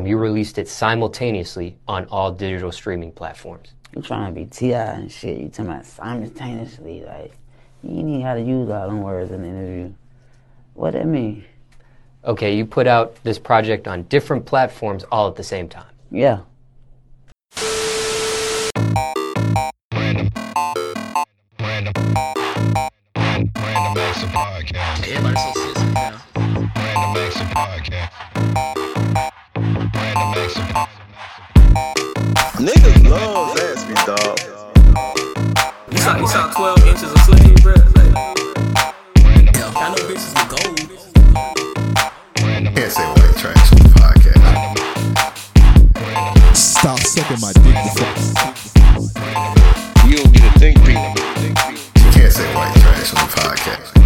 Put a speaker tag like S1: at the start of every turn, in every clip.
S1: You released it simultaneously on all digital streaming platforms.
S2: I'm trying to be Ti and shit. You talking about simultaneously? Like you need how to use all them words in the interview. What that mean?
S1: Okay, you put out this project on different platforms all at the same time.
S2: Yeah.
S3: Everybody so sensitive now.
S4: Niggas love Zaxby, dog.
S3: You saw, you saw 12 inches of sleeve, bro. Like, I know bitches with gold.
S5: Can't say white trash on the podcast.
S6: Stop sucking my dick.
S4: You don't get a think piece.
S5: You can't say white trash on the podcast.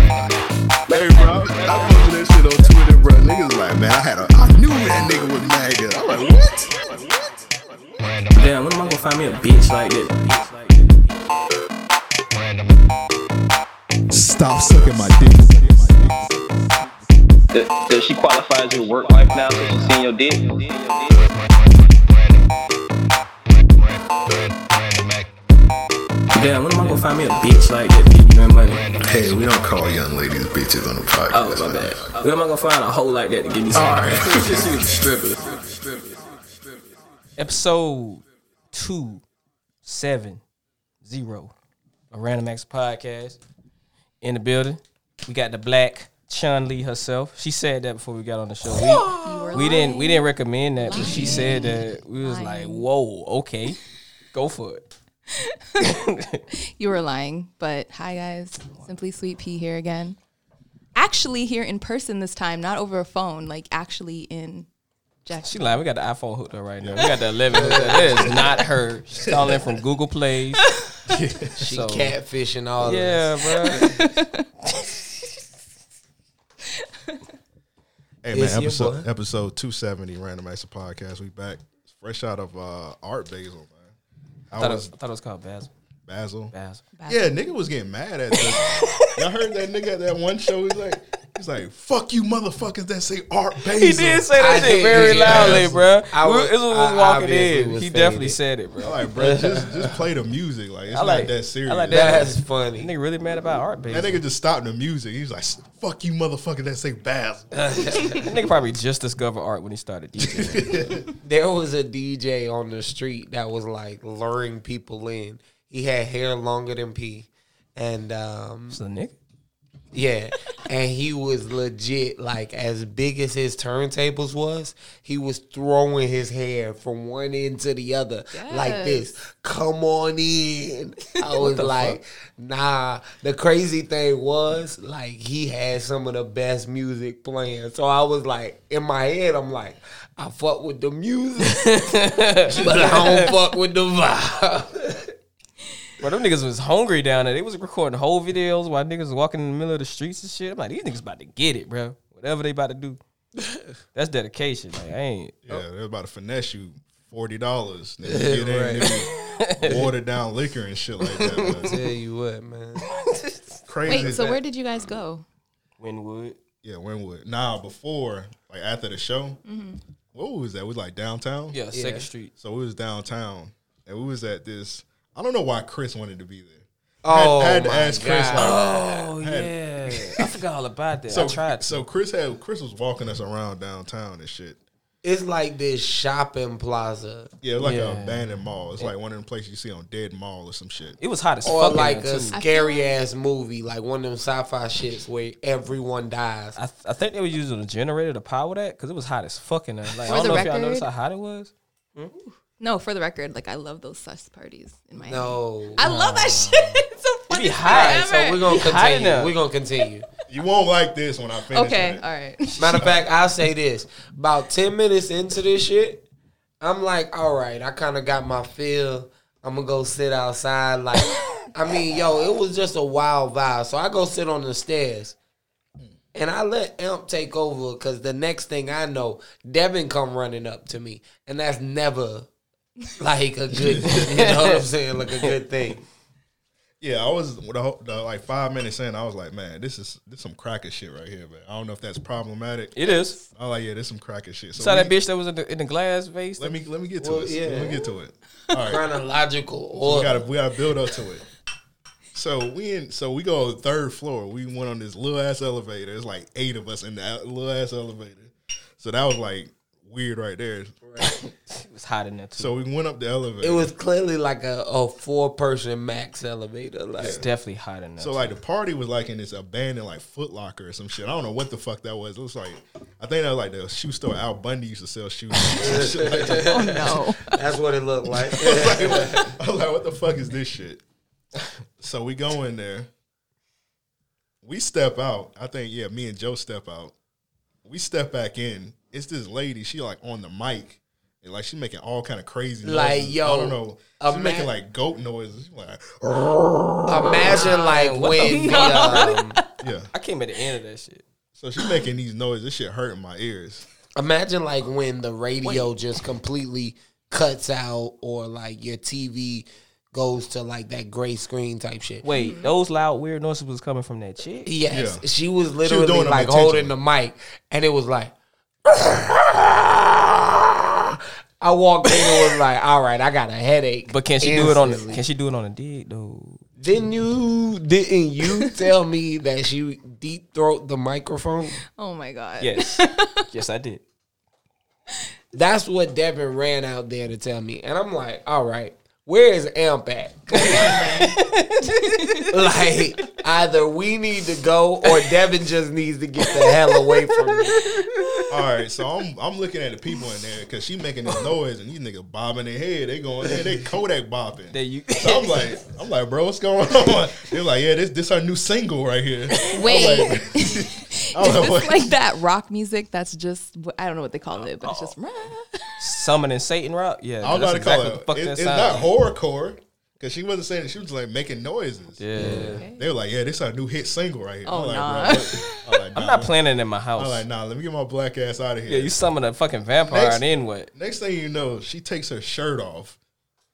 S5: Hey, bro, I posted that shit on Twitter, bro. Niggas like, man, I had a, I knew that nigga was mad. good. I'm like, what?
S3: Damn, when am I gonna find me a bitch like this?
S6: Stop sucking my dick.
S7: Does, does she qualify as your work wife now since she's seen your dick?
S3: Damn, when am I gonna find me a bitch like this? You know what I mean?
S5: Hey, we don't call young ladies bitches on the podcast.
S3: Oh, my bad. When am I gonna find a hoe like that to give me some?
S5: Alright.
S3: she was a stripper.
S8: episode two seven zero, a Random Acts podcast in the building. We got the black Chun Lee herself. She said that before we got on the show. We-
S9: You were
S8: We, didn't we
S9: lying.
S8: didn't recommend that, but she said that we was like, whoa, okay, go for it.
S9: You were lying. But hi, guys. Simply Sweet Pea here again. Actually, here in person this time, not over a phone. Like actually in
S8: She
S9: Jackson.
S8: lied. We got the iPhone hooked up right now. We got the 11 hooked up. That is not her. She's calling from Google Plays.
S10: She
S8: So-
S10: catfishing all
S8: Yeah,
S10: yeah.
S8: bro.
S6: Hey
S10: It's
S6: man,
S10: your
S6: episode
S10: boy.
S6: episode two seventy, Random Acts of Podcast. We back fresh out of uh, Art Basil, man. I,
S8: I thought, it was,
S6: was
S8: I thought it was called Basil.
S6: Basil.
S8: Basil.
S6: Yeah, nigga was getting mad at us. Y'all heard that nigga at that one show? He's like, he's like, fuck you, motherfuckers that say Art Basil.
S8: He did say that
S10: I
S8: shit
S10: did
S8: very
S10: hear that.
S8: loudly, bro.
S10: I
S8: we,
S10: was-
S8: this was
S10: I
S8: walking
S10: obviously
S8: in.
S10: was
S8: He definitely
S10: faded.
S8: said it,
S6: I'm
S8: bro.
S6: like, bro, just just play the music. Like, it's
S8: I like-
S6: not that serious.
S8: I like
S10: that. That's funny.
S8: Nigga really mad about art, baby.
S6: That
S8: That
S6: nigga just stopped the music. He was like, fuck you, motherfuckers that say Basil.
S8: nigga, probably just discovered art when he started DJing.
S10: There was a DJ on the street that was like luring people in. He had hair longer than P. And um
S8: so nigga,
S10: yeah, and he was legit like as big as his turntables was, he was throwing his hair from one end to the other like this. Come on in. I was like, nah. The crazy thing was like he had some of the best music playing. So I was like in my head I'm like I fuck with the music, but I don't fuck with the vibe.
S8: bro, them niggas was hungry down there. They was recording whole videos while niggas was walking in the middle of the streets and shit. I'm like, these niggas about to get it, bro. Whatever they about to do, that's dedication. Like, I ain't.
S6: Yeah, they're about to finesse you forty dollars. Get in, watered down liquor and shit like that. man.
S10: Tell you what, man.
S6: Crazy.
S9: Wait. So where did you guys go?
S8: Winwood.
S6: yeah, Winwood. Nah, before like after the show,
S8: Mm-hmm.
S6: what was that? It was like downtown.
S8: Yeah, Second Street.
S6: So we was downtown, and we was at this. I don't know why Chris wanted to be there.
S10: Oh,
S6: I had to
S10: my
S6: ask Chris.
S10: God.
S6: Like,
S8: Oh yeah, I forgot all about that. Oh, I
S6: so
S8: tried.
S6: so Chris had Chris was walking us around downtown and shit.
S10: It's like this shopping plaza.
S6: Yeah, it was like an
S8: Yeah.
S6: abandoned mall. It's like one of them places you see on Dead Mall or some shit.
S8: it was hot as
S10: Or
S8: fuck.
S10: like
S8: Like
S10: a
S8: too.
S10: scary ass movie, like one of them sci-fi shits where everyone dies.
S8: I, th- I think they were using a generator to power that because it was hot as fuck in there. Like,
S9: For
S8: I don't
S9: the
S8: know if y'all
S9: record-
S8: noticed how hot it was.
S9: No, for the record, like I love those sus parties in my
S8: Oh.
S10: No,
S9: I love that shit. it's so
S8: It
S9: funny.
S8: be hot.
S9: forever.
S10: so we're gonna
S8: high
S10: continue.
S8: enough.
S10: We're gonna continue.
S6: You won't like this when I finish.
S9: Okay.
S6: it.
S9: All right.
S10: Matter of fact, I'll say this: about ten minutes into this shit, I'm like, all right, I kind of got my feel. I'm gonna go sit outside. Like, I mean, yo, it was just a wild vibe. So I go sit on the stairs. And I let Amp take over because the next thing I know, Devin come running up to me, and that's never like a good, you know what I'm saying, like a good thing.
S6: Yeah, I was with the, whole- the like five minutes in, I was like, man, this is this some cracker shit right here, man. I don't know if that's problematic.
S8: It is.
S6: I was like, yeah, this some cracker shit.
S8: Saw
S6: we-
S8: that bitch that was in the, in the glass vase.
S6: Let me let me get to
S10: Well,
S6: it.
S10: yeah.
S6: Let me get to it. All right.
S10: Chronological
S6: So we
S10: order.
S6: gotta we gotta build up to it. So we in so we go to the third floor. We went on this little ass elevator. It's like eight of us in the little ass elevator. So that was like weird right there.
S8: It was hot in there too.
S6: So we went up the elevator.
S10: it was clearly like a, a four person max elevator. Like
S8: it's definitely hot in there.
S6: So like the party was like in this abandoned like Foot Locker or some shit. I don't know what the fuck that was. It was like I think that was like the shoe store Al Bundy used to sell shoes. Shit like that.
S9: Oh no.
S10: that's what it looked like.
S6: I was like, what the fuck is this shit? So we go in there. We step out. I think, yeah, me and Joe step out. We step back in. It's this lady. She like on the mic. And like she making all kind of crazy noises.
S10: Like,
S6: I
S10: yo,
S6: don't know.
S10: a
S6: She's
S10: man-
S6: making like goat noises. She like,
S10: Imagine like when the, um,
S6: yeah.
S8: I came at the end of that shit.
S6: So she making these noises. This shit hurting my ears.
S10: imagine like when the radio just completely cuts out or like your TV goes to like that gray screen type shit.
S6: Mm-hmm.
S8: Wait, those loud weird noises was coming from that chick.
S10: Yes,
S6: Yeah.
S10: she was literally
S6: doing them
S10: like holding the mic, and it was like. I walked in and was like, "All right, I got a headache."
S8: But can she do it on? The,
S10: Instantly.
S8: can she do it on a dig though?
S10: Didn't you? Didn't you tell me that she deep throat the microphone?
S9: Oh my god.
S8: Yes, yes, I did.
S10: That's what Devin ran out there to tell me, and I'm like, "All right, where is Amp at?" like either we need to go or Devin just needs to get the hell away from me.
S6: All right, so I'm I'm looking at the people in there because she making this noise and these niggas bobbing their head. They going there, they Kodak bopping.
S8: There you.
S6: So I'm like, I'm like, bro, what's going on? They're like, yeah, this this our new single right here.
S9: Wait.
S6: I'm like, I'm
S9: It's
S6: like, what?
S9: like that rock music that's just I don't know what they call it, but it's just
S8: summoning Satan rock. Yeah,
S6: I was
S8: that's
S6: about to
S8: exactly
S6: call it.
S8: what the fuck
S6: it-
S8: that
S6: it's
S8: sound
S6: not
S8: like.
S6: horrorcore because she wasn't saying it. She was like making noises.
S8: Yeah,
S6: They were like, yeah, this our new hit single right here.
S9: Oh,
S6: I'm like,
S9: nah.
S6: bro, what? I'm like, nah,
S8: I'm not playing it in my house.
S6: I'm like, nah, let me get my black ass out of here.
S8: yeah, you summon a fucking vampire
S6: Next-
S8: and then what?
S6: Next thing you know, she takes her shirt off.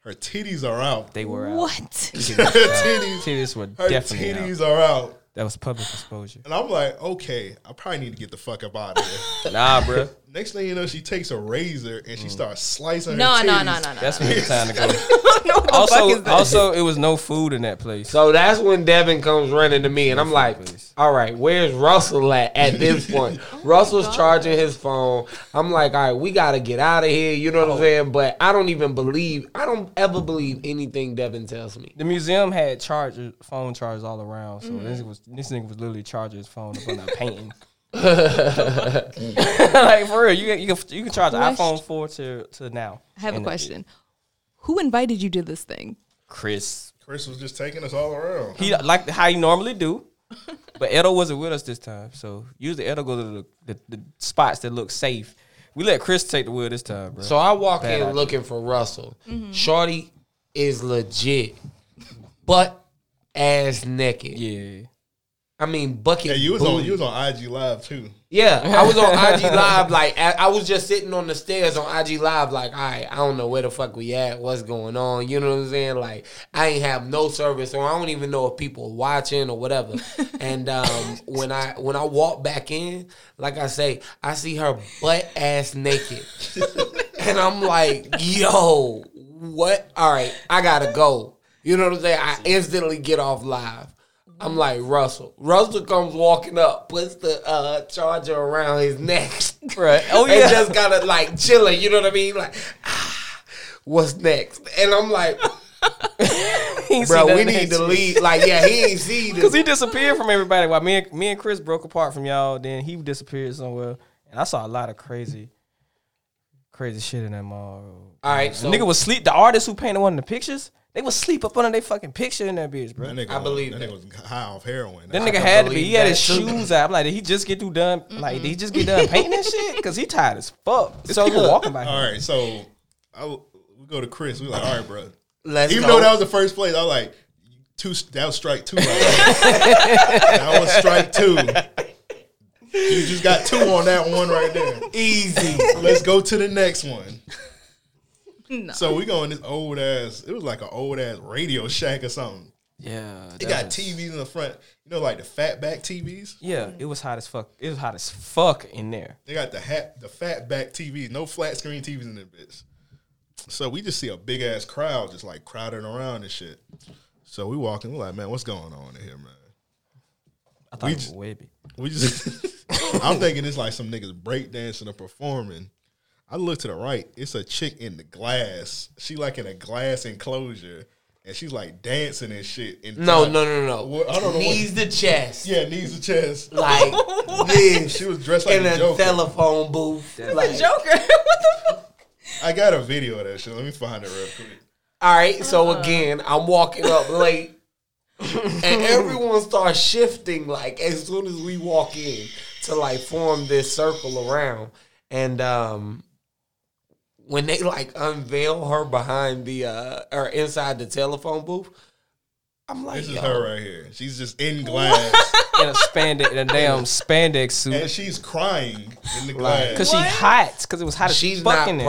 S6: Her titties are out.
S8: They were out.
S9: what?
S6: her titties,
S8: Titties were
S6: her
S8: definitely out.
S6: titties are out.
S8: That was public exposure.
S6: And I'm like, okay, I probably need to get the fuck up out of here.
S8: Nah, bruh.
S6: Next thing you know, she takes a razor and she
S10: Mm.
S6: starts slicing
S9: No,
S6: her
S9: no,
S6: titties.
S9: no, no, no.
S8: That's when it's time to go.
S9: no, what the fuck is
S8: Also,
S9: that?
S8: also, it was no food in that place.
S10: So that's when Devin comes running to me, and I'm like, "All right, where's Russell at at this
S6: Oh
S10: point?" Russell's charging his phone. I'm like, "All right, we gotta get out of here." You know
S6: Oh.
S10: what I'm saying? But I don't even believe. I don't ever believe anything Devin tells me.
S8: the museum had chargers, phone chargers all around. So this
S10: Mm-hmm.
S8: was this nigga was literally charging his phone up on that painting. like for real, you can- you can you can charge an
S9: Question.
S8: iPhone four to to now.
S9: I have a
S8: And uh,
S9: question. Who invited you to this thing?
S8: Chris,
S6: Chris was just taking us all around.
S8: he like how he normally do, but Edo wasn't with us this time. So usually Edo go to the, the, the spots that look safe. We let Chris take the wheel this time, bro.
S10: So I walk
S8: Bad
S10: in
S8: idea.
S10: looking for Russell. Shorty is legit, but ass naked.
S8: yeah,
S10: I mean, bucket.
S6: Yeah, you was
S10: booty.
S6: on you was on IG Live too.
S10: Yeah, I was on IG Live. Like, I I was just sitting on the stairs on IG Live. Like, all right, I don't know where the fuck we at. What's going on? You know what I'm saying? Like, I ain't have no service, or I don't even know if people watching or whatever. And um, when I when I walk back in, like I say, I see her butt ass naked, and I'm like, yo, what? All right, I gotta go. You know what I'm saying? I instantly get off live. I'm like Russell. Russell comes walking up, puts the uh, charger around his neck,
S8: Bruh, oh, yeah.
S10: and just kind of like chilling. You know what I mean? Like, ah, what's next? And I'm like, bro, we need to leave. Like, yeah, he ain't see
S8: Cause
S10: this.
S8: he disappeared from everybody. While me and me and Chris broke apart from y'all, then he disappeared somewhere, and I saw a lot of crazy, crazy shit in that mall.
S10: All right, so
S8: the nigga was sleep. The artist who painted one of the pictures, they was sleep up under their fucking picture in that bitch, bro.
S6: That nigga,
S10: I believe
S6: that,
S10: that.
S6: nigga was high off heroin.
S8: That
S6: I
S8: nigga
S10: can
S8: had to be.
S10: believe
S8: He had his
S10: that, too.
S8: shoes out. I'm like, did he just get through done? Like, did he just get done painting that shit? Cause he tired as fuck. There's
S10: So
S8: people
S10: look,
S8: walking by. him.
S6: All right, so I, we go to Chris. We like, all right, bro.
S10: let's
S6: Even
S10: go.
S6: though that was the first place, I was like two. That was strike two. Right there. that was strike two. You just got two on that one right there.
S10: easy.
S6: Let's go to the next one. So we go in this old ass. It was like an old ass Radio Shack or something.
S8: Yeah,
S6: They
S8: that
S6: got
S8: was-
S6: TVs in the front. You know, like the fat back TVs.
S8: Yeah, it was hot as fuck. It was hot as fuck in there.
S6: They got the hat, the fat back TVs, no flat screen TVs in them bitch. So we just see a big ass crowd just like crowding around and shit. So we walking, we're like, man, what's going on in here, man?
S8: I thought
S6: We
S8: it was
S6: ju-
S8: way big.
S6: We just, I'm thinking it's like some niggas breakdancing or performing. I look to the right, it's a chick in the glass. She like in a glass enclosure, and she's like dancing and shit. And
S10: No, no, no, no.
S6: Well, I don't know.
S10: Knees
S6: What,
S10: to chest.
S6: yeah, knees to chest.
S10: Like this.
S6: She was dressed like
S10: in
S6: the
S10: a
S6: Joker.
S10: telephone booth. Like,
S9: Joker.
S6: I got a video of that shit. Let me find it real quick.
S10: all right,
S8: Uh-huh.
S10: so again, I'm walking up late. and everyone starts shifting like as soon as we walk in to like form this circle around. And um when they like unveil her behind the uh or inside the telephone booth, I'm like,
S6: This is
S10: yo,
S6: her right here. She's just in glass
S8: In a spandex, in a damn spandex
S6: and
S8: suit.
S6: she's crying in the
S10: Right.
S6: glass.
S8: Cause she hot. Cause it was hot as
S10: she's
S8: fuck
S10: not
S8: in there.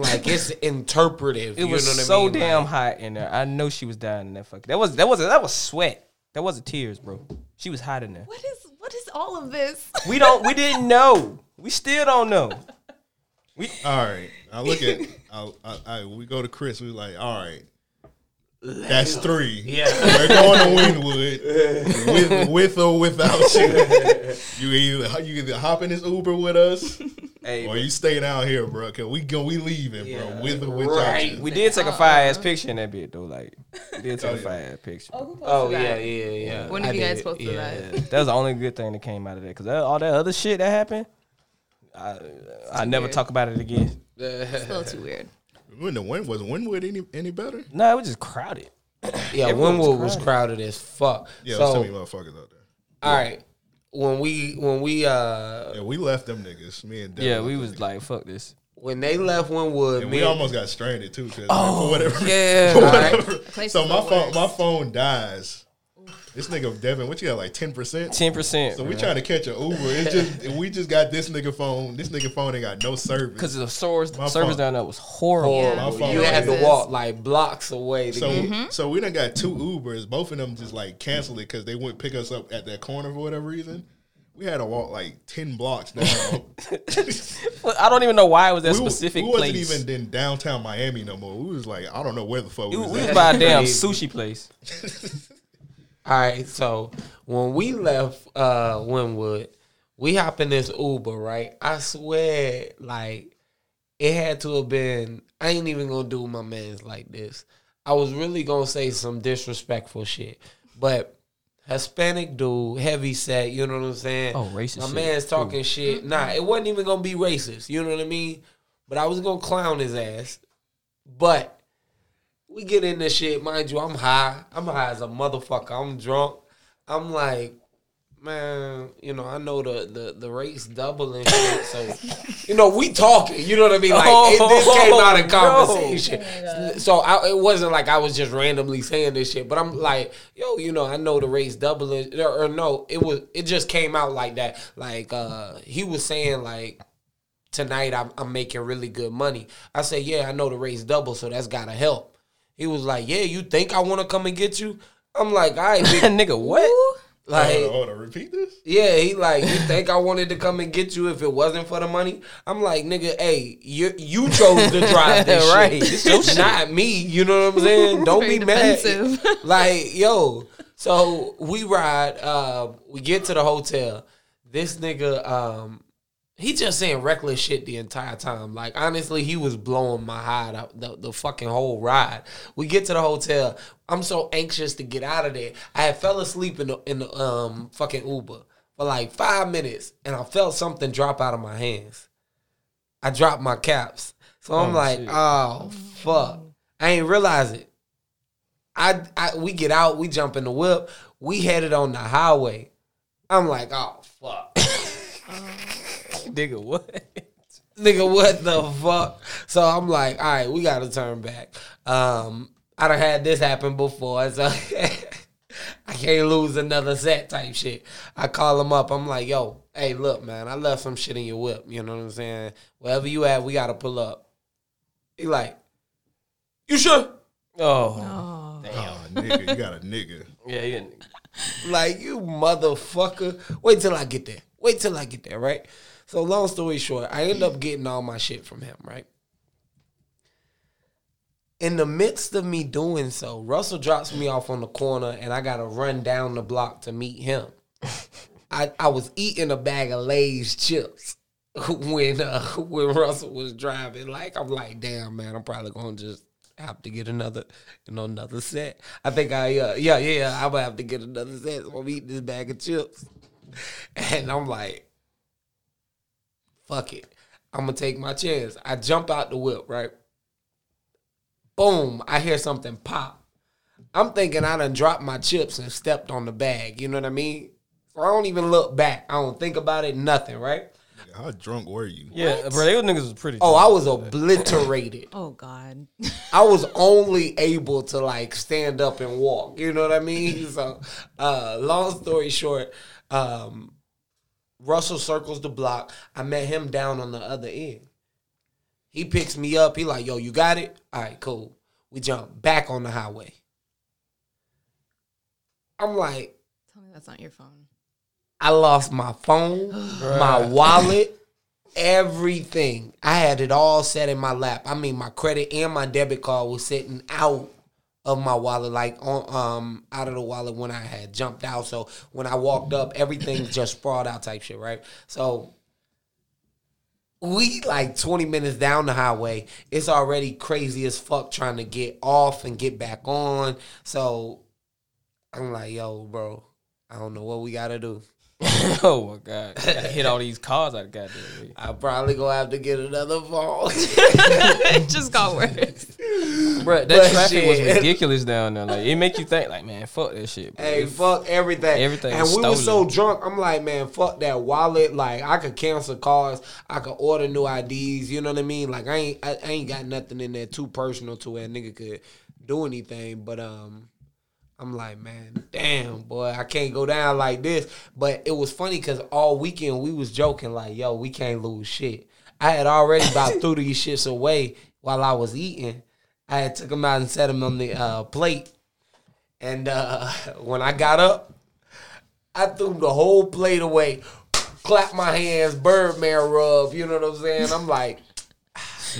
S10: like it's interpretive.
S8: It
S10: you
S8: was
S10: know what I
S8: so
S10: mean? Like,
S8: damn hot in there. I know she was dying in that fucking. That was that was that was sweat. That wasn't tears, bro. She was hot in there.
S9: What is what is all of this?
S8: We don't. We didn't know. We still don't know.
S6: all right, I look at. I, I, I we go to Chris. We like, all right, that's three. Yeah, we're going to Winwood with, with or without you. You either you either hop in this Uber with us
S8: Hey,
S6: or you staying out here, bro. Cause we go, we leaving, bro. With or without
S10: Right.
S6: you.
S8: we did
S10: Uh-uh.
S8: take a fire ass picture in that bit though. Like, we did take a fire ass picture.
S9: Oh, who posted
S10: Oh yeah,
S9: that?
S10: yeah, yeah.
S9: When did
S10: I
S9: you guys
S10: did,
S9: post
S10: yeah.
S9: that?
S8: That was the only good thing that came out of that. Cause that, all that other shit that happened, I I never
S9: weird.
S8: talk about it again.
S9: It's a little too weird.
S6: When the wind was Winwood any any better?
S8: No, nah, it was just crowded.
S10: Yeah,
S8: Everyone was
S10: Winwood was crowded as fuck.
S6: Yeah, so,
S10: so
S6: tell me motherfuckers out there.
S10: all right, when we when we uh
S6: Yeah, we left them niggas. Me and Devin
S8: Yeah,
S6: left
S8: we
S6: them
S8: was
S6: niggas.
S8: like, fuck this.
S10: when they left Winwood,
S6: And
S10: me,
S6: we almost got stranded too, because for whatever.
S8: Oh, Yeah.
S6: for
S10: Alright.
S6: whatever-
S9: Place
S6: So
S9: is
S6: my
S9: the
S6: phone,
S9: worst.
S6: my phone dies. This nigga Devin, what you got like ten percent?
S8: Ten percent.
S6: So we trying to catch an Uber. It's just we just got this nigga phone. This nigga phone ain't got no service.
S8: Cause the source
S6: My
S8: service
S6: fault.
S8: down there was horrible.
S10: Horrible.
S6: My phone
S10: you had to
S9: dies.
S10: walk like blocks away. To
S6: so
S10: get,
S9: Mm-hmm.
S6: so we done got two Ubers. Both of them just like canceled it because they wouldn't pick us up at that corner for whatever reason. We had to walk like ten blocks down.
S8: But I don't even know why it was that
S6: we, wa-
S8: specific
S6: we
S8: place.
S6: wasn't even in downtown Miami no more. We was like I don't know where the fuck we
S8: we,
S6: was
S8: we was
S6: at.
S8: by a damn sushi place.
S10: all right, so when we left uh Winwood, we hop in this Uber, right? I swear, like it had to have been. I ain't even gonna do my man's like this. I was really gonna say some disrespectful shit, but Hispanic dude, heavy set. You know what I'm saying?
S8: Oh, racist
S10: My
S8: shit.
S10: man's talking shit. Nah, it wasn't even gonna be racist. You know what I mean? But I was gonna clown his ass. But we get in this shit, mind you. I'm high. I'm high as a motherfucker. I'm drunk. I'm like, man, you know, I know the the, the rate's double and shit. So, you know, we talking. You know what I mean? Like it, this came out of conversation. so I, it wasn't like I was just randomly saying this shit. But I'm like, yo, you know, I know the rate's doubling. Or, or no, it was it just came out like that. Like uh he was saying like. Tonight I'm, I'm making really good money. I said, yeah, I know the rate's double, so that's gotta help. He was like, yeah, you think I want to come and get you? I'm like, all right, big-
S8: Nigga, what?
S10: like
S6: Hold on, hold on, repeat this.
S10: yeah, he like, you think I wanted to come and get you if it wasn't for the money? I'm like, nigga, hey, you you chose to drive this
S8: Right,
S10: shit.
S8: this your shit.
S10: Not me, you know what I'm saying? Don't
S9: Very
S10: be mad.
S9: defensive.
S10: like, yo. So we ride, uh, we get to the hotel. This nigga, um, he just saying reckless shit the entire time. Like honestly, he was blowing my hide out the, the fucking whole ride. We get to the hotel. I'm so anxious to get out of there. I had fell asleep in the in the um fucking Uber for like five minutes, and I felt something drop out of my hands. I dropped my caps, so I'm like, oh fuck, I ain't realize it. I, I we get out, we jump in the whip, we headed on the highway. I'm like, oh fuck.
S8: Nigga, what?
S10: nigga, what the fuck? So I'm like, all right, we gotta turn back. Um, I done had this happen before, so I can't lose another set type shit. I call him up, I'm like, yo, hey, look, man, I left some shit in your whip. You know what I'm saying? Wherever you at, we gotta pull up. He like, you sure?
S8: Oh,
S6: Oh nigga. You got a nigga.
S8: Yeah, yeah.
S10: Like you motherfucker. Wait till I get there. Wait till I get there, right? So long story short, I end up getting all my shit from him, right? In the midst of me doing so, Russell drops me off on the corner and I gotta run down the block to meet him. I, I was eating a bag of Lay's chips when uh, when Russell was driving. Like I'm like, damn man, I'm probably gonna just have to get another you know another set. I think I uh, yeah yeah I'm gonna have to get another set. So I'm eating this bag of chips, and I'm like, fuck it, I'm gonna take my chance. I jump out the whip right. Boom! I hear something pop. I'm thinking I done dropped my chips and stepped on the bag. You know what I mean? So I don't even look back. I don't think about it. Nothing, right?
S6: Nigga, How drunk were you?
S8: Yeah, bro, they niggas was pretty.
S10: Oh, I
S8: drunk.
S10: was obliterated.
S9: Oh God.
S10: I was only able to like stand up and walk. You know what I mean? So, uh, long story short, um, Russell circles the block. I met him down on the other end. He picks me up. He like, yo, you got it? All right, cool. We jump back on the highway. I'm like,
S9: Tell me that's not your phone.
S10: I lost my phone, my wallet, everything. I had it all set in my lap. I mean, my credit and my debit card was sitting out of my wallet, like on um out of the wallet when I had jumped out. So when I walked up, everything just sprawled out type shit, right? So we like 20 minutes down the highway. It's already crazy as fuck trying to get off and get back on. So I'm like, yo, bro, I don't know what we gotta do.
S8: oh my god, I gotta hit all these cars out of goddamn. way.
S10: I probably gonna have to get another phone.
S9: It just got worse.
S8: Bro, that
S10: But
S8: traffic was
S10: shit.
S8: ridiculous down there. Like it make you think, like man, fuck that shit. Bro.
S10: hey, fuck everything.
S8: Everything
S10: And
S8: was
S10: we were
S8: stolen.
S10: so drunk. I'm like, man, fuck that wallet. Like, I could cancel cars. I could order new IDs. You know what I mean? Like, I ain't, I, I ain't got nothing in there too personal to where a nigga could do anything. But um, I'm like, man, damn, boy, I can't go down like this. But it was funny because all weekend we was joking like, yo, we can't lose shit. I had already about threw these shits away while I was eating. I had took them out and set them on the uh, plate. And uh, when I got up, I threw the whole plate away, clapped my hands, Birdman rub. You know what I'm saying? I'm like,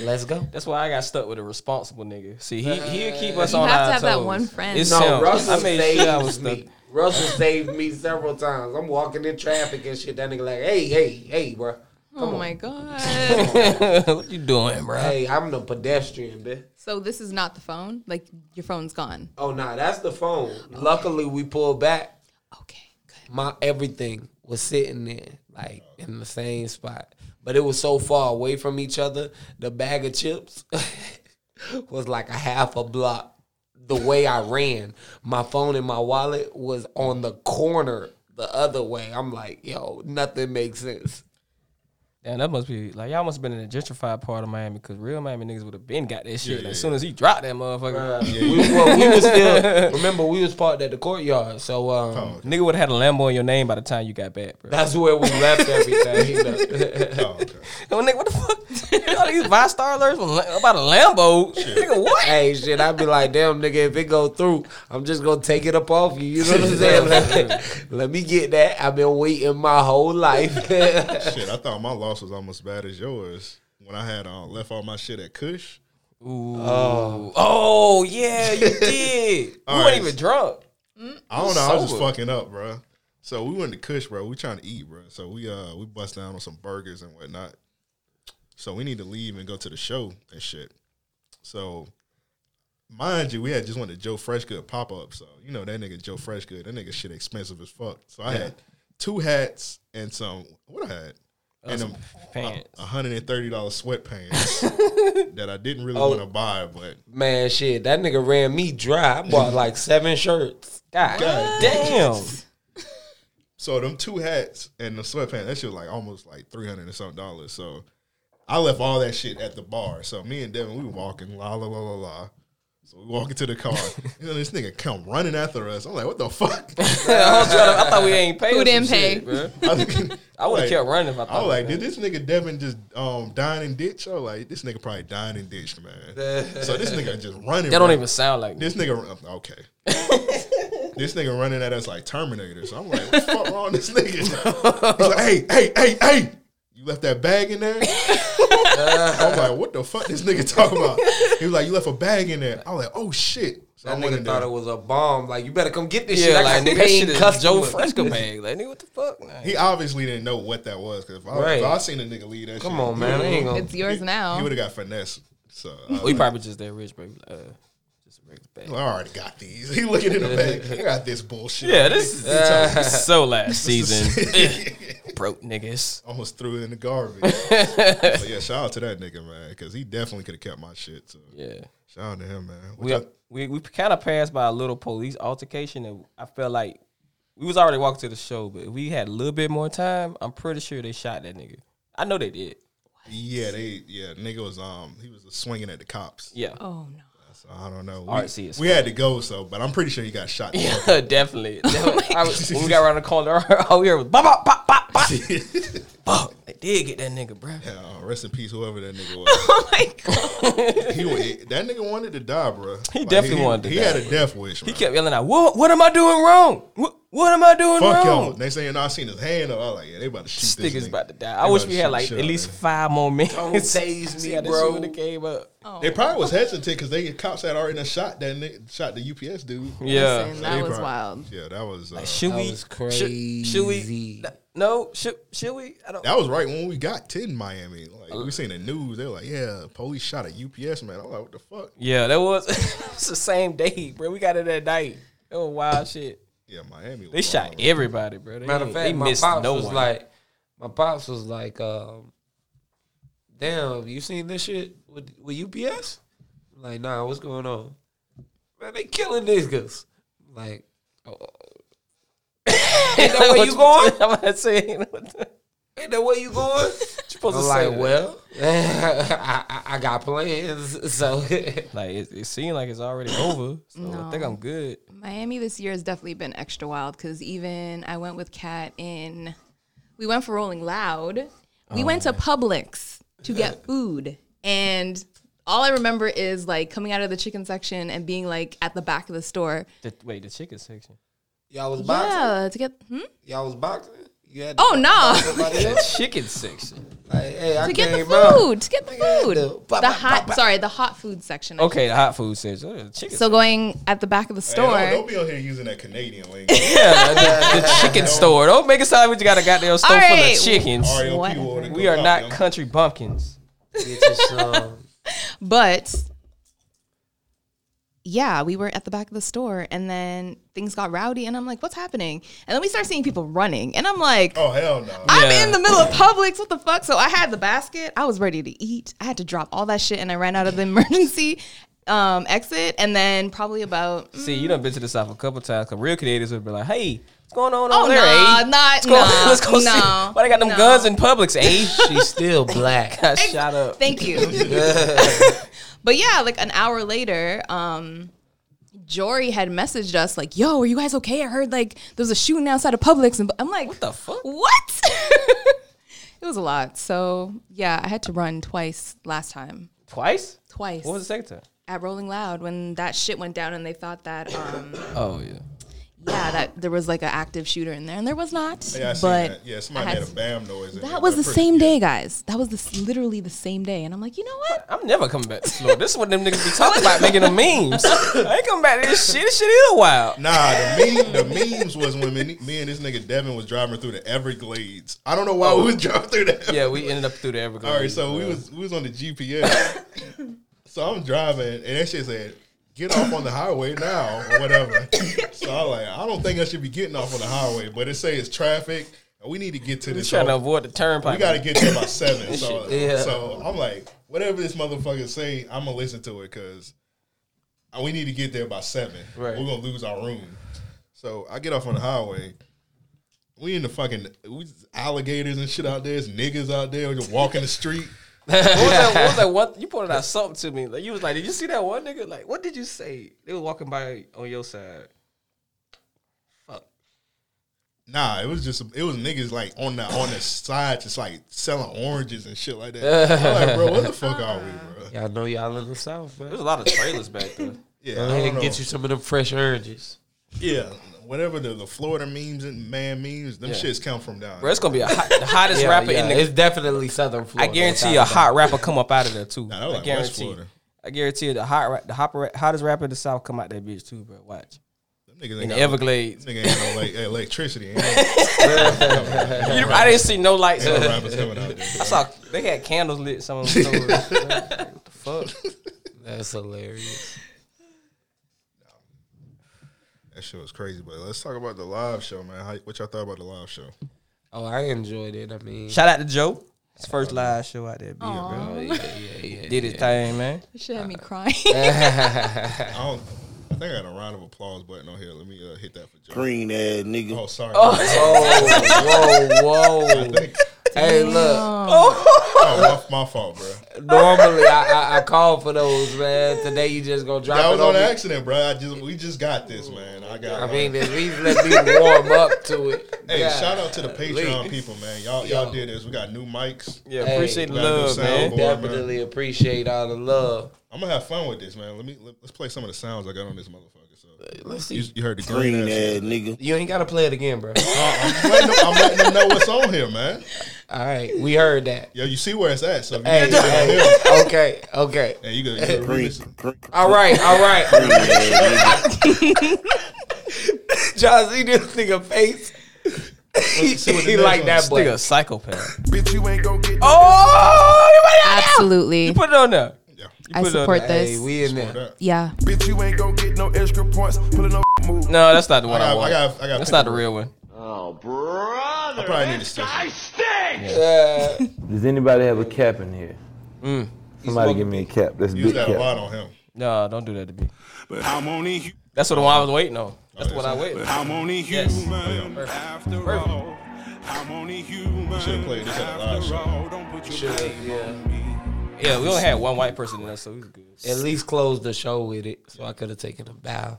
S10: let's go.
S8: That's why I got stuck with a responsible nigga. See, he he'll keep us
S9: You
S8: on
S9: have
S8: our
S9: to have that
S8: toes.
S9: one friend.
S8: It's
S10: No,
S8: him.
S10: Russell
S8: I made
S10: saved
S8: sure I was stuck.
S10: me. Russell saved me several times. I'm walking in traffic and shit. That nigga like, hey, hey, hey, bro.
S9: Oh my God.
S8: what you doing, bro?
S10: Hey, I'm the pedestrian, bitch.
S9: so this is not the phone. Like your phone's gone.
S10: Oh nah, that's the phone. Luckily, we pulled back.
S9: Okay. Good.
S10: my everything was sitting there, like in the same spot. But it was so far away from each other. The bag of chips was like a half a block. The way I ran, my phone and my wallet was on the corner the other way. I'm like, yo, nothing makes sense.
S8: Damn, that must be like y'all must have been in a gentrified part of Miami because real Miami niggas would have been got that shit. Like, as soon as he dropped that motherfucker,
S10: We, well, we was still remember we was parked at the courtyard, so um,
S6: Oh,
S8: nigga would have had a Lambo in your name by the time you got back, bro.
S10: that's where we left everything. you know.
S6: Oh, okay.
S8: Oh, nigga, what the fuck? You know, these five star alerts with la- about a Lambo. Nigga, what?
S10: hey, shit, I'd be like, damn, nigga, if it go through, I'm just gonna take it up off you. You know what I'm saying? Let, let me get that. I've been waiting my whole life.
S6: Shit, I thought my loss was almost as bad as yours when I had uh, left all my shit at Kush.
S8: Oh, oh yeah, you did. we weren't
S6: right.
S8: even drunk.
S6: I don't know. I was just
S8: sober.
S6: fucking up, bro. So we went to Kush, bro. We trying to eat, bro. So we uh we bust down on some burgers and whatnot. So we need to leave and go to the show and shit. So mind you, we had just went to Joe Freshgood pop up. So you know that nigga Joe Freshgood, that nigga shit expensive as fuck. So I had two hats and some what I had. And them
S8: Oh,
S6: uh,
S8: Pants.
S6: hundred and thirty dollar sweatpants that I didn't really
S8: Oh.
S6: want to buy, but
S10: Man, shit, that nigga ran me dry. I bought like seven shirts.
S8: God, damn.
S6: So them two hats and the sweatpants, that shit was like almost like three hundred and something dollars. So I left all that shit at the bar. So me and Devin, we were walking, la la la la la. So we walk into the car. you know, this nigga come running after us. I'm like, what the fuck?
S8: I, was trying to, I thought we ain't paid.
S9: Who
S8: or some
S9: didn't pay?
S8: shit, bruh. I would have
S6: Like,
S8: kept running if I thought.
S6: I was like,
S8: about
S6: did this nigga Devin just um, dine and ditch? I was like, this nigga probably dine and ditched, man. so this nigga just running.
S8: that don't
S6: bro.
S8: even sound like me.
S6: This nigga, okay. this nigga running at us like Terminator. So I'm like, what the fuck wrong with this nigga? He's like, hey, hey, hey, hey. You left that bag in there? I'm like, what the fuck this nigga talking about? He was like, you left a bag in there. I was like, oh shit. So I
S10: That
S6: went
S10: nigga
S6: in
S10: thought
S6: there.
S10: it was a bomb. Like you better come get this shit.
S8: Yeah, like nigga, that shit
S10: paying
S8: is Joe
S10: customer.
S8: Fresco bag. Like nigga, what the fuck? Nah.
S6: He obviously didn't know what that was because if, I-
S10: Right.
S6: if I seen a nigga lead that,
S10: Come
S6: shit,
S10: on, man. I ain't gonna.
S9: It's yours
S6: He
S9: now.
S6: would have got finesse. So I,
S8: We probably just that rich, bro. Uh, just a regular bag.
S6: I already got these. He looking in the bag. I got this bullshit.
S8: Yeah, this is this is so last season. Broke niggas.
S6: Almost threw it in the garbage. but yeah, shout out to that nigga, man, because he definitely could have kept my shit. So
S8: Yeah.
S6: shout out to him, man. Which
S8: We
S6: I-
S8: we, we kind of passed by a little police altercation and I felt like we was already walking to the show, but if we had a little bit more time, I'm pretty sure they shot that nigga. I know they did.
S6: yeah, they yeah, nigga was um he was swinging at the cops.
S8: Yeah.
S9: Oh no.
S6: So I don't know. We,
S8: Artsy as
S6: we had to go, so but I'm pretty sure he got shot.
S8: Yeah, definitely.
S9: Oh
S8: I was, when we got around the corner, all we heard was bop, bop, bop, bop, bop. Fuck, they did get that nigga, bro.
S6: Uh, rest in peace, whoever that nigga was.
S9: Oh my god.
S6: he, wa- that nigga wanted to die, bro.
S8: He definitely
S6: he,
S8: wanted to
S6: He
S8: die,
S6: had a death wish.
S8: He
S6: Man.
S8: kept yelling out, "What? What am I doing wrong? What, what am I doing
S6: Fuck y'all.
S8: wrong?"
S6: Next thing you know, I seen his hand. Up. I was like, yeah, they about to shoot
S8: This
S6: this
S8: nigga's
S6: nigga.
S8: about to die.
S6: They
S8: I wish
S6: about
S8: we
S6: to
S8: had
S6: shoot
S8: like
S6: shit
S8: at
S6: out
S8: least
S6: of him.
S8: five more minutes.
S10: Don't tase
S8: See
S10: me,
S8: how that shit
S10: bro.
S8: would've came up.
S9: Oh,
S6: They probably was hesitant because they cops had already done shot that nigga, shot the UPS dude.
S8: Yeah.
S9: Listen,
S6: So
S9: that
S6: they
S9: was
S6: probably-
S9: wild.
S6: Yeah, that was. Uh,
S8: Should we?
S10: was
S8: should- Should, we?
S10: crazy.
S8: No. Should should we? I don't.
S6: that was right when we got to Miami. Like
S9: Uh.
S6: we seen the news, they were like, "Yeah, police shot a UPS man." I'm like, "What the fuck?"
S8: Yeah, that was. it's the same day, bro. We got it that night. That was wild shit.
S6: Yeah, Miami. Was
S8: They shot
S6: wild.
S8: everybody, bro. They,
S10: Matter of
S8: ain't-
S10: fact,
S8: they
S10: my
S8: missed
S10: pops
S8: no
S10: was
S8: one.
S10: like, my pops was like, um, damn, you seen this shit with, with UPS? I'm like, nah, what's going on? Man, they killing niggas. I'm Like, oh, ain't that where you going?
S8: I'm about to say. What the-
S10: Ain't that where you going?
S8: supposed
S10: I'm
S8: to say
S10: like,
S8: that.
S10: well, I, I, I got plans, so
S8: Like it, it seemed like it's already over. So I think
S9: No.
S8: I'm good.
S9: Miami this year has definitely been extra wild because even I went with Kat in, we went for Rolling Loud.
S10: Oh,
S9: We went to Publix to get food. And all I remember is like coming out of the chicken section and being like at the back of the store.
S8: The, wait, the chicken section.
S10: y'all was boxing.
S9: Yeah, to get, hmm?
S10: Y'all was boxing. You had to
S9: Oh, no.
S10: somebody
S8: The
S10: else.
S8: chicken section.
S10: Like, hey, I
S9: to get the
S10: came out.
S9: food. To get the
S10: Yeah,
S9: food.
S10: the- ba-
S9: The
S10: ba-
S9: hot,
S10: ba- ba-
S9: sorry, the hot food section.
S8: Okay, the hot food section. Oh, the chicken.
S9: So going at the back of the
S6: Hey, don't-
S9: store.
S6: don't, be on here using that Canadian language.
S8: yeah, the, the chicken store. Don't make it sound like we just got a goddamn store full
S9: right.
S8: of chickens.
S6: R.E.O.P.
S9: What?
S6: order,
S8: We
S6: go
S8: are
S6: cop,
S8: not
S6: yo.
S8: country bumpkins.
S10: Get you some.
S9: But yeah, we were at the back of the store and then things got rowdy and I'm like, what's happening? And then we start seeing people running and I'm like,
S6: Oh hell no!
S9: I'm
S8: Yeah.
S9: in the middle of Publix. What the fuck? So I had the basket. I was ready to eat. I had to drop all that shit and I ran out of the emergency um, exit and then probably about.
S8: See, you done been to the South a couple times. Cause real Canadians would be like, "Hey, what's going on
S9: Oh,
S8: over there?
S9: nah,
S8: eh? let's
S9: not-
S8: go,
S9: nah,
S8: let's go see
S9: nah,
S8: why they got them
S9: nah.
S8: guns in Publix, eh?
S10: She's still black.
S8: Got shot up.
S9: Thank you. but yeah, like an hour later, um, Jory had messaged us like, "Yo, are you guys okay? I heard like there was a shooting outside of Publix." And I'm like, "What
S8: the fuck?
S9: What?" it was a lot. So yeah, I had to run twice last time.
S8: Twice.
S9: Twice
S8: What was the second time?
S9: at Rolling Loud when that shit went down and they thought that um
S8: Oh yeah.
S9: yeah that there was like an active shooter in there and there was not.
S6: Yeah, I seen
S9: but
S6: that. Yeah, somebody
S9: I had
S6: had a bam noise. in there,
S9: that was
S6: but
S9: the
S6: I
S9: same
S6: pretty-
S9: day, guys. That was this literally the same day, and I'm like, you know what?
S8: I'm never coming back to Florida. This is what them niggas be talking about, making them memes. I ain't coming back to this shit. This shit is wild.
S6: Nah, the meme, the memes was when me, me and this nigga Devin was driving through the Everglades. I don't know why we was driving through that.
S8: Yeah, we ended up through the Everglades.
S6: All right, so we was we was on the GPS. so I'm driving, and that shit said, "Get off on the highway now," or whatever. so I'm like, I don't think I should be getting off on the highway, but it says traffic, and we need to get to
S8: We
S6: this.
S8: trying to
S6: so
S8: avoid the turnpike.
S6: we got to get there by seven. So,
S10: Yeah.
S6: so I'm like, whatever this motherfucker say, I'm gonna listen to it because we need to get there by seven.
S8: Right.
S6: We're gonna lose our room. So I get off on the highway. We in the fucking we alligators and shit out there. There's niggas out there just walking the street.
S8: What was that? What was that one? You pointed out something to me. Like you was like, did you see that one nigga? Like, what did you say? They was walking by on your side. Fuck.
S6: Nah, it was just it was niggas like on the on the side, just like selling oranges and shit like that. I'm like, bro, what the fuck are we, bro?
S10: Y'all know y'all in the south, man.
S8: There was a lot of trailers back then.
S6: Yeah,
S10: Go
S6: I
S10: ahead
S6: don't
S10: and
S6: know.
S10: get you some of them fresh oranges.
S6: Yeah, whatever the, the Florida memes and man memes, them shits come from down.
S8: Bro, it's gonna be a hot, the hottest
S10: Yeah,
S8: rapper
S10: yeah,
S8: in the.
S10: it's definitely southern
S8: I
S10: Florida.
S8: guarantee a
S10: without doubt.
S8: hot rapper come up out of there too.
S6: Nah, that was
S8: I
S6: like West
S8: guarantee.
S6: Florida.
S8: I guarantee you the hot, ra- the hopper, hottest rapper in the south come out that bitch too, bro. Watch
S6: Them
S8: in
S6: niggas
S8: the
S6: ain't got,
S8: Everglades.
S6: nigga ain't no like, electricity. Ain't
S8: You- I didn't see no lights.
S6: no, ain't no
S8: I
S6: rappers coming out there.
S8: saw they had candles lit. Some of them. stores. what the fuck?
S10: That's hilarious.
S6: That shit was crazy, but let's talk about the live show, man. How, what y'all thought about the live show?
S10: Oh, I enjoyed it. I mean,
S8: Shout out to Joe. His first live show out there. Bill, bro.
S10: oh, yeah, yeah, yeah.
S8: Did his thing, man.
S9: That shit had me crying.
S6: I don't. I think I had a round of applause button on here. Let me uh, hit that for Joe.
S11: Green ass nigga.
S6: Oh, sorry.
S10: Oh, whoa, whoa. Hey, look.
S6: Oh, my, my fault, bro.
S10: Normally, I, I I call for those, man. Today, you just gonna drop
S6: That was
S10: it on
S6: on
S10: me.
S6: accident, bro. I just we just got this, man. I got.
S10: I mean, at least let me warm up to it.
S6: hey,
S10: God.
S6: shout out to the Patreon
S10: Please.
S6: people, man. Y'all, y'all did this. We got new mics.
S8: Yeah,
S10: Hey,
S8: appreciate the
S6: glad to
S8: love,
S6: see
S8: man.
S6: you.
S10: Definitely appreciate all the love.
S6: I'm gonna have fun with this, man. Let me let, us play some of the sounds I got on this motherfucker. So
S10: Let's
S6: you,
S10: see.
S6: you heard the green.
S11: Green
S6: ass.
S11: ass nigga.
S10: You ain't gotta play it again, bro.
S6: I'm, letting them, I'm letting them know what's on here, man.
S10: All right, we heard that.
S6: Yo, you see where it's at. So if you
S10: Hey,
S6: get it on here,
S10: hey, okay, okay.
S6: and you gonna, you gonna read
S11: Green,
S6: this.
S11: green,
S10: All right, all right.
S11: green ass nigga.
S10: John, see this nigga face? he
S6: see what the
S10: he
S6: next
S10: like
S6: one
S10: that
S6: is.
S10: boy.
S8: Nigga, a psychopath.
S5: Bitch, you ain't gonna get
S8: Oh,
S9: Absolutely.
S8: you put it on there.
S6: Yeah,
S8: put
S9: I
S8: it on
S9: support
S8: the-
S10: Hey,
S9: this.
S10: we in there.
S6: that.
S9: yeah.
S5: Bitch, you ain't gonna get no extra points. Pulling no move.
S8: No, that's not the
S6: I
S8: one I,
S6: got, I
S8: want.
S6: got, I got.
S8: that's not the real one.
S6: I probably need to stitch. it.
S10: Uh,
S12: Does anybody have a cap in here?
S10: Mm.
S12: Somebody give me a cap. That's
S6: Use
S12: big
S6: that a
S12: cap.
S6: lot on him.
S8: No, don't do that to me.
S11: But I'm only human.
S8: That's the one I was waiting on. That's
S6: Oh,
S8: the one I
S6: that's
S8: waited.
S11: I'm only
S8: Yes.
S11: human after all. I'm only human.
S6: Should've played this at the live
S11: after
S6: show.
S11: all. Don't put your blame on me.
S8: Yeah, we only had one white person in there, so we was good.
S10: at least close the show with it, so I could have taken a bow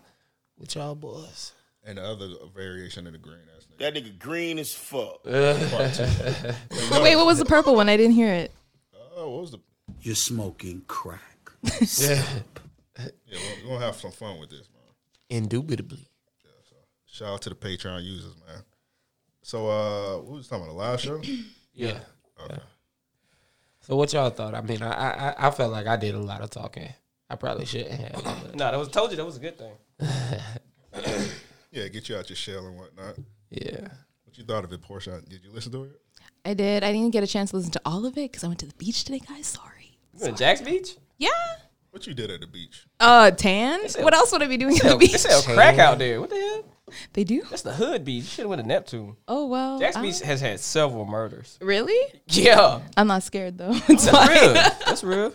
S10: with y'all boys.
S6: And the other variation of the green ass nigga.
S11: That nigga green as fuck.
S6: Part two.
S9: But wait, what was the purple one? I didn't hear it.
S6: Oh, what was the?
S11: You're smoking crack.
S6: Yeah, we're, we're gonna have some fun with this, man.
S10: Indubitably.
S6: Shout out to the Patreon users, man. So, uh, we was talking about the live show.
S10: Yeah.
S6: Okay.
S10: So what y'all thought? I mean, I, I I- I felt like I did a lot of talking. I probably shouldn't have. but
S8: No, that was told you that was a good thing.
S6: Yeah, get you out your shell and whatnot.
S10: yeah.
S6: What you thought of it, Portia? Did you listen to it?
S9: I did. I didn't get a chance to listen to all of it because I went to the beach today, guys. Sorry.
S8: You in Jack's Beach?
S9: Yeah.
S6: What you did at the beach?
S9: Uh, tan. What else would I be doing at the
S8: They
S9: beach?
S8: sell crack out there. What the hell?
S9: They do.
S8: That's the hood beach. You should have went to Neptune.
S9: Oh well.
S8: Jack's
S9: uh,
S8: Beach has had several murders.
S9: Really?
S8: Yeah,
S9: I'm not scared though. It's
S8: that's
S9: fine.
S8: real. That's real.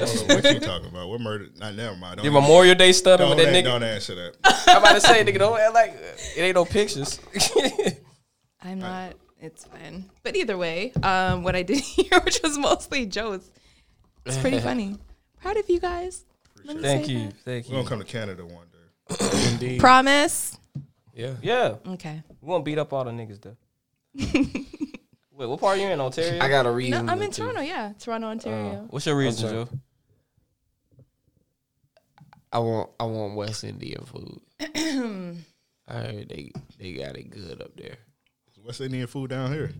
S6: Hold on, what you talking about? What murder? Not never mind. Don't,
S8: Your
S6: even-
S8: Memorial Day stutter
S6: don't,
S8: with that
S6: a-
S8: nigga.
S6: don't answer that.
S8: I'm about to say, nigga, don't act like it ain't no pictures.
S9: I'm not. It's fine. But either way, um, what I did here, which was mostly jokes, it's pretty funny. Proud of you guys. Let me
S8: Thank
S9: say
S8: you. Thank you.
S6: We're gonna come to Canada one day.
S9: that. Promise.
S10: Yeah.
S8: Yeah.
S9: Okay.
S8: We gonna beat up all the niggas though. Wait, what part are you in, Ontario?
S10: I got a reason.
S9: No, I'm in
S10: to-
S9: Toronto. Yeah, Toronto, Ontario.
S8: What's your reason, Joe?
S10: I want I want West Indian food. I heard they they got it good up there.
S6: What's Indian food down here?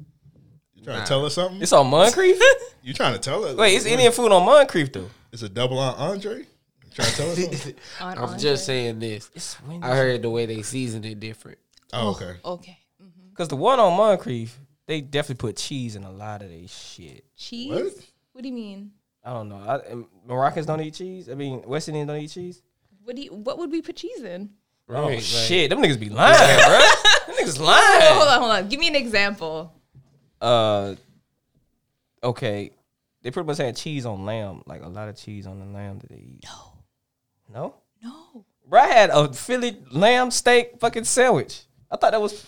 S6: You trying to tell us something?
S8: It's on Moncrief.
S6: You trying to tell us?
S8: Wait, it's Indian food on Moncrief though.
S6: It's a double entendre. You trying to tell us? something?
S9: On
S10: I'm
S9: Andre.
S10: just saying this.
S8: It's windy.
S10: I heard the way they season it different.
S6: Oh, okay.
S9: Okay. Mm,
S8: Cause the one on Moncrief, they definitely put cheese in a lot of they shit.
S9: Cheese.
S6: What?
S9: What? do you mean?
S8: I don't know. I, um, Moroccans don't eat cheese. I mean, West Indians don't eat cheese.
S9: What do you, What would we put cheese in?
S10: Right.
S8: Oh shit, them niggas be lying, bro. Them niggas lying.
S9: Hold on, hold on. Give me an example.
S8: uh okay they pretty much had cheese on lamb like a lot of cheese on the lamb that they eat no no
S9: No.
S8: bro i had a philly lamb steak fucking sandwich i thought that was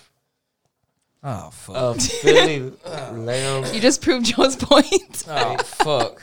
S10: Ah,
S8: Oh fuck.
S10: Of Philly lamb.
S9: You just proved Joe's point.
S8: Oh fuck.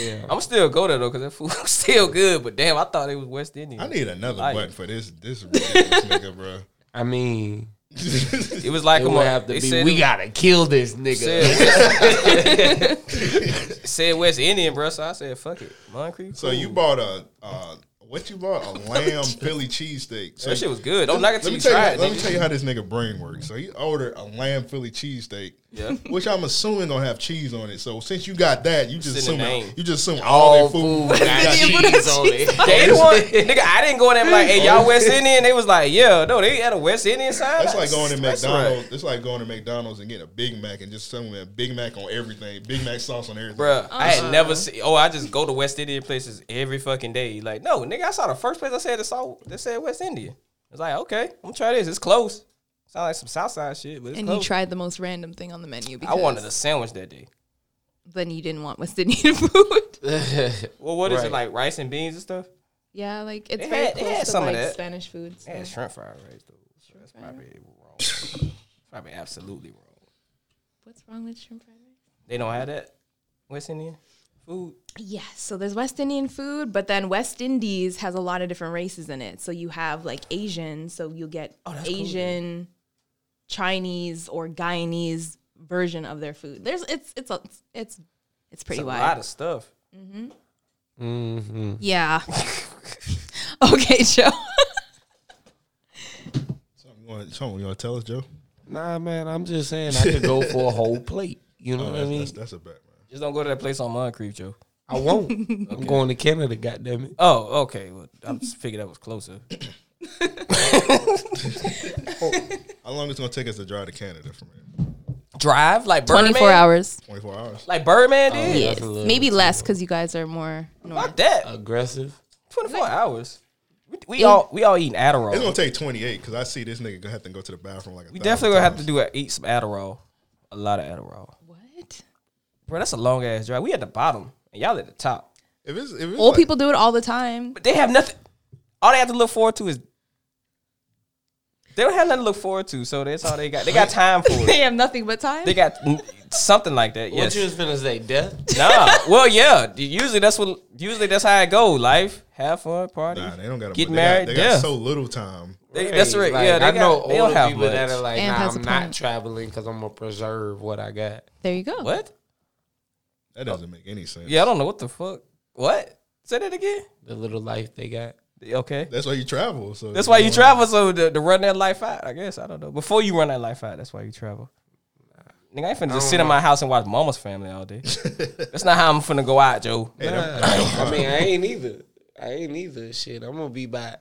S10: Yeah.
S8: I'm still go there though because that food was still good. But damn, I thought it was West Indian.
S6: I need another
S8: Liar.
S6: button for this this ridiculous nigga, bro.
S10: I mean,
S8: It was like
S10: it
S8: a
S10: would have to
S8: they
S10: be.
S8: said
S10: we
S8: it-
S10: gotta kill this nigga.
S8: Said, said West Indian, bro. So I said, fuck it, Moncrief.
S6: So you bought a uh, what you bought a lamb Philly cheesesteak. So
S8: That shit was good. Don't knock it till you
S6: let me tell
S8: try it,
S6: Let me
S8: nigga.
S6: tell you how this nigga brain works. So you order a lamb Philly cheesesteak,
S8: Yeah.
S6: which I'm assuming gonna have cheese on it. So since you got that, you just
S8: It's in the
S6: assume
S8: name.
S6: you just assume all,
S10: All
S6: their food.
S10: food got cheese on it.
S8: They the one, nigga. I didn't go in there and be like, hey, y'all West Indian. They was like, yeah, no, they had a West Indian sign.
S6: That's like going to
S8: Restaurant.
S6: McDonald's. It's like going to McDonald's and getting a Big Mac and just telling them that Big Mac on everything, Big Mac sauce on everything.
S8: Bruh, I
S9: Uh-huh.
S8: had never seen. Oh, I just go to West Indian places every fucking day. Like, no, nigga, I saw the first place I said that saw that said West Indian. It's like, okay, I'm gonna try this. It's close. Sound like some Southside shit, but it's
S9: And you
S8: close.
S9: tried the most random thing on the menu
S8: I
S9: because
S8: wanted a sandwich that day.
S9: then you didn't want West Indian food.
S8: Well, what is
S10: Right.
S8: it like? Rice and beans and stuff.
S9: yeah, like it's
S8: They
S9: very
S8: had- they
S9: close
S8: had
S9: to
S8: some of
S9: like
S8: that.
S9: Spanish food. So.
S8: Yeah, shrimp fried rice though. So that's probably wrong. It's probably absolutely wrong.
S9: What's wrong with shrimp fried rice?
S8: They don't have that West Indian food.
S9: Yes, so there's West Indian food, but then West Indies has a lot of different races in it. So you have like Asian, so you get
S8: that's cool, dude.
S9: Asian, Chinese, or Guyanese version of their food. There's it's it's a, it's it's pretty
S8: it's a
S9: wide.
S8: lot of stuff.
S10: mm-hmm.
S9: Yeah. okay, Joe.
S6: Something you want, something you want to tell us, Joe?
S10: Nah, man, I'm just saying I could go for a whole plate. You know
S6: Oh,
S10: what I
S6: that's,
S10: mean?
S6: that's, that's a bet, man.
S8: Just don't go to that place on Moncrief, Joe.
S10: I won't. I'm going to Canada. Goddamn it!
S8: Oh, okay. Well, I just figured that was closer.
S6: How long it's gonna take us to drive to Canada from here?
S8: Drive like Birdman.
S9: Twenty four hours.
S6: Twenty four hours.
S8: Like
S6: Oh,
S8: Birdman did.
S9: yes,
S10: a little
S9: maybe less because you guys are more. North.
S8: Fuck that.
S10: Aggressive.
S8: 24 hours. We, we all we all eating
S6: It's gonna
S8: Adderall.
S6: take twenty eight because I see this nigga gonna have to go to the bathroom like a
S8: We
S6: thousand
S8: definitely gonna have to
S6: times.
S8: do a, eat some Adderall. A lot of Adderall.
S9: What?
S8: Bro, that's a long ass drive. We at the bottom and y'all at the top.
S6: If it's, if it's
S9: Old
S6: like-
S9: people do it all the time.
S8: But they have nothing. All they have to look forward to is they don't have nothing to look forward to. So that's all they got. They got time for
S9: They
S8: it.
S9: have nothing but time.
S8: They got n- something like that. Yes.
S10: What you was gonna say? Death.
S8: nah. Well, yeah. Usually that's what. Usually that's how it go. Life, have fun, party,
S6: Nah, they don't got
S8: get
S6: they
S8: married.
S6: Got, they
S8: yeah.
S6: got so little time.
S8: They- that's right.
S10: Like,
S8: yeah, they
S10: I
S8: got-
S10: know
S8: they
S10: older
S8: don't have
S10: people that
S8: much.
S10: are like,
S9: And
S10: nah,
S9: has a
S10: I'm not
S9: point.
S10: traveling because I'm gonna preserve what I got.
S9: there you go.
S8: What?
S6: That doesn't make any sense.
S8: Yeah, I don't know what the fuck. What? Say that again.
S10: The little life they got.
S8: Okay.
S6: that's why you travel. So
S8: That's why you
S6: don't-
S8: travel so to, to run that life out. I guess I don't know. Before you run that life out, that's why you travel. Nigga, I ain't finna just sit in my house and watch Mama's Family all day. that's not how I'm finna go out, Joe.
S10: I mean, I ain't either. I ain't either. Shit, I'm gonna be by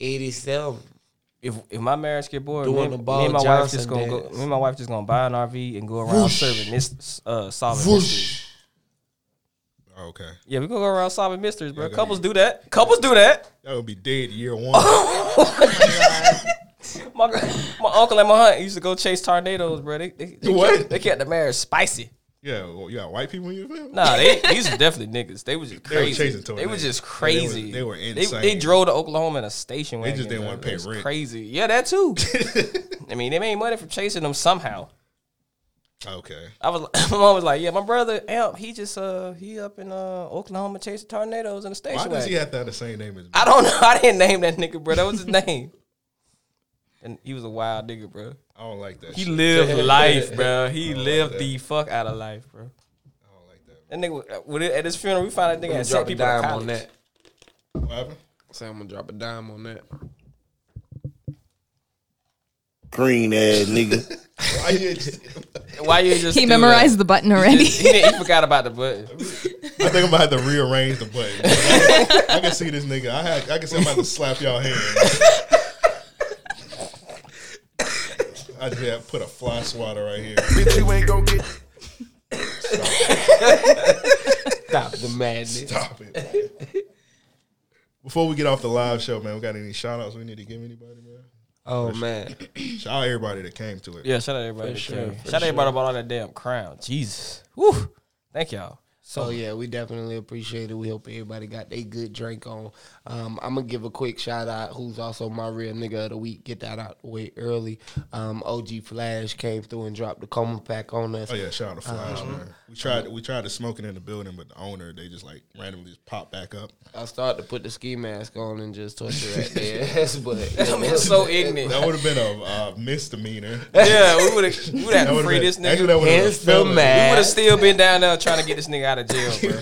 S10: 87.
S8: If if my marriage get bored,
S10: Doing
S8: me, and-
S10: the
S8: me
S10: Bo
S8: and my wife
S10: Johnson
S8: just gonna go.
S10: dance.
S8: Me and my wife just gonna buy an RV and go around serving this uh, solving mysteries.
S6: Oh, okay,
S8: Yeah, we gonna go around solving mysteries, bro. Couples do that. Couples do that.
S6: that would be dead year one.
S8: Oh My, my uncle and my aunt used to go chase tornadoes, bro. They, they, they
S6: What?
S8: Kept, they kept the marriage spicy.
S6: yeah, well, you got white people in your family.
S8: Nah, they these are definitely niggas. They was just
S6: They were
S8: crazy.
S6: chasing
S8: They was
S6: tornadoes.
S8: just
S6: They were-
S8: crazy.
S6: they were
S8: They,
S6: insane.
S8: they drove to Oklahoma in a station wagon.
S6: just didn't
S8: bro.
S6: wanna pay
S8: It was
S6: rent.
S8: Crazy. Yeah, that too. I mean, they made money from chasing them somehow.
S6: Okay,
S8: I was my mom was like, yeah, my brother Amp, he just uh he up in uh Oklahoma chasing tornadoes in a
S6: why
S8: station
S6: does
S8: wagon.
S6: he have to have the same name as me?
S8: I don't know. I didn't name that nigga, bro. That was his name. And he was a wild nigga, bro.
S6: I don't like that.
S8: He
S6: shit.
S8: lived life, bro. He lived the fuck out of life, bro.
S6: I don't like that.
S8: That nigga uh, with it- at his funeral, we found out that nigga
S10: I'm gonna
S8: had set
S10: drop a
S8: people to
S10: dime on
S8: college.
S10: that.
S6: What happened?
S10: Say I'm gonna drop a dime on that.
S4: Green ass nigga.
S6: Why you?
S8: Why you just
S9: He
S8: do that?
S9: memorized the button already.
S8: He, didn't- he forgot about the button.
S6: I think I'm gonna have to rearrange the button. I can see this nigga. I had. I can see I'm about to slap y'all hand. I just had to put a fly swatter right here.
S11: Bitch, you ain't gonna get.
S10: Stop the madness.
S6: Stop it. Before we get off the live show, man, we got any shout outs we need to give anybody, man?
S10: Oh man,
S6: Shout out everybody that came to it.
S8: Yeah, shout out everybody. that
S10: For sure,
S8: came.
S10: for
S8: shout out everybody about all that damn crown. Jesus. Woo. Thank y'all.
S10: So Oh, yeah, we definitely appreciate it. We hope everybody got their good drink on. Um, I'm gonna give a quick shout out. Who's also my real nigga of the week? Get that out the way early. Um, OG Flash came through and dropped the coma pack on us.
S6: Oh yeah, shout out to Flash,
S10: Um,
S6: man. We tried we tried to smoke it in the building, but the owner they just like randomly just popped back up.
S10: I started to put the ski mask on and just torture that their ass, but
S6: That would have been a uh, misdemeanor.
S8: Yeah, we would have we would
S6: That
S8: have
S6: would've
S8: free
S6: been-
S8: this nigga.
S6: Actually, that would've been a felony.
S8: We would have still been down there trying to get this nigga out of jail, bro.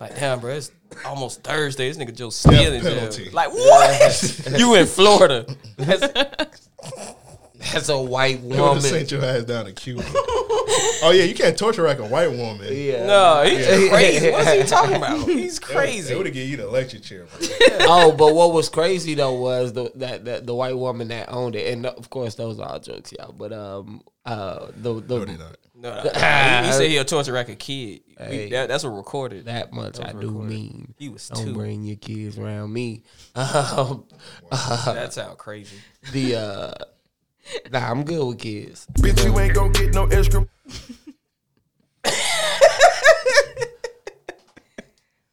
S8: like, damn, bro, it's almost Thursday. This nigga Joe still in jail.
S10: penalty.
S8: Like, what?
S10: Yeah.
S8: you in Florida?
S10: That's a white
S6: They would
S10: woman.
S6: have sent your ass down to Cuba. oh yeah, you can't torture like a white woman.
S10: Yeah.
S8: No, he's crazy. What's he talking about? He's crazy.
S6: They would have given you the lecture chair. bro.
S10: oh, but what was crazy though was the that, that the white woman that owned it, and uh, of course those are all jokes, y'all. But um, uh, the the
S8: No, no, no. He- he said he'll torture like a kid. We-
S10: Ah. Hey.
S8: that, that's a recorded.
S10: that much
S8: That
S10: I
S8: was
S10: do
S8: recorded.
S10: mean.
S8: He was
S10: don't
S8: two.
S10: bring your kids around me. Um, uh,
S8: That's how crazy.
S10: The uh, nah, I'm good with kids.
S11: Bitch, you ain't gonna get no extra.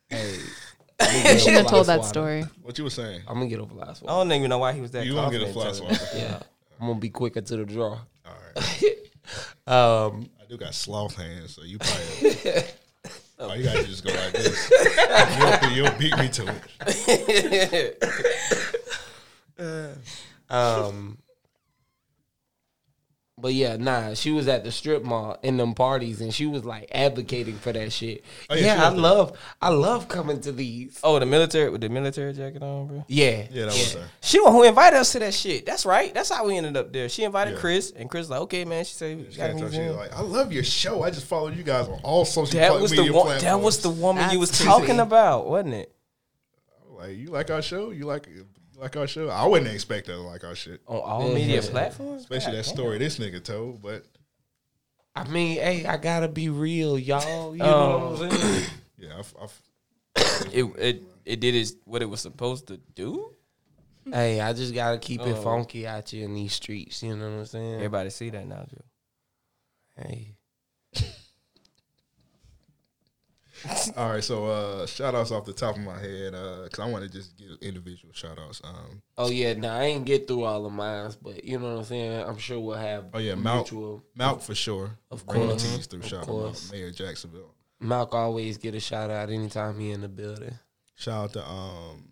S10: Hey,
S9: You shouldn't have told that story.
S6: What you were saying?
S10: I'm gonna get a fly
S8: I
S10: swatter.
S8: don't even know why he was that.
S6: You won't get a
S8: confident
S6: fly
S8: telling
S6: swatter.
S8: me.
S10: Yeah, I'm gonna be quicker to the draw.
S6: All
S10: right. um,
S6: I do got sloth hands, so you probably. oh, you gotta just go like this. You'll, be- you'll beat me to it.
S10: um, but yeah, nah, she was at the strip mall in them parties, and she was like advocating for that shit.
S8: Oh, yeah,
S10: yeah,
S8: she
S10: I
S8: was there.
S10: love, I love coming to these.
S8: Oh, the military with the military jacket on, bro.
S10: Yeah,
S6: Yeah, that was her.
S8: She the one who invited us to that shit. That's right. That's how we ended up there. She invited Chris, and Chris like, okay, man. She said,
S6: She
S8: got
S6: can't tell
S8: anything?
S6: She's like, I love your show. I just followed you guys on all social
S8: that
S6: pla-
S8: was the
S6: media
S8: one. That
S6: platforms."
S8: was the woman you was
S6: That's
S8: talking
S6: crazy.
S8: about, wasn't it?
S6: Like, you like our show? You like you like our show? I wouldn't expect her to like our shit
S8: on all media platforms?
S6: especially
S8: God
S6: that
S8: Oh, damn.
S6: story this nigga told. But
S10: I mean, hey, I gotta be real,
S8: Oh,
S10: y'all. You know what I'm saying?
S6: yeah, I've, I've,
S8: Um, it it it did its, what it was supposed to do.
S10: Hey, I just gotta keep it
S8: Oh.
S10: funky out here in these streets. You know what I'm saying?
S8: Everybody see that now, Joe.
S10: Hey,
S6: All right, so uh, shout outs off the top of my head because I want to just give individual shout outs. Um,
S10: oh yeah, nah, I ain't get through all of mine, but you know what I'm saying. I'm sure we'll have.
S6: oh yeah, Mount
S10: mutual-
S6: Mount for sure.
S10: Of
S6: Bring the
S10: course.
S6: teas through
S10: Of
S6: shout
S10: course.
S6: out Mayor of Jacksonville.
S10: Malk always get a shout out anytime he in the building.
S6: Shout out to um,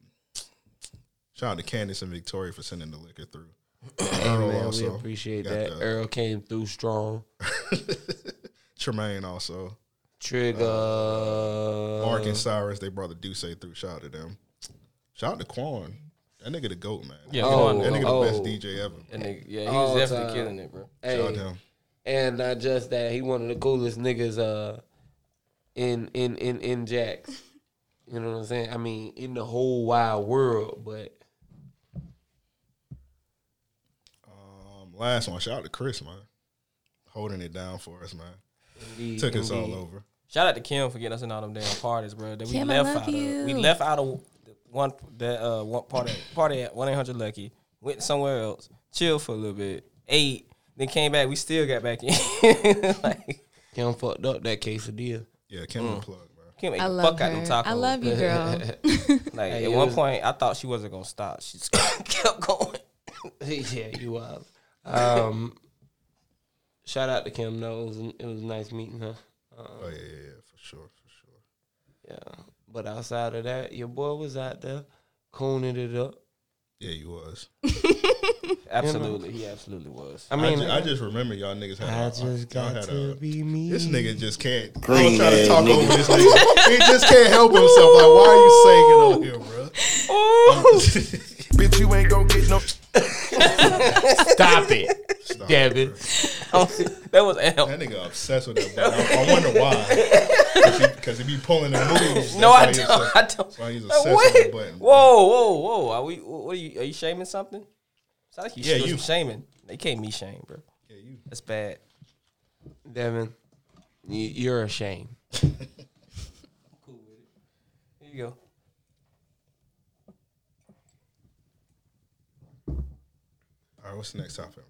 S6: shout out to Candace and Victoria for sending the liquor through.
S10: Hey,
S6: Earl
S10: man, we
S6: also.
S10: appreciate
S6: Got
S10: that.
S6: the-
S10: Earl came through strong.
S6: Tremaine also.
S10: Trigger. Uh,
S6: Mark and Cyrus, they brought the Duce through. Shout out to them. Shout out to Quan. That nigga the goat man.
S8: Yeah,
S10: Oh,
S8: Quan
S6: that
S8: the
S6: nigga
S10: goat.
S6: the best
S10: Oh.
S6: DJ ever.
S8: That nigga, yeah, he
S10: All
S8: was definitely
S10: time.
S8: killing it, bro.
S10: Hey,
S6: Shout out to him.
S10: and not just that, he one of the coolest niggas uh in in in in Jax. You know what I'm saying? I mean, in the whole wide world, but
S6: Um, last one. Shout out to Chris man, holding it down for us man.
S10: Indeed,
S6: Took us all
S10: indeed.
S6: over.
S8: Shout out to Kim for getting us in all them damn parties, bro. That we
S9: Kim, I
S8: left
S9: love
S8: out
S9: you.
S8: of. We left out of one that uh one party party at one eight hundred Lucky. Went somewhere else, chilled for a little bit, ate, then came back. We still got back in. like
S10: Kim fucked up that quesadilla.
S6: Yeah, Kim the plug.
S8: Kim ate
S9: I
S8: the
S9: love
S8: fuck out them
S9: her.
S8: tacos.
S9: I love you, girl.
S8: like
S10: Hey,
S8: at
S10: it
S8: one
S10: was-
S8: point, I thought she wasn't gonna stop. She just kept going.
S10: yeah, you wild. Um, shout out to Kim. though. it was it was nice meeting her. Um,
S6: Oh yeah, yeah, yeah, for sure, for sure.
S10: yeah, but outside of that, your boy was out there cooning it up.
S6: Yeah, you was.
S8: Absolutely, he absolutely was.
S10: I
S6: I
S10: mean,
S6: mean, I, just remember y'all niggas had.
S10: I
S6: a-
S10: just
S6: y'all
S10: got
S6: had
S10: to
S6: a,
S10: be me.
S6: This nigga just can't.
S4: Green
S6: I'm trying to
S4: ass
S6: talk
S4: nigga.
S6: over this nigga. He just can't help himself. Like, why are you singing on here,
S8: Ooh.
S11: Bitch, you ain't gonna get no.
S10: Stop it,
S6: Stop
S10: Devin.
S8: that was L.
S6: That nigga obsessed with that. But I, I wonder why. Because he, be pulling the moves.
S8: No, I
S6: That's
S8: don't.
S6: why he obsessed-
S8: I don't.
S6: That's why he's
S8: Like,
S6: obsessed
S8: what?
S6: with the button.
S8: Whoa, whoa, whoa! Are we? What are you? Are you shaming something? Sound like you
S6: Yeah,
S8: yeah,
S6: you.
S8: shaming. They can't me shame, bro.
S6: Yeah, you.
S8: That's bad.
S10: Devin, you, you're a shame.
S8: Here you go.
S6: All right, what's the next topic, man?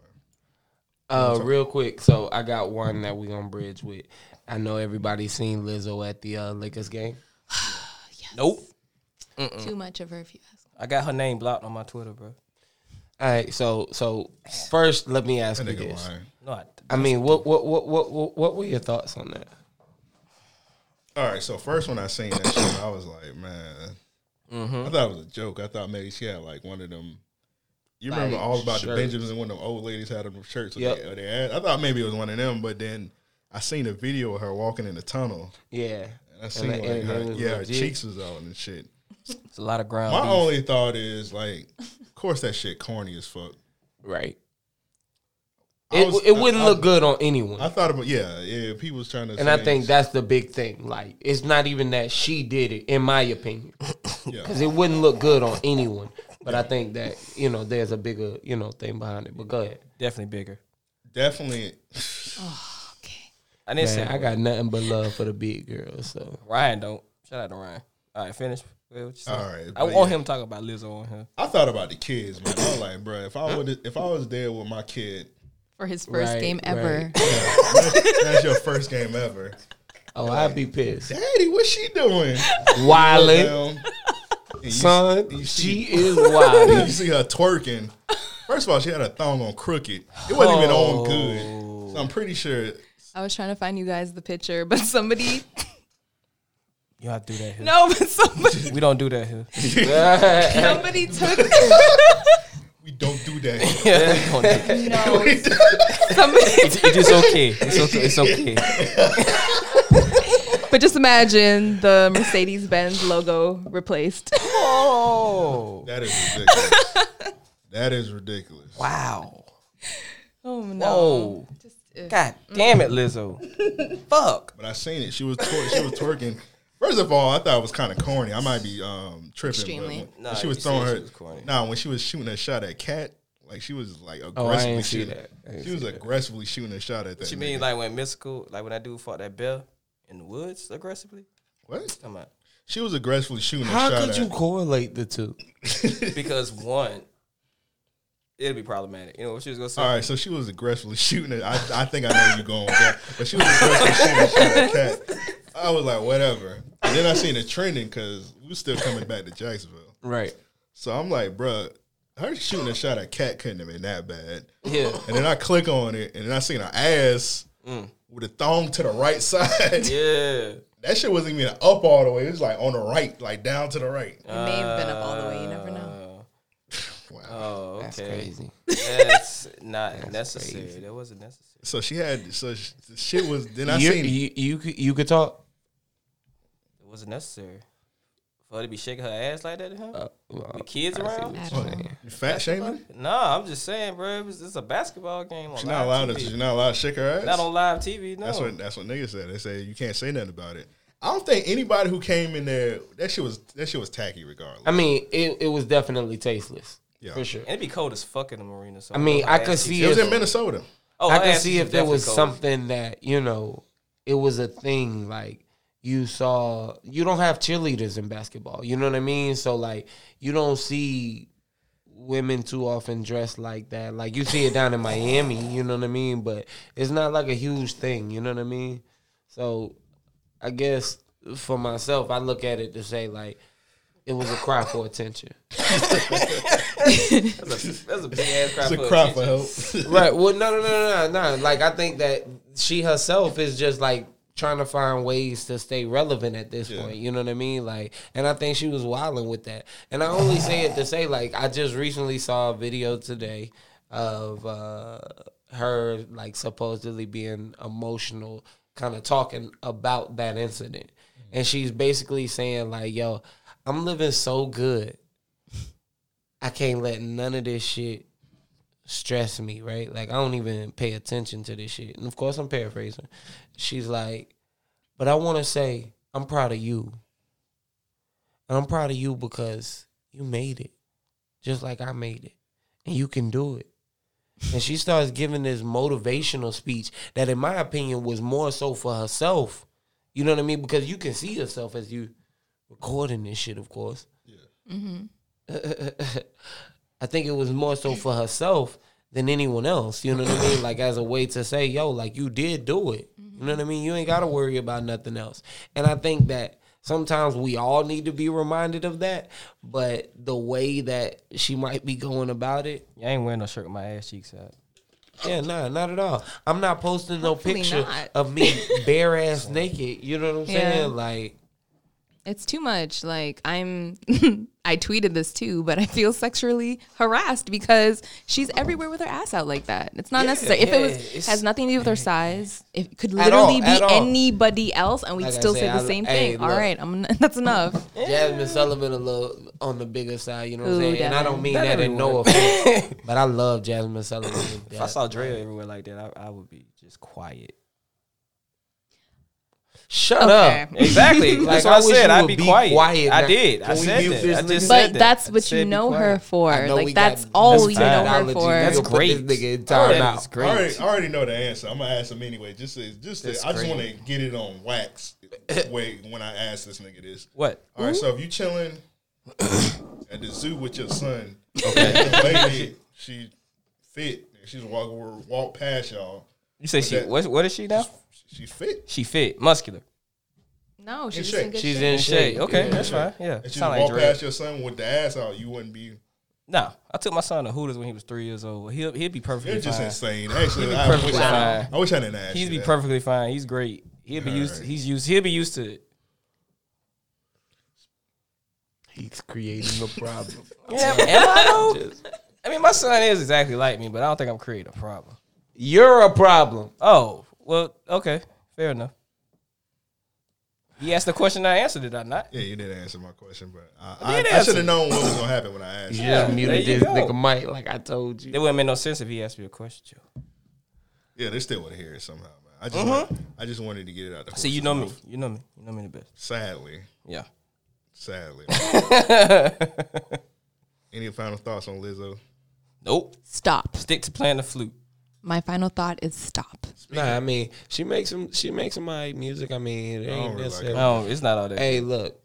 S10: Uh, real quick, so I got one that we gonna bridge with. I know everybody seen Lizzo at the uh, Lakers game.
S8: Nope.
S9: Too much of her if you ask.
S8: I got her name blocked on my Twitter, bro.
S10: All right, so so first, let me ask
S8: That
S10: you
S8: nigga
S10: this.
S8: lying. No, I-
S10: I mean, what what what what what- what were your thoughts on that?
S6: All right, so first when I seen that shit, I was like, man,
S10: Mm-hmm.
S6: I thought it was a joke. I thought maybe she had like one of them. You remember
S10: Like,
S6: all about the
S10: shirts.
S6: Benjamins and when them old ladies had them shirts? with
S10: Yep.
S6: their- their ass? I thought maybe it was one of them, but then I seen a video of her walking in the tunnel.
S10: Yeah.
S6: and I seen
S10: And-
S6: like
S10: and-
S6: her,
S10: and it was
S6: yeah, her
S10: legit. Oh,
S6: cheeks was out and shit.
S8: It's a lot of ground.
S6: My
S8: beef.
S6: only thought is like, of course that shit corny as fuck.
S10: Right.
S6: I
S10: It- it wouldn't look good on anyone.
S6: I thought about yeah, yeah. If he was trying to,
S10: And I
S6: say-
S10: think that's the big thing. Like, it's not even that she did it, in my opinion,
S6: Yeah.
S10: because it wouldn't look good on anyone. But I think that you know, there's a bigger you know thing behind it. But go ahead.
S8: Definitely bigger.
S6: definitely.
S8: I didn't
S10: Man,
S8: say
S10: I got nothing but love for the big girls. So
S8: Ryan don't. Shout out to Ryan. All right, finish. All
S6: All right,
S8: I
S6: but
S8: want
S6: yeah.
S8: him talking about Lizzo on here.
S6: I thought about the kids, man. I was like, bro, if I would, if I was there with my kid
S9: For his first
S10: Right,
S9: game
S10: right.
S9: ever.
S6: Yeah, that's, that's your first game ever.
S10: oh, I'd be pissed.
S6: Daddy, what's she doing?
S10: Wildin',
S6: Well, and you-
S10: son,
S6: and you see-
S10: she is
S6: You
S10: wild.
S6: see her twerking. First of all, she had a thong on crooked. It wasn't even
S10: Oh.
S6: on good. So I'm pretty sure.
S9: I was trying to find you guys the picture, but somebody
S8: You all do that here.
S9: no, but somebody
S8: We don't do that here.
S9: somebody took
S6: We don't do that.
S8: Yeah, we don't do that.
S9: no somebody took
S8: It's just okay. It's okay. It's okay.
S9: But just imagine the Mercedes Benz logo replaced.
S8: Oh.
S6: That is ridiculous. that is ridiculous.
S8: Wow.
S9: Oh no.
S8: Whoa.
S9: Just, uh,
S8: God damn it, Lizzo. Fuck.
S6: But I seen it. She was twer- she was twerking. First of all, I thought it was kind of corny. I might be um, tripping.
S9: Extremely.
S6: But when,
S8: Nah,
S6: she was
S8: you
S6: throwing
S8: said
S6: her.
S8: she was corny.
S6: Nah, when she was shooting a shot at Cat, like she was like
S10: Oh, I
S6: aggressively
S10: didn't see
S6: shooting.
S10: that. I didn't
S6: She was
S10: see that.
S6: aggressively shooting a shot at that.
S8: What you mean
S6: nigga.
S8: like when mystical, like when that dude fought that bell in the woods aggressively?
S6: what?
S8: Come on.
S6: She was aggressively shooting a
S10: How
S6: shot
S10: could
S6: at.
S10: you correlate the two?
S8: Because one, it'll be problematic. You know what she was gonna say?
S6: All right, so she was aggressively shooting it. I, I think I know where you're going with that. But she was aggressively shooting a shot at Cat. I was like, whatever. And then I seen it trending because we was still coming back to Jacksonville.
S10: Right.
S6: So I'm like, bruh, her shooting a shot at Cat couldn't have been that bad.
S8: Yeah.
S6: And then I click on it, and then I seen her ass with a thong to the right side.
S8: Mm. Yeah.
S6: That shit wasn't even up all the way. It was like on the right, like down to the right.
S9: it
S8: Uh,
S9: may have been up all the way. You never know.
S8: Oh, okay.
S10: That's crazy.
S8: That's not necessary.
S10: crazy.
S8: That wasn't necessary.
S6: So she had, so sh- the shit was, then I
S10: you,
S6: seen,
S10: you, you could- you could talk.
S8: It wasn't necessary. For her to be shaking her ass like that to him?
S10: Uh, well,
S8: With kids
S10: I see
S8: around?
S10: what
S9: I
S10: you're
S9: don't
S10: saying.
S6: you fat shaming?
S8: Nah, I'm just saying, bro. It was, it's a basketball game on
S6: She's
S8: live
S6: not allowed to,
S8: TV.
S6: she's not allowed to shake her ass?
S8: Not on live TV, no.
S6: That's what that's what niggas said. They said you can't say nothing about it. I don't think anybody who came in there that shit was that shit was tacky regardless.
S10: I mean, it, it was definitely tasteless.
S6: Yeah.
S10: For sure.
S8: And it'd be cold as fuck in the marina. So
S10: I mean,
S8: her
S10: I could
S8: ass
S10: see
S8: cheeks-
S6: it was
S10: if-
S6: in Minnesota.
S8: Oh,
S10: I
S8: her
S10: can
S8: ass
S10: see
S8: cheeks
S10: if there
S8: definitely
S10: was
S8: cold.
S10: something that you know it was a thing like you saw you don't have cheerleaders in basketball you know what i mean so like you don't see women too often dressed like that like you see it down in miami you know what i mean but it's not like a huge thing you know what i mean so i guess for myself i look at it to say like it was a cry for attention
S8: That's a, that's a big ass cry
S6: It's a
S8: for
S6: cry for
S8: attention.
S6: help.
S10: right. Well, no, no, no, no, no. Like I think that she herself is just like trying to find ways to stay relevant at this point. You know what I mean? Like, and I think she was wilding with that. And I only say it to say, like, I just recently saw a video today of uh her like supposedly being emotional, kind of talking about that incident, and she's basically saying like, "Yo, I'm living so good." I can't let none of this shit stress me, right? Like I don't even pay attention to this shit. And of course I'm paraphrasing. She's like, but I wanna say I'm proud of you. And I'm proud of you because you made it. Just like I made it. And you can do it. And she starts giving this motivational speech that in my opinion was more so for herself. You know what I mean? Because you can see yourself as you recording this shit, of course. I think it was more so for herself than anyone else. You know what I mean? Like as a way to say, yo, like you did do it. You know what I mean? You ain't gotta worry about nothing else. And I think that sometimes we all need to be reminded of that. But the way that she might be going about it,
S8: I ain't wearing no shirt with my ass cheeks out.
S10: yeah, nah, not at all. I'm not posting no
S9: Hopefully
S10: picture
S9: not.
S10: of me bare ass naked. You know what I'm
S9: Yeah.
S10: saying? Like
S9: It's too much. Like I'm I tweeted this too, but I feel sexually harassed because she's everywhere with her ass out like that. It's not
S10: Yeah,
S9: necessary. If it
S10: yeah, it's-
S9: was has nothing to do with her size, it could
S10: At all,
S9: literally
S10: at all.
S9: be anybody else and we'd
S10: Like I
S9: still
S10: said,
S9: say the
S10: I-
S9: same
S10: hey,
S9: thing. All
S10: look.
S9: right, I'm that's enough.
S10: Jasmine Sullivan a little on the bigger side, you know what I'm
S9: Ooh,
S10: saying? And I
S9: Devin.
S10: don't mean
S9: Not
S10: that in no
S8: everyone.
S10: offense, but I love Jasmine Sullivan.
S8: If I saw Dre everywhere like that, I, I would be just quiet.
S10: Shut
S8: Okay.
S10: up.
S8: Exactly. That's what I
S10: wish
S8: said.
S10: you
S8: I'd
S10: would
S8: be quiet. I
S10: now.
S8: did. I
S10: Can we
S8: said
S10: mute
S8: that.
S10: this
S8: I
S10: nigga?
S8: just
S9: But that's what you know her for.
S10: I know we
S9: Like that's
S10: got-
S9: all
S10: that's
S9: you know her
S10: technology.
S9: for.
S10: That's
S8: That's
S10: great.
S8: great.
S10: This nigga in
S6: I already-
S10: timeout.
S6: I already, I already know the answer. I'm gonna ask him anyway. Just, to, just, to,
S10: That's
S6: I just
S10: great.
S6: want to get it on wax. Wait, when I ask this nigga this,
S8: What?
S6: All right, so if you chilling at the zoo with your son,
S8: Okay.
S6: and the lady, she fit, and she's walking over- walk past y'all.
S8: You say
S6: But
S8: she
S6: that-
S8: what, what is she now?
S6: She fit.
S8: She fit, muscular.
S9: No, she's
S6: shape.
S9: in good
S8: She's
S9: shape.
S8: in shape. Okay,
S6: Yeah,
S8: that's
S6: yeah.
S8: fine. Yeah.
S6: If she
S8: Sound like
S6: walk
S8: Dre.
S6: past your son with the ass out, you wouldn't be.
S8: No, I took my son to Hooters when he was three years old. He'll he'd be perfectly.
S6: You're just
S8: fine.
S6: insane.
S8: He'd
S6: Actually,
S8: be
S6: I
S8: perfectly
S6: wish I,
S8: fine.
S6: I wish I didn't ask.
S8: He'd
S6: you
S8: be
S6: that.
S8: perfectly fine. He's great. He'll be used.
S6: Alright.
S8: He's used. He'll be used to it.
S10: He's creating a problem.
S8: Yeah, am I though? I mean, my son is exactly like me, but I don't think I'm creating a problem.
S10: You're a problem.
S8: Oh well, okay, fair enough. He asked the question, I answered it. I not.
S6: Yeah, you did answer my question, but
S8: I
S6: I,
S8: did
S6: I, I
S8: answer.
S6: should have known what was gonna happen when I asked.
S10: You
S6: you.
S10: just
S8: Yeah,
S10: muted
S8: there
S10: this
S8: you go.
S10: nigga Mike like I told you.
S8: It wouldn't make no sense if he asked me a question. Joe.
S6: Yeah, they still want to hear it somehow, man. I just, want- I just wanted to get it out. The
S8: See, Uh-huh. you
S6: horse's
S8: know me.
S6: mouth.
S8: You know me. You know me the best.
S6: Sadly,
S8: Yeah.
S6: sadly. Any final thoughts on Lizzo?
S8: Nope.
S9: Stop.
S8: Stick to playing the flute.
S9: My final thought is stop.
S10: Nah, I mean she makes some she makes some alright music. I mean it
S6: don't
S10: ain't
S6: really like
S10: necessarily.
S8: No, it's not all that.
S10: Hey, look,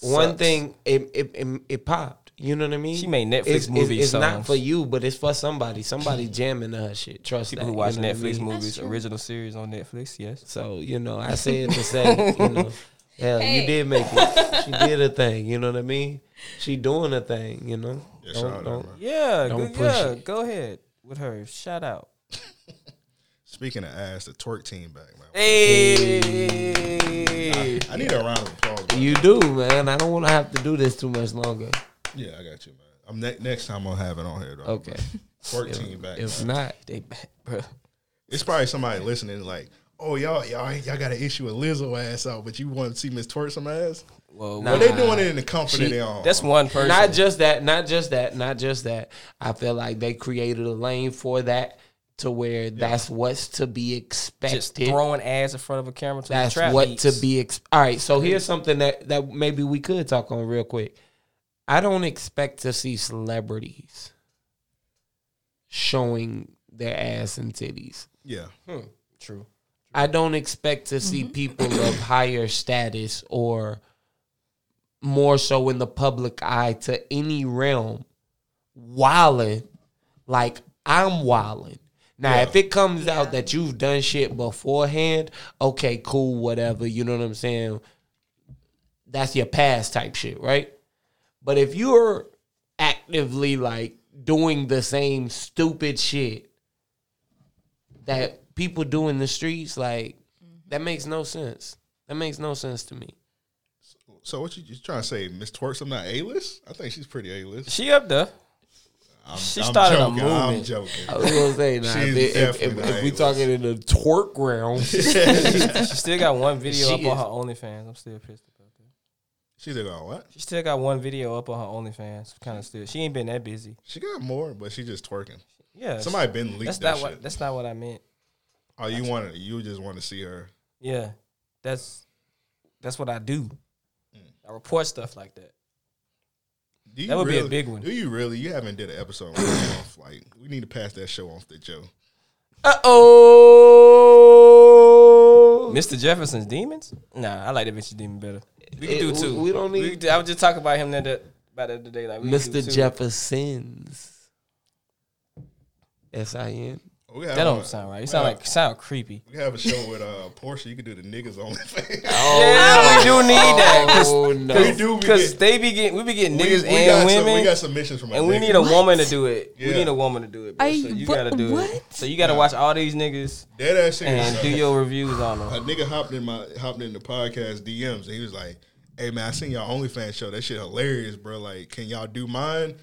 S10: one
S8: Sucks.
S10: thing it it, it it popped. You know what I mean?
S8: She made Netflix
S10: it's,
S8: movie
S10: It's, it's not
S8: songs.
S10: for you, but it's for somebody. Somebody jamming to her shit. Trust
S8: People
S10: that,
S8: who watch
S10: you know what I
S8: Netflix
S10: mean?
S8: movies, original series on Netflix. Yes.
S10: So you know, I said to say, you know, hell, you did make it. She did a thing. You know what I mean? She doing a thing. You know.
S6: Yeah, shout
S10: Don't,
S6: out,
S10: don't,
S6: man.
S8: Yeah.
S10: Don't
S8: go,
S10: push
S8: yeah,
S10: it.
S8: Go ahead with her. Shout out.
S6: Speaking of ass, the twerk team back, man.
S8: Hey.
S6: I need a round of applause. man.
S10: you do, man. I don't want to have to do this too much longer.
S6: Yeah, I got you, man. I'm ne- next time I'll have it on here. Though.
S10: Okay.
S6: twerk team back.
S10: If
S6: man.
S10: not,
S8: They back, bro.
S6: It's probably somebody listening like, oh y'all, y'all, y'all got an issue with Lizzo ass out, but you want to see Miss twerk some ass?
S8: Well,
S10: Nah.
S6: Well, they doing it in the comfort
S10: She-
S6: of their own.
S8: that's one person.
S10: Not just that, not just that, not just that. I feel like they created a lane for that to where that's what's to be expected.
S8: just throwing ass in front of a camera to
S10: that's
S8: the trap
S10: what
S8: beats.
S10: to be. Ex- All right, so here's something that that maybe we could talk on real quick. I don't expect to see celebrities showing their ass and titties.
S6: yeah.
S8: True.
S10: I don't expect to see people of higher status or more so in the public eye to any realm wilding like I'm wilding. Now, if it comes out that you've done shit beforehand, okay, cool, whatever. You know what I'm saying? That's your past type shit, right? But if you're actively like doing the same stupid shit that people do in the streets, like that makes no sense. That makes no sense to me.
S6: So what you, you trying to say, Miss Twerk's? I'm not a list. I think she's pretty a list.
S8: She up there.
S6: I'm,
S8: she
S6: I'm
S8: started a
S6: joking, I'm
S8: movement.
S6: joking.
S10: I was gonna say, nah,
S6: She's
S10: if, if, if,
S6: definitely
S10: if we
S6: not
S10: talking in the twerk realm,
S8: She still got one video
S10: She
S8: up on
S10: is-
S8: her OnlyFans. I'm still pissed about that.
S6: She's like, oh what?
S8: She still got one video up on her OnlyFans. Kind of still. She ain't been that busy.
S6: She got more, but she just twerking.
S8: Yeah.
S6: Somebody been leaked
S8: That's
S6: that
S8: not what.
S6: shit.
S8: That's not what I meant.
S6: Oh, you want to? You just want to see her?
S8: Yeah. That's that's what I do. I report stuff like that.
S6: Do you
S8: That would be a
S6: really-
S8: big one.
S6: Do you really? You haven't did an episode on that off. Like we need to pass that show off to Joe.
S10: uh oh,
S8: Mr. Jefferson's demons? Nah, I like that bitch demon better. We can
S10: It-
S8: do two.
S10: we- we don't need-
S8: could do- I was just talking about him that that- about the other day. Like we can do
S10: Mr.
S8: two.
S10: Jefferson's. S I N.
S6: We
S8: That
S6: have
S8: don't
S6: a-
S8: sound right.
S6: we
S8: It sound
S6: have-
S8: like sound creepy.
S6: We have a show with uh, Portia. You can do the niggas on thing.
S8: Oh, yeah, we do need that. Cause,
S10: Oh,
S6: no. We do, we
S8: Because
S6: get-
S8: they be getting, we be getting
S6: We-
S8: niggas
S6: we
S8: and
S6: got some-
S8: women.
S6: we got submissions from our
S8: and we
S6: niggas.
S8: need a
S6: What?
S8: woman to do it. We
S6: Yeah.
S8: need a woman to do it. Bro.
S6: Are
S8: so
S6: you-
S8: you
S6: but
S8: gotta do it.
S6: what?
S8: So you gotta watch all these niggas
S6: Dead ass shit.
S8: and do your reviews on them.
S6: A nigga hopped in my hopped in the podcast DMs and he was like, "Hey man, I seen y'all OnlyFans show. That shit hilarious, bro. Like, can y'all do mine?"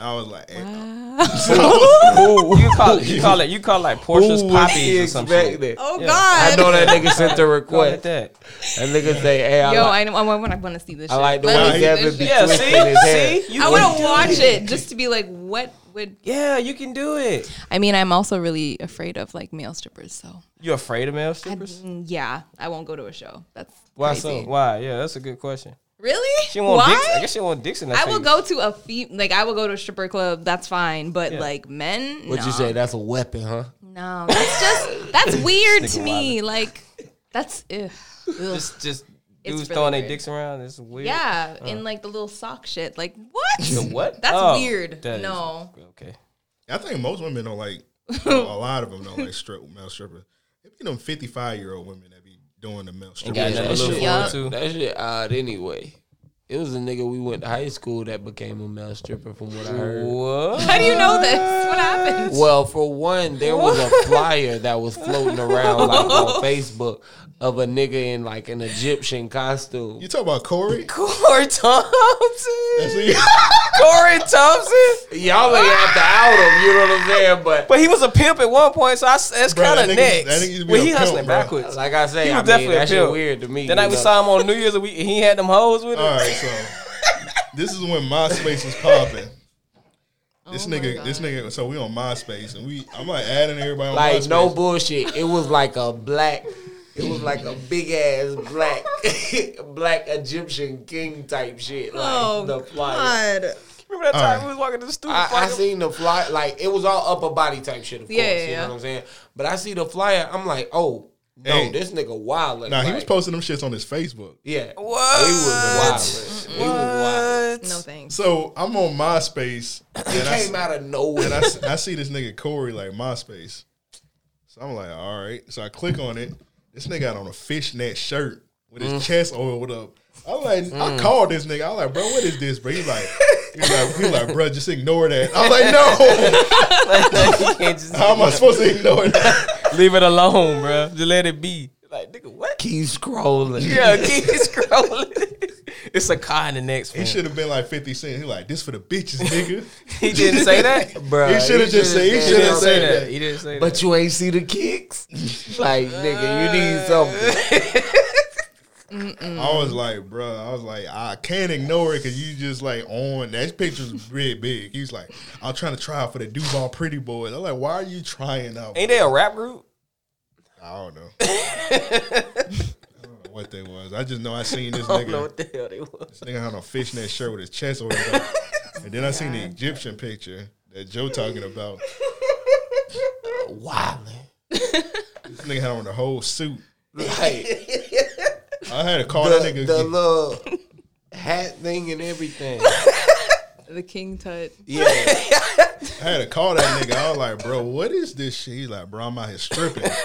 S6: I was like, "Eh, hey, no. So I was-
S8: you call it, you call it, you call it like Portia's
S10: Who would
S8: poppies or some shit.
S10: expect that?
S9: Oh,
S8: Yeah.
S9: God.
S10: I know that nigga
S8: Call
S10: sent
S8: it
S10: a request.
S8: that.
S10: That. nigga say, "Hey, I
S9: Yo,
S10: like-
S9: I know. I want. I want to see this.
S10: I
S9: shit.
S10: like the
S9: Let
S10: way
S9: me see
S10: Devin
S9: this
S10: be
S9: shit.
S10: Yeah, twisting see? his hair. See? You
S9: I want
S10: can
S9: to
S10: do
S9: watch
S10: it.
S9: it just to be like, what would?
S8: Yeah, you can do it.
S9: I mean, I'm also really afraid of like male strippers, so
S8: You afraid of male
S9: I,
S8: strippers?
S9: mm, yeah, I won't go to a show. That's
S8: Why
S9: crazy.
S8: so? Why? Yeah, that's a good question.
S9: Really?
S8: She want
S9: Why?
S8: dicks. I guess she want dicks in that
S9: I will
S8: face.
S9: go to a fe- like I will go to a stripper club. That's fine, but
S8: Yeah.
S9: like men,
S10: What
S9: nah.
S10: you say? That's a weapon, huh?
S9: No, that's just that's weird
S10: Stick
S9: to me. Like that's ugh, ugh.
S8: Just, just
S9: It's
S8: dudes
S9: really
S8: throwing their
S9: weird.
S8: dicks around. It's weird.
S9: yeah,
S8: Uh.
S9: and like the little sock shit. Like what?
S8: The what?
S9: That's
S8: Oh,
S9: weird.
S8: that is-
S9: no,
S8: okay.
S6: I think most women don't like. a lot of them don't like strip male strippers. It be them fifty five year old women that be doing the male stripper.
S10: Got nothing to look forward
S9: Yup.
S10: to. That shit odd anyway. It was a nigga we went to high school that became a male stripper, from what I heard.
S8: What?
S9: how do you know this? What happened?
S10: Well, for one, there was a flyer that was floating around like on Facebook of a nigga in like an Egyptian costume.
S6: You talk about Corey?
S8: Corey Thompson.
S6: That's who you-
S8: Corey Thompson.
S10: Y'all ain't have to out him, you know what I'm saying? But
S8: But he was a pimp at one point, so I, s- that's
S10: Bro,
S8: kind
S10: that
S8: of
S10: nigga- that
S8: next.
S10: nigga used to be
S8: When
S10: a
S8: he
S10: pimp,
S8: hustling
S10: bro.
S8: backwards,
S10: Like I say,
S8: he
S10: I
S8: was
S10: mean,
S8: definitely
S10: that
S8: a
S10: shit
S8: pimp.
S10: weird to me,
S8: The
S10: you
S8: night we
S10: know.
S8: saw him on New Year's, we, he had them hoes with him.
S6: All right, so this is when MySpace was popping.
S10: Oh
S6: This nigga, this nigga. So we on MySpace, and we. I'm like adding everybody on
S10: like
S6: MySpace.
S10: no bullshit. It was like a black. It was like a big ass black, black Egyptian king type shit. Like
S9: Oh,
S10: the flyer.
S9: God.
S8: Remember that
S10: time
S8: we was walking to the studio?
S10: I, I seen the flyer. Like it was all upper body type shit. Of
S9: Yeah,
S10: course,
S9: yeah,
S10: you
S9: yeah.
S10: know what I'm saying. But I see the flyer. I'm like, oh no,
S6: Hey.
S10: this nigga wild.
S6: Nah, he was posting them shits on his Facebook.
S10: Yeah, what? He
S6: What?
S10: was wild. He was
S9: No thanks.
S6: So I'm on MySpace.
S10: wild.
S6: and I
S10: He came
S6: s-
S10: out of nowhere.
S6: and I, s- I see this nigga Corey like MySpace. So I'm like, all right. So I click on it. This nigga got on a fishnet shirt with his chest oiled up. I'm like, I called this nigga. I'm like, bro, what is this, bro? He's like, he's like, he like, bro, just ignore that. I'm like, no. How am I supposed to ignore that?
S8: Leave it alone, bro. Just let it be. Like nigga, what?
S10: Keep scrolling.
S8: Yeah, keep scrolling. it's a car in the next one.
S6: It should have been like 50 cent. He like, this for the bitches, nigga.
S8: He didn't say that,
S10: Bruh,
S6: he should have just said, he
S10: said
S6: should have
S10: that.
S6: said that.
S8: He didn't say
S10: But you ain't see the kicks, like nigga. You need
S9: Uh.
S10: something.
S6: I was like, bro, I was like, I can't ignore it because you just like on that picture's really big. He's like, I'm trying to try out for the Duval Pretty Boys. I'm like, why are you trying out?
S8: Ain't they a rap group?
S6: I don't know. I don't know what they was. I just know I seen this
S8: I don't know
S6: nigga.
S8: what the hell they was.
S6: This nigga had on a fishnet shirt with his chest oiled up. and then I seen the Egyptian picture that Joe talking about.
S10: Wilding.
S6: This nigga had on the whole suit.
S10: Like
S6: I had to call that
S10: the,
S6: nigga.
S10: the
S6: again.
S10: little hat thing and everything.
S9: The king tut.
S10: Yeah.
S6: I had to call that nigga. I was like, bro, what is this shit? He's like, bro, I'm out here stripping.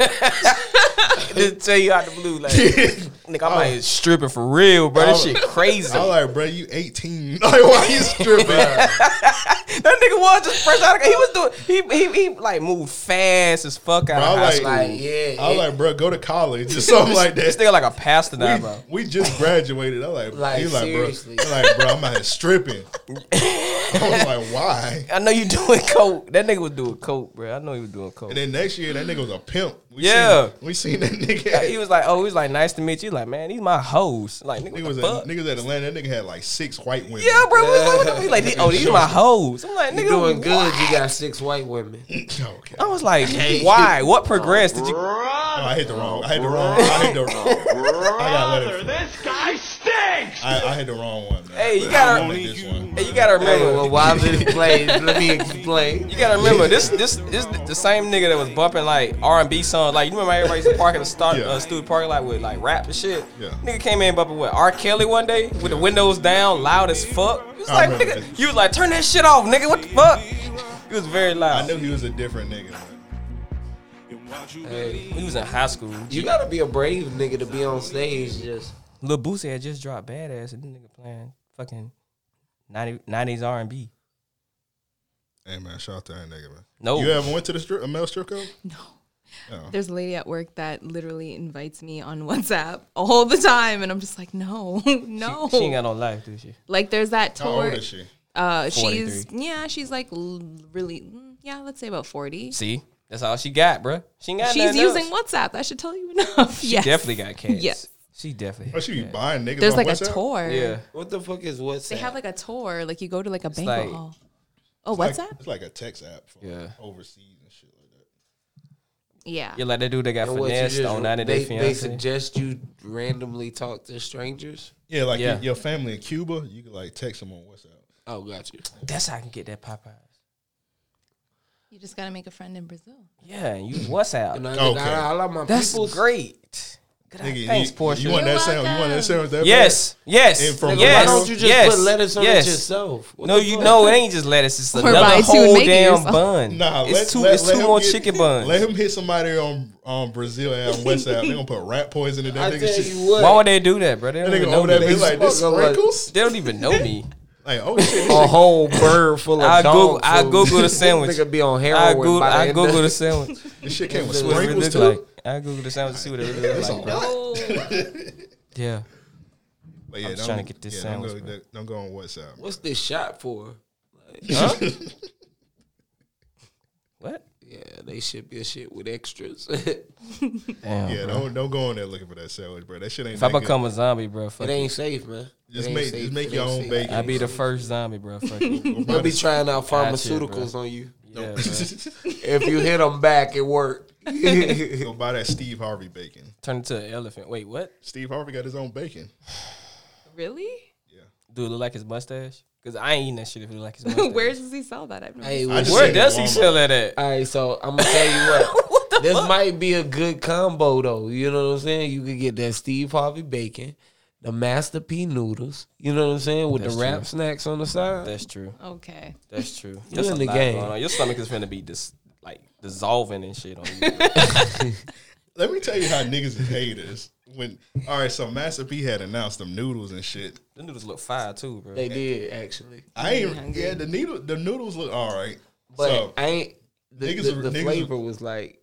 S8: Just tell you out the blue, like nigga, I'm like stripping for real, bro. This shit crazy.
S6: I'm like, bro, you 18. Like, why you stripping?
S8: That nigga was just fresh out of. He was doing. He he, he like moved fast as fuck out
S6: Bro,
S8: of
S6: I'm
S8: high
S6: like,
S8: school.
S10: yeah,
S6: I'm like, bro, go to college or something like
S8: This
S6: that.
S8: nigga like a pastor now, bro.
S6: We just graduated. I'm like,
S10: Like,
S6: he's like, bro,
S10: seriously.
S6: I'm like, bro, I'm out here stripping. I was like, why?
S8: I know you doing coke. That nigga was doing coke, bro. I know he was doing coke.
S6: And then next year, that nigga was a pimp. We
S8: Yeah.
S6: seen, we seen that nigga.
S8: He was like, oh, he was like, nice to meet you. Like, man, these my hoes. Like, nigga,
S6: nigga
S8: what
S6: was
S8: the
S6: at,
S8: fuck?
S6: niggas at Atlanta. That nigga had like six white women.
S8: Yeah, bro. we- we- we- we like, oh, these my hoes. I'm like,
S10: You
S8: nigga,
S10: doing
S8: wh-
S10: good? You got six white women.
S6: Okay.
S8: I was like, why? What progress did you?
S6: No, I hit the wrong. I hit the wrong. I hit the wrong. I gotta let it.
S11: This guy stinks.
S6: I, I hit the wrong one. Man.
S8: Hey, you
S6: I
S8: gotta,
S6: like this one.
S8: hey, you gotta
S10: Hey,
S8: remember.
S10: well, while this plays, let me explain.
S8: You gotta remember this this this the same nigga that was bumping like R and B songs. Like you remember everybody used to park in the start
S6: Yeah.
S8: uh, studio parking lot with like rap and shit.
S6: Yeah.
S8: Nigga came in bumping what R Kelly one day with the windows down, loud as fuck. It was
S6: I
S8: like
S6: remember
S8: nigga,
S6: that.
S8: you was like turn that shit off, nigga. What the fuck? He was very loud.
S6: I knew he was a different nigga.
S8: Hey, he was in high school.
S10: You gotta be a brave nigga to be on stage. Just
S8: Lil Boosie had just dropped Badass, and this nigga playing fucking 90, 90s R&B.
S6: Hey man, shout out to that nigga, man.
S8: No.
S6: you ever went to the strip, a male strip club?
S9: No.
S6: Oh.
S9: There's a lady at work that literally invites me on WhatsApp all the time, and I'm just like, no, no.
S8: She ain't got no life, do she?
S9: Like, there's that
S8: How
S9: tour.
S8: old is she?
S9: Uh, she's
S8: 43.
S9: yeah, she's like l- really mm, yeah, let's say about forty.
S8: See, that's all she got, bruh. She ain't got
S9: she's
S8: nothing
S9: using
S8: else.
S9: WhatsApp. That should tell you enough.
S8: She
S9: yes.
S8: definitely got cats.
S9: Yes.
S8: She definitely.
S6: Oh, she be buying niggas.
S9: There's
S6: on
S9: like a
S6: WhatsApp?
S9: tour.
S8: Yeah.
S10: What the fuck is WhatsApp?
S9: They have like a tour. Like you go to like a banquet
S6: like-
S9: hall. Oh,
S6: It's like-
S9: WhatsApp?
S6: It's like a text app for
S8: Yeah.
S6: overseas and shit like that.
S9: yeah.
S8: Yeah, like that dude that got
S10: And what, you
S8: finessed
S10: just-
S8: on 90
S10: they,
S8: Day
S10: they
S8: Fiance.
S10: suggest you randomly talk to strangers.
S6: Yeah, like
S8: Yeah.
S6: you- your family in Cuba, you can like text them on WhatsApp.
S10: Oh, got you.
S8: That's how I can get that Popeye.
S9: You just gotta make a friend in Brazil.
S8: Yeah, and use WhatsApp.
S10: And I,
S6: Okay.
S10: I, I like my
S8: That's
S10: people.
S8: great. Good
S6: Nigga, you-
S8: Thanks, Portia.
S6: You want that sound? You want that sound? That
S8: Yes,
S6: bad?
S8: yes,
S6: And from
S8: yes.
S10: why don't you just
S8: yes,
S10: put lettuce on it
S8: yes.
S10: yourself? What
S8: no,
S10: the
S8: you
S10: fuck?
S8: know it ain't just lettuce. It's
S10: Or
S8: another
S10: buy two and
S8: whole
S10: make it
S8: damn
S10: yourself.
S8: bun.
S6: Nah,
S8: it's
S6: let,
S8: two.
S6: let-
S8: it's
S6: let
S8: two
S6: him
S8: more
S6: get-
S8: chicken buns.
S6: Let him hit somebody on on Brazil and on WhatsApp. they gonna put rat poison in
S10: I
S6: that nigga
S10: tell
S6: shit.
S10: you what.
S8: Why would they do that, bro? They
S6: That
S8: don't even
S6: nigga
S8: know
S6: over
S8: me.
S6: there be like, this sprinkles?
S8: They don't even know me.
S6: Like, oh shit.
S10: a whole bird full of
S8: I
S10: dog
S8: Google, I
S10: food.
S8: Google the
S10: This
S8: sandwich.
S10: Nigga be on heroin.
S8: I Google,
S10: by the
S8: I
S10: end
S8: Google
S10: of-
S8: the sandwich.
S6: This shit came with
S8: See what it
S6: sprinkles
S8: look
S6: too.
S8: like. I Google the sandwich to see what it looks like. bro. Yeah.
S6: But yeah,
S8: I'm just
S6: don't-
S8: trying to get this
S6: don't
S8: sandwich,
S6: go-
S8: bro.
S6: Don't go on WhatsApp.
S10: What's this shot for? Like,
S8: What?
S10: yeah, they ship your shit with extras.
S8: Damn,
S6: yeah,
S8: bro.
S6: don't don't go on there looking for that sandwich, bro. That shit ain't.
S8: If I
S6: that
S8: become
S6: good.
S8: a zombie, bro, fuck
S10: it
S8: it.
S10: ain't safe, man. It
S6: Just
S10: ain't
S6: make- just
S10: safe.
S6: make
S10: It
S6: your
S10: ain't
S6: own
S10: safe.
S6: bacon.
S8: I be the first zombie, bro. Fuck
S6: We'll
S8: it.
S10: They'll
S6: probably-
S10: be trying out
S8: Gotcha, bro.
S10: pharmaceuticals on you.
S8: Yeah, bro.
S10: If you hit them back, it worked.
S6: Go buy that Steve Harvey bacon.
S8: Turn into an elephant. Wait, what?
S6: Steve Harvey got his own bacon.
S9: Really?
S8: Dude, look like his mustache? Because I ain't eating that shit if it look like his mustache.
S9: Where does he sell that? I've never
S10: Hey,
S6: I just
S8: Where
S6: seen it
S8: does
S6: at
S8: he
S6: Walmart.
S8: sell that at?
S10: All right, so I'm gonna tell you what. this might be a good combo though. You know what I'm saying? You could get that Steve Harvey bacon, the Master P noodles. You know what I'm saying? With
S8: That's
S10: the wrap
S8: true.
S10: snacks on the side.
S8: That's true.
S9: Okay.
S8: That's true.
S10: You
S8: That's
S10: in
S8: a
S10: the
S8: lot
S10: game.
S8: going on. Your stomach is finna be dis- like dissolving and shit on you.
S6: Let me tell you how niggas is haters. When all right, so Master P had announced them noodles and shit.
S8: the noodles look fire too, bro.
S10: they did actually,
S6: I ain't yeah the needle the noodles look all right,
S10: but
S6: so
S10: I ain't. The,
S6: niggas
S10: the,
S6: are-
S10: the
S6: niggas are-
S10: flavor was like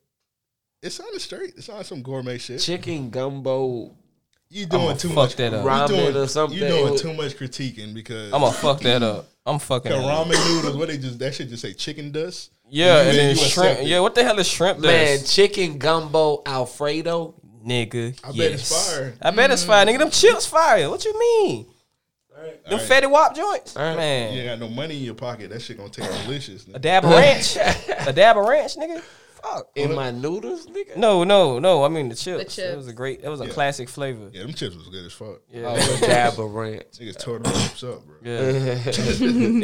S6: it sounded straight. It sounded some gourmet shit.
S10: chicken gumbo.
S6: You doing
S8: I'ma
S6: too
S8: fuck
S6: much
S8: that up.
S6: you
S10: Ramen
S6: doing,
S10: or something.
S6: You doing
S10: It was-
S6: too much critiquing because
S8: I'm gonna fuck that up. I'm
S6: the
S8: fucking. that up.
S6: ramen noodles. What they just that shit just say chicken dust.
S8: Yeah,
S6: You-
S8: and then
S6: you
S8: shrimp.
S6: accept it.
S8: Yeah, what the hell is shrimp?
S10: Man,
S8: dust?
S10: chicken gumbo Alfredo.
S8: nigga.
S6: I
S8: yes.
S6: bet it's fire.
S8: I bet it's fire, nigga. Them chips fire. What you mean? Them
S6: Alright.
S8: fatty wop joints,
S10: Alright.
S8: man.
S6: You ain't got no money in your pocket. That shit gonna taste delicious.
S8: A dab of ranch, a dab of ranch, nigga. Fuck.
S10: In my noodles, nigga.
S8: No, no, no. I mean the chips. That
S9: chips.
S8: was a great. That was a
S6: Yeah.
S8: classic flavor.
S6: Yeah, them chips was good as fuck. Yeah.
S10: Oh, dab of ranch.
S6: Niggas tore them chips up, bro.
S8: Yeah.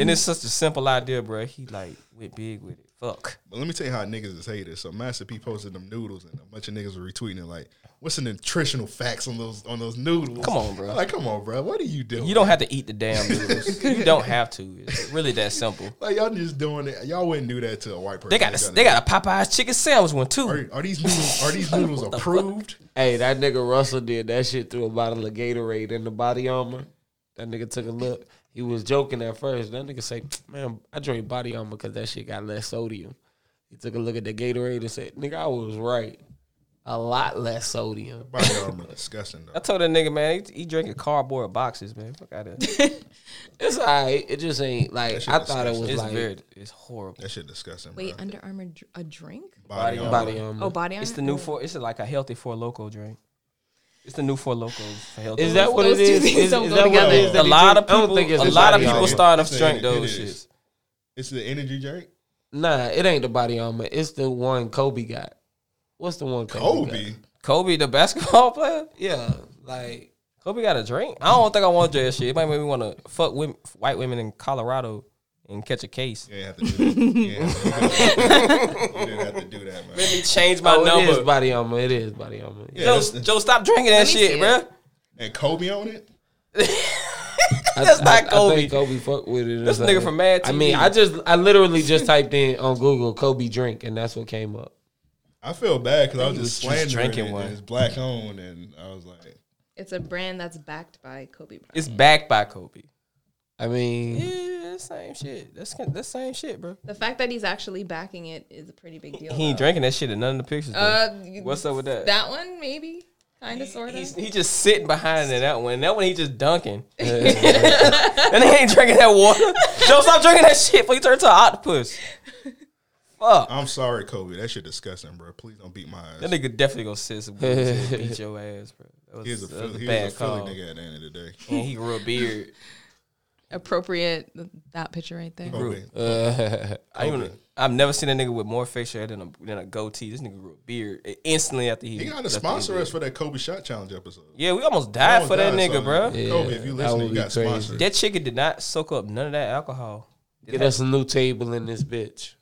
S8: and it's such a simple idea, bro. He like went big with it. Fuck.
S6: But let me tell you how niggas is haters. So Master P posted them noodles, and a bunch of niggas were retweeting it like, "What's the nutritional facts on those on those noodles?"
S8: Come on, bro.
S6: Like, come on, bro. What are you doing?
S8: You don't have to eat the damn noodles. you don't have to. It's really that simple.
S6: Like y'all just doing it. Y'all wouldn't do that to a white person.
S8: They got a, they got a Popeyye's chicken sandwich one too.
S6: Are, are these noodles? Are these noodles approved?
S10: Hey, that nigga Russell did that shit through a bottle of Gatorade in the body armor. That nigga took a look. He was joking at first. That nigga say, "Man, I drink body armor because that shit got less sodium." He took a look at the Gatorade and said, "Nigga, I was right. A lot less sodium."
S6: Body armor, disgusting
S8: I
S6: though.
S8: told that nigga, man, he, he drinking cardboard boxes, man. Fuck out of here.
S10: It's alright. It just ain't
S6: That
S10: like
S6: shit
S10: I thought it was
S8: It's
S10: like
S8: weird. It's horrible.
S6: That shit disgusting.
S9: Wait,
S6: bro.
S9: Under Armour dr- a drink?
S6: body, armor.
S10: body armor.
S9: Oh, body.
S8: It's
S9: Armor?
S8: the new
S9: Oh.
S8: four. It's like a healthy four loco drink. It's the new four locos for healthy.
S10: Is that what it
S9: Those two
S10: is?
S9: things
S10: Is,
S9: don't
S10: is
S9: go
S10: that what
S9: together.
S10: it is? that
S8: a
S10: he
S8: lot
S10: drink?
S8: of
S10: I don't
S8: people?
S10: think it's
S8: A
S10: the
S8: lot of
S10: body
S8: people
S10: armor.
S8: starting
S6: It's
S8: to
S6: the
S8: drink
S6: energy-
S8: those
S6: it is.
S8: shits.
S6: It's the energy drink.
S10: Nah, it ain't the body armor. It's the one Kobe got. What's the one Kobe? got?
S6: Kobe.
S8: Kobe, the basketball player.
S10: Yeah, like
S8: Kobe got a drink. I don't think I want to drink that shit. It might make me want to fuck women, white women in Colorado and catch a case.
S6: You didn't have to do that. You didn't have to do that. You didn't have to do that, man.
S8: Change my
S10: oh, it is
S8: number.
S10: body armor. It is body armor.
S6: Yeah,
S8: Joe,
S6: that's the-
S8: Joe, stop drinking that
S9: me
S8: shit,
S9: see
S8: bro.
S9: it.
S6: and Kobe on it.
S8: That's not Kobe.
S10: I think Kobe fuck with it. or
S8: This nigga
S10: something.
S8: from Mad
S10: I mean,
S8: TV.
S10: I just I literally just typed in on Google Kobe drink, and that's what came up.
S6: I feel bad because I was
S10: He
S6: just
S10: was just
S6: slandering
S10: drinking
S6: it,
S10: one.
S6: And it's black owned, and I was like,
S9: It's a brand that's backed by Kobe Bryant.
S8: It's backed by Kobe.
S10: I mean,
S8: Yeah, that's same shit. That's that's same shit, bro.
S9: The fact that he's actually backing it is a pretty big deal.
S8: He ain't
S9: though.
S8: drinking that shit in none of the pictures.
S9: Uh,
S8: though. What's up with that?
S9: That one, maybe, kind of, sort of.
S8: He's- he just sitting behind in that one. That one he just dunking. and he ain't drinking that water. Joe, stop drinking that shit before you turn to an octopus. Fuck.
S6: I'm sorry, Kobe. That shit disgusting, bro. Please don't beat my ass.
S8: That nigga definitely gonna sit some and beat your ass, bro. That was,
S6: He was a
S8: that was
S6: Philly-
S8: a
S6: he was
S8: bad
S6: a Philly
S8: call.
S6: nigga at the end of the day.
S8: And he grew a beard.
S9: Appropriate th- that picture right there.
S8: Grew- uh, I even, I've never seen a nigga with more facial hair than a, than a goatee. This nigga grew a beard i- instantly after he.
S6: He got to
S8: left the
S6: sponsor
S8: NBA.
S6: us for that Kobe Shot Challenge episode.
S8: Yeah, we almost died
S6: almost
S8: for that
S6: died,
S8: nigga,
S6: so,
S8: bro.
S6: Kobe, if you Yeah, that listening, would you be got crazy. sponsored.
S8: That chicken did not soak up none of that alcohol. It
S10: get
S8: had-
S10: us a new table in this bitch.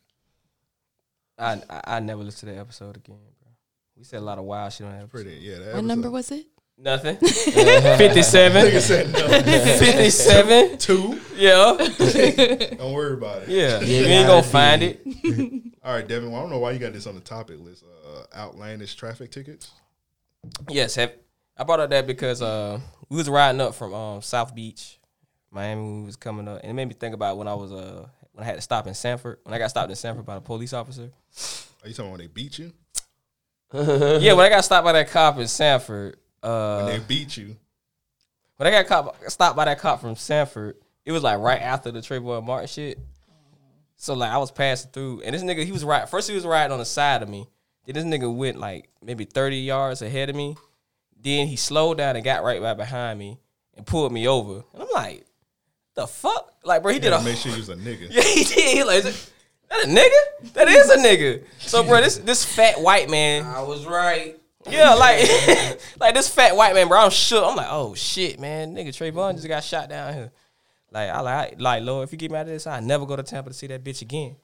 S8: I, I I never listened to that episode again, bro. We said a lot of wild shit on that. Episode.
S6: Pretty, yeah.
S9: What number was it?
S8: Nothing. Fifty-seven.
S6: Nigga said nothing.
S8: Fifty-seven.
S6: Two.
S8: Yeah.
S6: Don't worry about it.
S8: Yeah. You ain't gonna find it.
S6: All right, Devin. Well, I don't know why you got this on the topic list. Uh, outlandish traffic tickets.
S8: Yes, have, I brought up that because uh, we was riding up from um, South Beach, Miami. when We was coming up, and it made me think about when I was uh, when I had to stop in Sanford. When I got stopped in Sanford by the police officer.
S6: Are you talking when they beat you?
S8: yeah, when I got stopped by that cop in Sanford.
S6: Uh-huh. When
S8: Uh,
S6: they beat you.
S8: when I got cop, stopped by that cop from Sanford, it was like right after the Trayvon Martin shit. So like I was passing through, and this nigga he was right. First he was riding on the side of me. Then this nigga went like maybe thirty yards ahead of me. Then he slowed down and got right by behind me and pulled me over. And I'm like, the fuck? Like bro, he
S6: You
S8: did
S6: gotta
S8: a
S6: make sure you was a nigga.
S8: yeah, he did. He like, is it- that a nigga? That is a nigga. So, bro, this this fat white man. I was right. Yeah, like like this fat white man, bro. I'm shook. I'm like, oh shit, man, nigga Trayvon just got shot down here. Like, I like, I- like, Lord, if you get me out of this, I never go to Tampa to see that bitch again.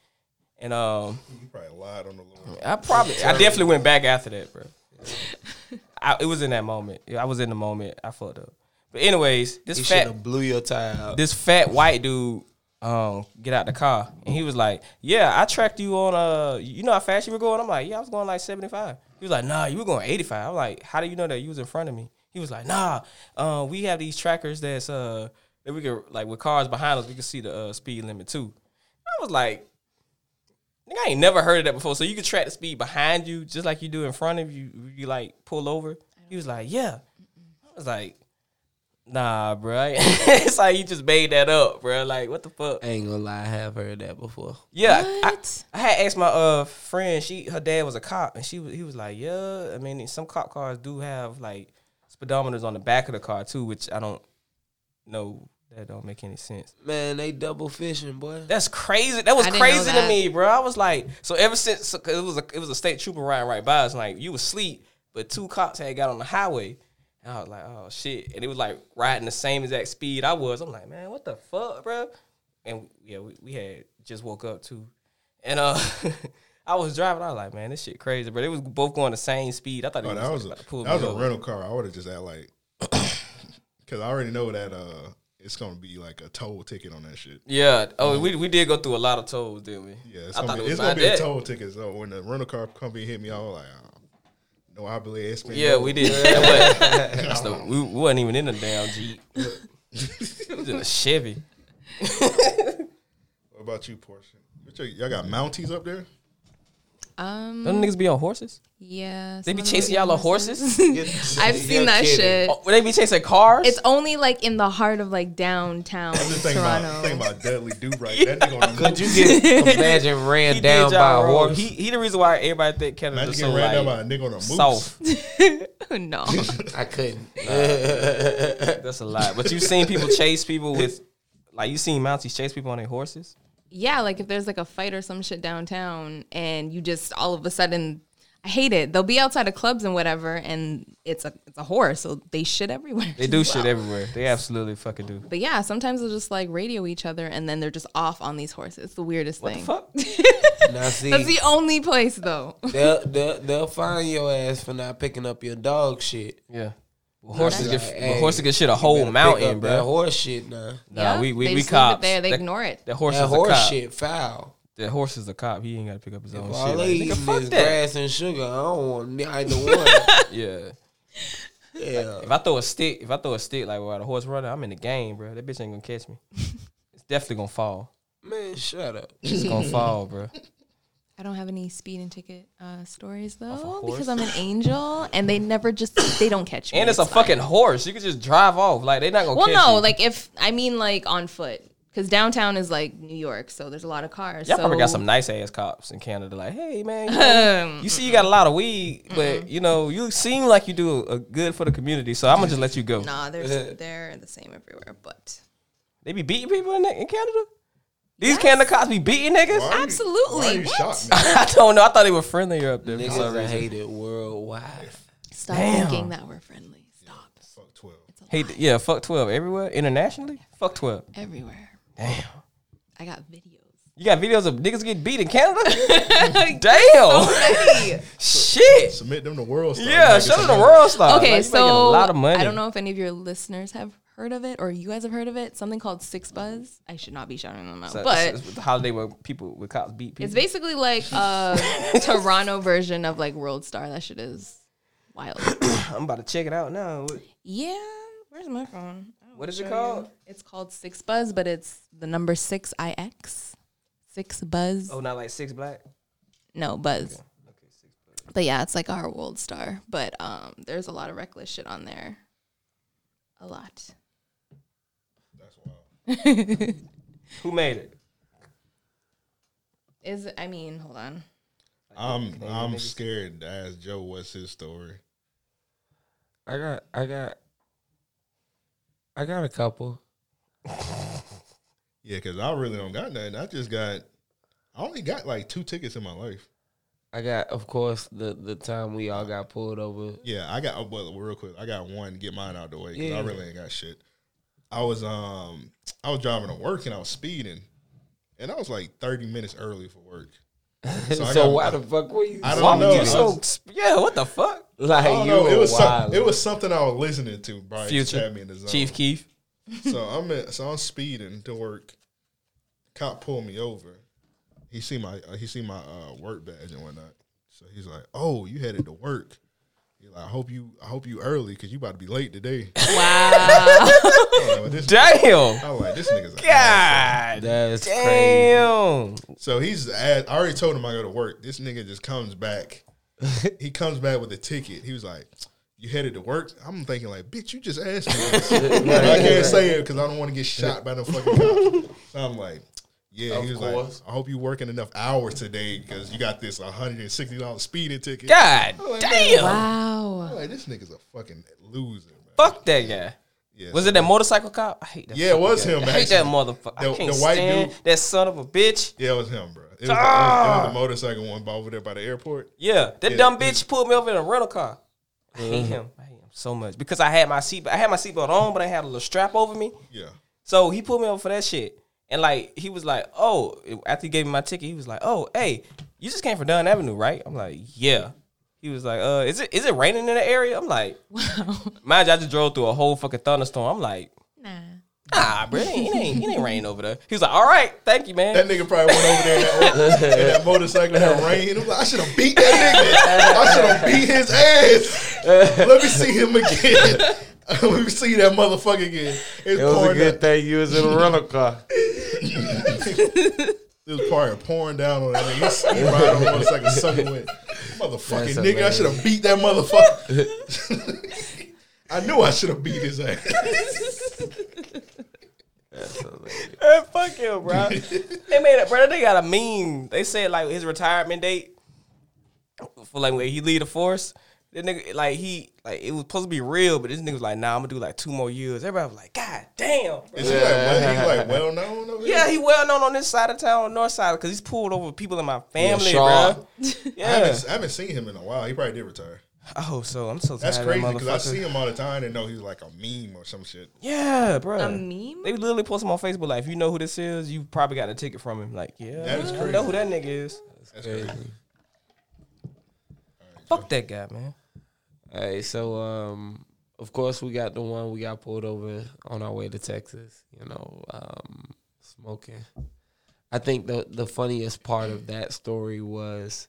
S8: And um,
S6: You probably lied on the Lord.
S8: I probably, I definitely went back after that, bro. I, it was in that moment. Yeah, I was in the moment. I fucked up. But anyways, this
S10: He
S8: fat
S10: shoulda blew your tire out.
S8: This fat white dude um get out the car and he was like, "Yeah, I tracked you on uh, you know how fast you were going." I'm like, "Yeah, I was going like 75." He was like, "Nah, you were going 85." I'm like, "How do you know that you was in front of me?" He was like, "Nah, uh, we have these trackers that's uh that we can like with cars behind us, we can see the uh, speed limit too." I was like. Nigga, I ain't never heard of that before. So you can track the speed behind you just like you do in front of you. You like pull over. He was like, yeah. I was like, nah, bro. I ain't- it's like you just made that up, bro. Like, what the fuck?
S10: I ain't gonna lie, I have heard that before.
S8: Yeah, I, I had asked my uh friend. She her dad was a cop, and she was he was like, yeah. I mean, some cop cars do have like speedometers on the back of the car too, which I don't know. That don't make any sense.
S10: Man, they double fishing, boy.
S8: That's crazy. That was
S10: I didn't know
S8: crazy to
S10: that.
S8: me, bro. I was like, so ever since so, 'cause it was a it was a state trooper riding right by us, like you was asleep, but two cops had got on the highway. And I was like, oh shit. And it was like riding the same exact speed I was. I'm like, man, what the fuck, bro? And yeah, we, we had just woke up too. And uh I was driving, I was like, man, this shit crazy, bro. They was both going the same speed. I thought
S6: Oh,
S8: it was,
S6: that was a,
S8: about to pull
S6: that was
S8: me
S6: a
S8: over.
S6: rental car. I would have just had like, because I already know that uh, it's gonna be like a toll ticket on that shit.
S8: Yeah. Oh, we, we did go through a lot of tolls, didn't we?
S6: Yeah, it's
S8: I
S6: gonna
S8: thought
S6: be,
S8: it was
S6: it's gonna
S8: my
S6: be a
S8: dad.
S6: toll ticket. So when the rental car company hit me, I was like, oh, no, I believe it's been
S8: Yeah,
S6: over.
S8: we did. That was- that's the- we, we wasn't even in a damn Jeep. we was in a Chevy.
S6: What about you, Portia? What you- Y'all got Mounties up there?
S9: Um,
S8: Them niggas be on horses?
S9: Yeah.
S8: They
S9: some
S8: be
S9: of them
S8: chasing
S9: be on
S8: y'all on horses?
S9: I've seen that shit.
S8: Oh, they be chasing cars?
S9: It's only like in the heart of like downtown
S6: Think
S9: Toronto.
S6: about, think about Dudley Do Right. That nigga on the
S10: Could you get imagine ran
S8: He did
S10: down by
S8: y'all
S10: a
S8: wrong.
S10: horse?
S8: He, he the reason why everybody think Canada's
S6: Imagine
S8: so
S6: getting
S8: like,
S6: ran down by a nigga on
S8: soft.
S6: a moose.
S9: no.
S10: I couldn't.
S8: That's a lot. But you've seen people chase people with, like you seen Mounties chase people on their horses?
S9: Yeah, like if there's like a fight or some shit downtown and you just all of a sudden I hate it. They'll be outside of clubs and whatever and it's a it's a horror, so they shit everywhere.
S8: They do shit everywhere. They absolutely fucking do.
S9: But yeah, sometimes they'll just like radio each other and then they're just off on these horses. It's the weirdest thing.
S10: Now see,
S9: That's the only place though.
S10: they'll, they'll, they'll find your ass for not picking up your dog shit.
S8: Yeah. Well, horses
S10: Like,
S8: get
S10: hey,
S8: but horses get shit a
S10: you
S8: whole
S10: better pick
S8: mountain,
S10: up
S8: bro.
S10: That horse shit, nah.
S8: Nah, we we
S9: they
S8: we
S9: just leave it
S8: cops.
S9: there, they
S8: That-
S9: ignore it.
S8: That horse
S10: That
S8: is a
S10: horse
S8: cop.
S10: shit foul.
S8: That horse is a cop. He ain't got to pick up his own
S10: If all they
S8: shit. Like,
S10: eating
S8: nigga, fuck
S10: is
S8: that.
S10: grass and sugar, I don't want neither one.
S8: Yeah.
S10: Yeah.
S8: If I throw a stick, if I throw a stick like while the horse running, I'm in the game, bro. That bitch ain't gonna catch me. it's definitely gonna fall.
S10: Man, shut up.
S8: It's gonna fall, bro.
S9: I don't have any speeding ticket uh, stories though
S8: horse?
S9: because I'm an angel and they never just they don't catch me.
S8: And it's a
S9: fine.
S8: fucking horse. You could just drive off. Like they not gonna.
S9: Well,
S8: catch
S9: no,
S8: you.
S9: like if I mean like on foot because downtown is like New York, so there's a lot of cars.
S8: Y'all
S9: so
S8: probably got some nice ass cops in Canada. Like, hey man, you, know, you see, you got a lot of weed,
S9: Mm-hmm.
S8: but you know, you seem like you do a, a good for the community. So I'm gonna just let you go.
S9: Nah, they're they're the same everywhere, but
S8: They be beating people in, in Canada. These Canada cops be beating niggas.
S9: absolutely. What?
S8: I don't know. I thought they were friendlier up there. for some
S10: Niggas are
S8: reason.
S10: hated worldwide.
S9: Stop
S8: Damn.
S9: thinking that we're friendly. Stop.
S6: Fuck twelve.
S8: Hate, yeah, fuck twelve everywhere internationally. Fuck twelve.
S9: Everywhere.
S8: Damn.
S9: I got video.
S8: You got videos of niggas getting beat in Canada? Damn. Shit.
S6: Submit them to world star.
S8: Yeah,
S6: Nigga,
S8: show them the
S6: submit
S8: world star.
S9: okay,
S8: Like, you
S9: so
S8: Uh, making a lot of money.
S9: I don't know if any of your listeners have heard of it or you guys have heard of it. Something called Six Buzz. I should not be shouting them out,
S8: So-
S9: but
S8: so it's the holiday where people with cops beat people.
S9: it's basically like a Toronto version of like World Star. That shit is wild.
S8: I'm about to check it out now. What-
S9: yeah. Where's my phone? I don't
S8: What is
S9: show
S8: it called?
S9: you. It's called Six Buzz, but it's the number six IX. Six Buzz.
S8: Oh, not like six black.
S9: No, Buzz. But yeah, it's like our World Star. But um, there's a lot of reckless shit on there. A lot.
S8: Who made it?
S9: Is I mean, hold on.
S6: I'm I'm scared to ask Joe what's his story.
S10: I got, I got, I got a couple.
S6: Yeah, because I really don't got nothing. I just got I only got like two tickets in my life.
S10: I got, of course, the the time we all got pulled over.
S6: Yeah, I got oh, well, real quick. I got one. Get mine out the way because
S10: Yeah.
S6: I really ain't got shit. I was um I was driving to work and I was speeding, and I was like thirty minutes early for work.
S10: So,
S6: I got-
S10: why the fuck were you?
S6: I don't know.
S8: You so yeah. What the fuck?
S10: like
S6: I don't
S10: you
S6: know. It was
S10: wild.
S6: some, it was something I was listening to. Brian just
S8: Future.
S6: had me in the zone.
S8: Chief Keith.
S6: so I'm at, so I'm speeding to work. Cop pulled me over. He see my uh, he see my uh, work badge and whatnot. So he's like, "Oh, you headed to work." He's like, "I hope you I hope you early because you about to be late today." Wow. this,
S8: Damn.
S6: I'm like, this nigga's a
S8: God.
S10: That's
S8: Damn.
S6: So he's at, I already told him I go to work. This nigga just comes back. he comes back with a ticket. He was like, "You headed to work?" I'm thinking like, "Bitch, you just asked me." This. But I can't say it because I don't want to get shot by the fucking cops. So I'm like, "Yeah." he was
S10: course.
S6: like, "I hope you working enough hours today because you got this 160 dollars speeding ticket."
S8: God
S6: I'm like,
S8: damn.
S6: I'm
S9: Wow.
S6: like, this nigga's a fucking loser. Man.
S8: Fuck that guy.
S6: Yeah,
S8: Was it that motorcycle cop? I hate that.
S6: Yeah, it was
S8: fucking guy.
S6: him,
S8: I hate that
S6: actually.
S8: motherfucker.
S6: The-
S8: I can't
S6: the white
S8: stand
S6: dude.
S8: that son of a bitch.
S6: Yeah, it was him, bro. It was, the, it was
S8: Ah.
S6: the motorcycle one by over there by the airport.
S8: Yeah, that
S6: Yeah, Mm-hmm.
S8: dumb bitch pulled me over in a rental car. I hate him. I hate him so much because I had my seat. I had my seatbelt on, but I had a little strap over me.
S6: Yeah.
S8: So he pulled me over for that shit. And like he was like, oh, after he gave me my ticket, he was like, oh, hey, you just came from Dunn Avenue, right? I'm like, yeah. He was like, uh, is it is it raining in the area? I'm like, mind you, I just drove through a whole fucking thunderstorm. I'm like,
S9: Nah.
S8: nah, bro, it ain't it ain't, it ain't raining over there. He was like, all right, thank you, man.
S6: That nigga probably went over there in that, in that motorcycle in that rain. I'm like, I should have beat that nigga. I should have beat his ass. Let me see him again. Let me see that motherfucker again. It's
S10: It was a
S6: pouring
S10: good
S6: down,
S10: thing you was in a rental car.
S6: it was probably pouring down on that nigga. He's riding on the motorcycle sucking wind. Motherfucking
S10: That's
S6: nigga, I
S10: hilarious.
S6: should have beat that motherfucker. I knew I should have beat his ass.
S8: Man, fuck him, bro. they made it, bro. They got a meme. They said like his retirement date for like when he leave the force. That nigga, like he, like it was supposed to be real, but this nigga was like, nah, I'm gonna do like two more years. Everybody was like, God damn. Bro.
S6: Is he like, well, he's like well known over here?
S8: Yeah, he well known on this side of town, on north side, because he's pulled over people in my family,
S10: Shaw.
S8: bro.
S6: I
S8: Yeah.
S6: haven't, I haven't seen him in a while. He probably did retire.
S8: Oh, so I'm so
S6: That's
S8: tired
S6: crazy
S8: of that
S6: because I
S8: motherfucker.
S6: see him all the time and know he's like a meme or some shit.
S8: Yeah, bro.
S9: A meme?
S8: They literally post him on Facebook. Like, if you know who this is, you probably got a ticket from him. Like, yeah,
S6: That is
S8: I
S6: crazy.
S8: know who that nigga is. Fuck that guy, man.
S10: All right, so um, Of course, we got the one we got pulled over on our way to Texas. You know, um, smoking. I think the the funniest part of that story was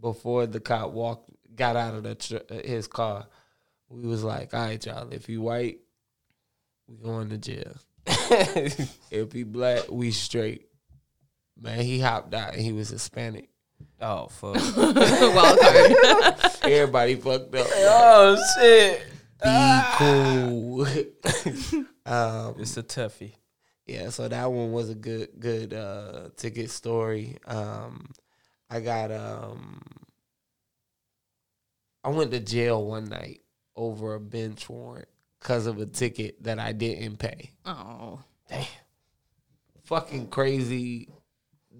S10: before the cop walked got out of the tr- uh, his car. We was like, "All right, y'all, if you white, we going to jail. if he black, we straight." Man, he hopped out and he was Hispanic.
S8: Oh fuck!
S10: Wild card. Everybody fucked up.
S8: Oh shit!
S10: Be cool. um,
S8: Ah. it's a toughie.
S10: Yeah, so that one was a good good uh, ticket story. Um, I got um, I went to jail one night over a bench warrant because of a ticket that I didn't pay.
S9: Oh.
S10: Damn. Fucking crazy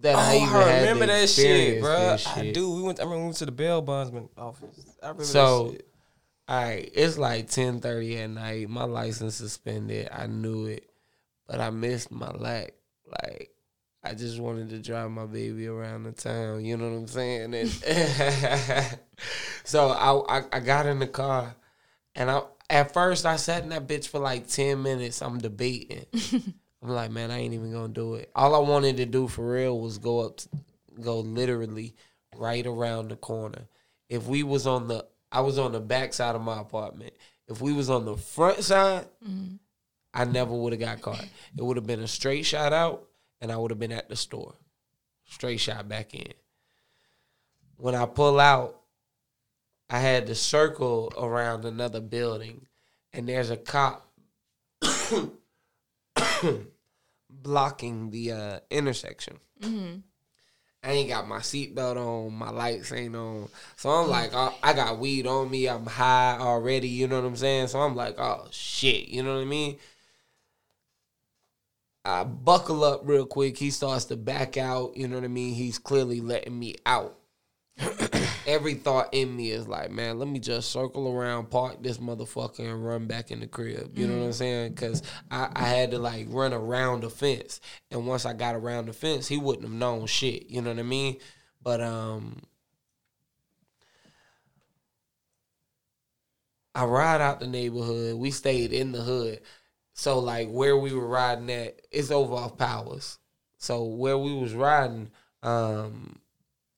S10: that
S8: oh,
S10: I even
S8: I
S10: had
S8: remember
S10: to
S8: that shit,
S10: experience
S8: bro.
S10: this
S8: I
S10: shit.
S8: do. We went. I remember we went to the bail bondsman office. I remember that
S10: So,
S8: shit.
S10: all right, it's like ten thirty at night. My license suspended. I knew it, but I missed my lack. Like, I just wanted to drive my baby around the town. You know what I'm saying? And so I, I I got in the car, and I at first I sat in that bitch for like ten minutes. I'm debating. I'm like, man, I ain't even gonna do it. All I wanted to do for real was go up, t- go literally right around the corner. If we was on the, I was on the back side of my apartment. If we was on the front side,
S9: Mhm.
S10: I never would have got caught. It would have been a straight shot out, and I would have been at the store, straight shot back in. When I pull out, I had to circle around another building, and there's a cop blocking the uh, intersection.
S9: Mhm.
S10: I ain't got my seatbelt on, my lights ain't on. So I'm like, oh, I got weed on me, I'm high already, you know what I'm saying? So I'm like, oh shit, you know what I mean? I buckle up real quick. He starts to back out, you know what I mean? He's clearly letting me out. Every thought in me is like, man, let me just circle around, park this motherfucker, and run back in the crib. You know what I'm saying? Because I, I had to like run around the fence, and once I got around the fence, he wouldn't have known shit. You know what I mean? But um, I ride out the neighborhood. We stayed in the hood. So like where we were riding at, it's over off powers. So where we was riding, um,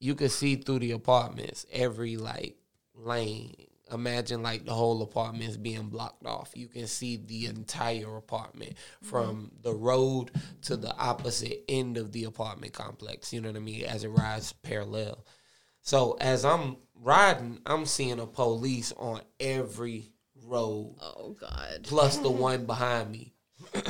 S10: you could see through the apartments every like lane. Imagine like the whole apartments being blocked off. You can see the entire apartment from the road to the opposite end of the apartment complex. You know what I mean? As it rides parallel. So as I'm riding, I'm seeing a police on every road.
S9: Oh God.
S10: Plus the one behind me.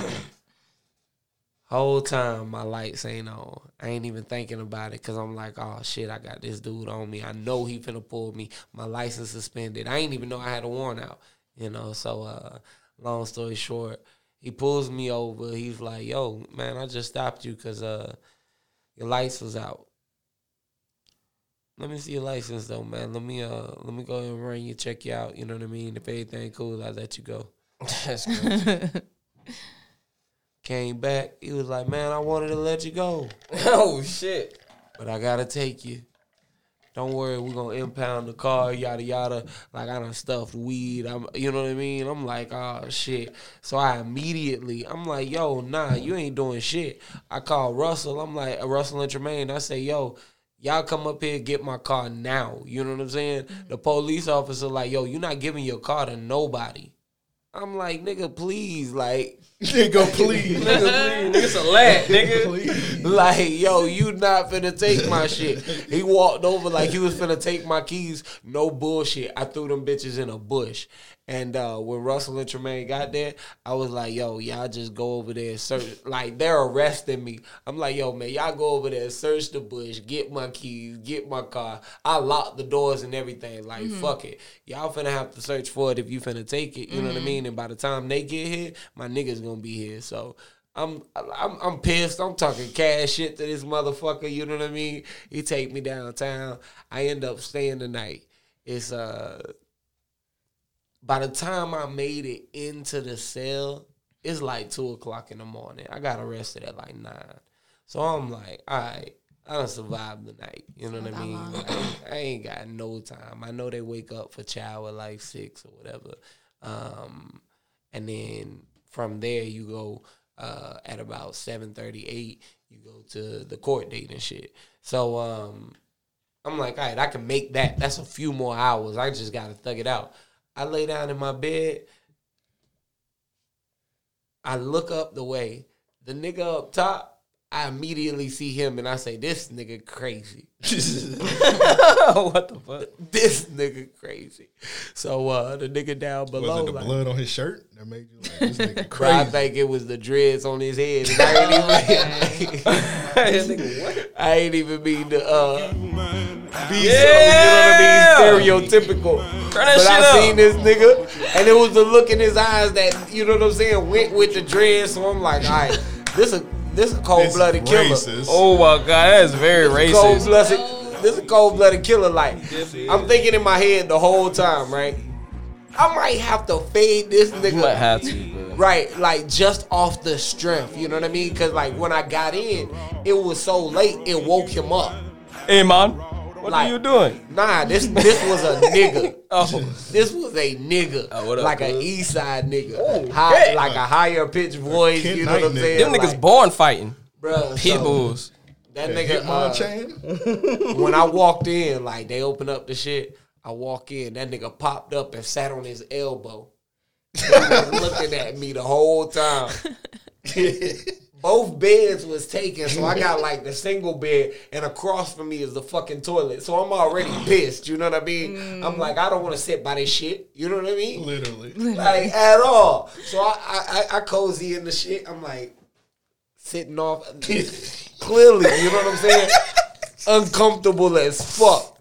S10: Whole time my lights ain't on. I ain't even thinking about it because I'm like, oh shit, I got this dude on me. I know he finna pull me. My license suspended. I ain't even know I had a warrant out. You know, so uh long story short, he pulls me over. He's like, yo, man, I just stopped you because uh your lights was out. Let me see your license though, man. Let me uh let me go ahead and run you, check you out. You know what I mean? If everything cool, I'll let you go.
S8: That's crazy.
S10: Came back, he was like, Man, I wanted to let you go.
S8: oh shit!
S10: But I gotta take you. Don't worry, we're gonna impound the car, yada yada. Like I done stuffed weed. I'm you know what I mean? I'm like, oh shit. So I immediately I'm like, yo, nah, you ain't doing shit. I call Russell, I'm like uh, Russell and Tremaine, I say, yo, y'all come up here get my car now. You know what I'm saying?
S8: Mm-hmm.
S10: The police officer like, yo, you not giving your car to nobody. I'm like, nigga, please, like,
S6: nigga, please,
S10: nigga, please,
S8: nigga's a lad, nigga.
S10: like, yo, you not finna take my shit. He walked over like he was finna take my keys. No bullshit. I threw them bitches in a bush. And uh, when Russell and Tremaine got there, I was like, yo, y'all just go over there and search. Like, they're arresting me. I'm like, yo, man, y'all go over there and search the bush, get my keys, get my car. I locked the doors and everything. Like,
S8: Mhm.
S10: fuck it. Y'all finna have to search for it if you finna take it. You know what I
S8: Mhm.
S10: mean? And by the time they get here, my niggas gonna be here. So I'm I'm I'm pissed. I'm talking cash shit to this motherfucker. You know what I mean? He take me downtown. I end up staying the night. It's uh by the time I made it into the cell, it's like two o'clock in the morning. I got arrested at like nine. So I'm like, all right, I done survived the night. You know what I mean? Like, I ain't got no time. I know they wake up for chow at like six or whatever. Um, and then from there you go uh, at about seven thirty eight. You go to the court date and shit. So um, I'm like, all right, I can make that. That's a few more hours. I just gotta thug it out. I lay down in my bed. I look up the way. The nigga up top, I immediately see him and I say, This nigga crazy.
S8: what the fuck?
S10: This nigga crazy. So uh the nigga down below.
S6: Was it the
S10: like-
S6: blood on his shirt that made you like this nigga
S10: Bro, I
S6: crazy?
S10: think it was the dreads on his head. and I ain't even, I ain't even mean to uh, be
S8: Yeah!
S10: so, you know what I mean, stereotypical.
S8: Turn that
S10: but
S8: shit
S10: I
S8: up.
S10: seen this nigga, and it was the look in his eyes that you know what I'm saying went with the dreads. So I'm like, all right, this a this a cold blooded killer.
S8: Oh my god, that is very
S10: Cold
S8: racist.
S10: blooded. This is cold blooded killer. Like I'm thinking in my head the whole time, right? I might have to fade this nigga.
S8: Might have to, bro.
S10: Right, like just off the strength, you know what I mean? Because like when I got in, it was so late, it woke him up.
S8: Hey man, what
S10: Like-
S8: are you doing?
S10: Nah, this this was a nigga.
S8: Oh,
S10: This was a nigga,
S8: what up,
S10: like an
S8: dude?
S10: East Side nigga,
S6: Oh,
S10: High,
S8: shit.
S10: like a higher pitched voice.
S6: Kid
S10: You know what
S6: Knight
S10: I'm
S6: nigga.
S10: saying?
S8: them niggas
S10: Like,
S8: born fighting.
S10: bruh,
S8: Pit
S10: so
S8: bulls.
S10: That
S6: That
S10: nigga,
S6: Hitmon
S10: uh,
S6: chain?
S10: when I walked in, like they opened up the shit. I walk in, that nigga popped up and sat on his elbow. He was looking at me the whole time. Both beds was taken, so I got like the single bed, and across from me is the fucking toilet. So I'm already pissed. You know what I mean?
S6: Mm.
S10: I'm like, I don't want to sit by this shit. You know what I mean?
S6: Literally.
S10: like at all. So I, I, I, I cozy in the shit. I'm like sitting off. Clearly, you know what I'm saying? Uncomfortable as fuck.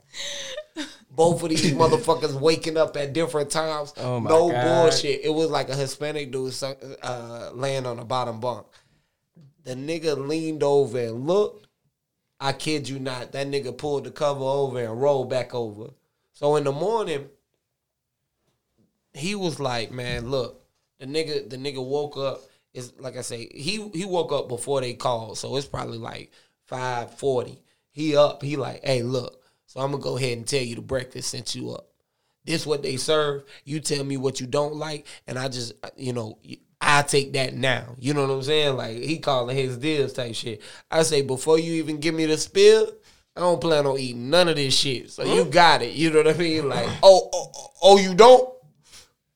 S10: Both of these motherfuckers waking up at different times.
S8: Oh my
S10: no
S8: God.
S10: bullshit. It was like a Hispanic dude su- uh, laying on the bottom bunk. The nigga leaned over and looked. I kid you not. That nigga pulled the cover over and rolled back over. So in the morning, he was like, man, look, the nigga, the nigga woke up. It's like I say, he he woke up before they called, so it's probably like five forty. He up. He like, hey, look. So I'm gonna go ahead and tell you the breakfast sent you up. This what they serve. You tell me what you don't like, and I just, you know, I take that now. You know what I'm saying? Like he calling his deals type shit. I say before you even give me the spill, I don't plan on eating none of this shit. So
S8: Mm-hmm.
S10: you got it. You know what I mean? Like, oh, oh, oh, oh, you don't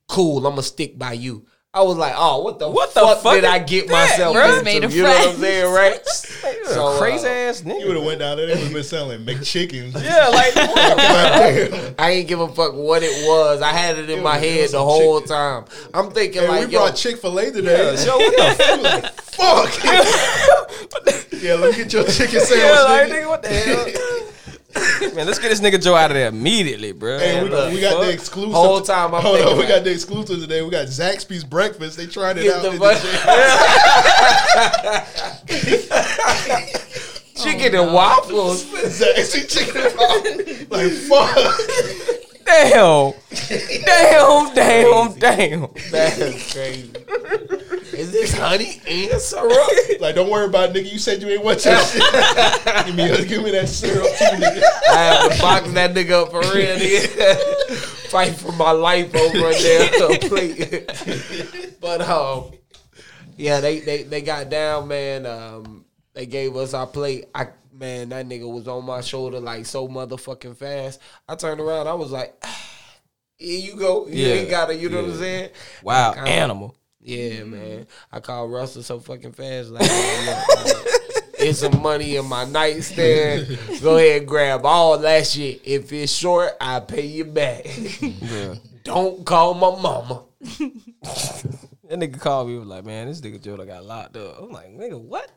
S10: cool, I'm gonna stick by you. I was like, oh, what the
S8: What the
S10: fuck,
S8: fuck
S10: did I
S8: is
S10: get
S8: that,
S10: myself
S8: bro?
S10: into?
S8: Just
S9: made a
S10: you know what I'm
S9: friend.
S10: saying, right?
S8: You're
S10: So,
S8: a
S10: uh,
S8: crazy ass
S6: You would
S8: nigga.
S6: have went down there. They would have been selling McChickens.
S8: Yeah, like
S10: I ain't give a fuck what it was. I had it in
S6: It
S10: my
S6: was- it
S10: head
S6: was
S10: the
S6: some
S10: whole
S6: chicken.
S10: time. I'm thinking
S6: And
S10: like,
S6: we
S10: yo,
S6: brought Chick Fil A today.
S8: yo, what the
S6: He was like, Fuck. yeah, let me get your chicken sandwich.
S8: hell, like,
S6: nigga.
S8: nigga, what the hell? Man, let's get this nigga Joe out of there immediately, bro.
S6: Hey, we,
S8: What the
S6: we got the
S8: fuck?
S6: exclusive.
S10: Whole time I'm
S6: Hold on,
S10: thinking
S6: we
S10: like-
S6: got the exclusive today. We got Zaxby's breakfast. They tried it
S10: Get
S6: out.
S10: the
S6: in
S10: fuck-
S6: the
S10: chicken and waffles.
S6: Zaxby's chicken and waffles. Like fuck.
S8: Damn. Damn, damn, damn.
S10: That's crazy. Is this honey and syrup?
S6: Like don't worry about it, nigga. You said you ain't want your shit. give me, uh, give me that syrup too, nigga.
S10: I have to box that nigga up for real. Nigga. Fight for my life over a damn plate. but um, yeah, they, they they got down, man. Um, they gave us our plate. I man, that nigga was on my shoulder like so motherfucking fast. I turned around, I was like, here you go. You
S8: Yeah,
S10: ain't gotta, you know what I'm saying?
S8: Wow,
S10: Kinda-
S8: animal.
S10: Yeah,
S8: Mm-hmm.
S10: man. I called Russell so fucking fast. Like, man, look, man, it's some money in my nightstand. Go ahead and grab all that shit. If it's short, I pay you back. Don't call my mama.
S8: That nigga called me was like, man, this nigga Joe done got locked up. I'm like, nigga, what?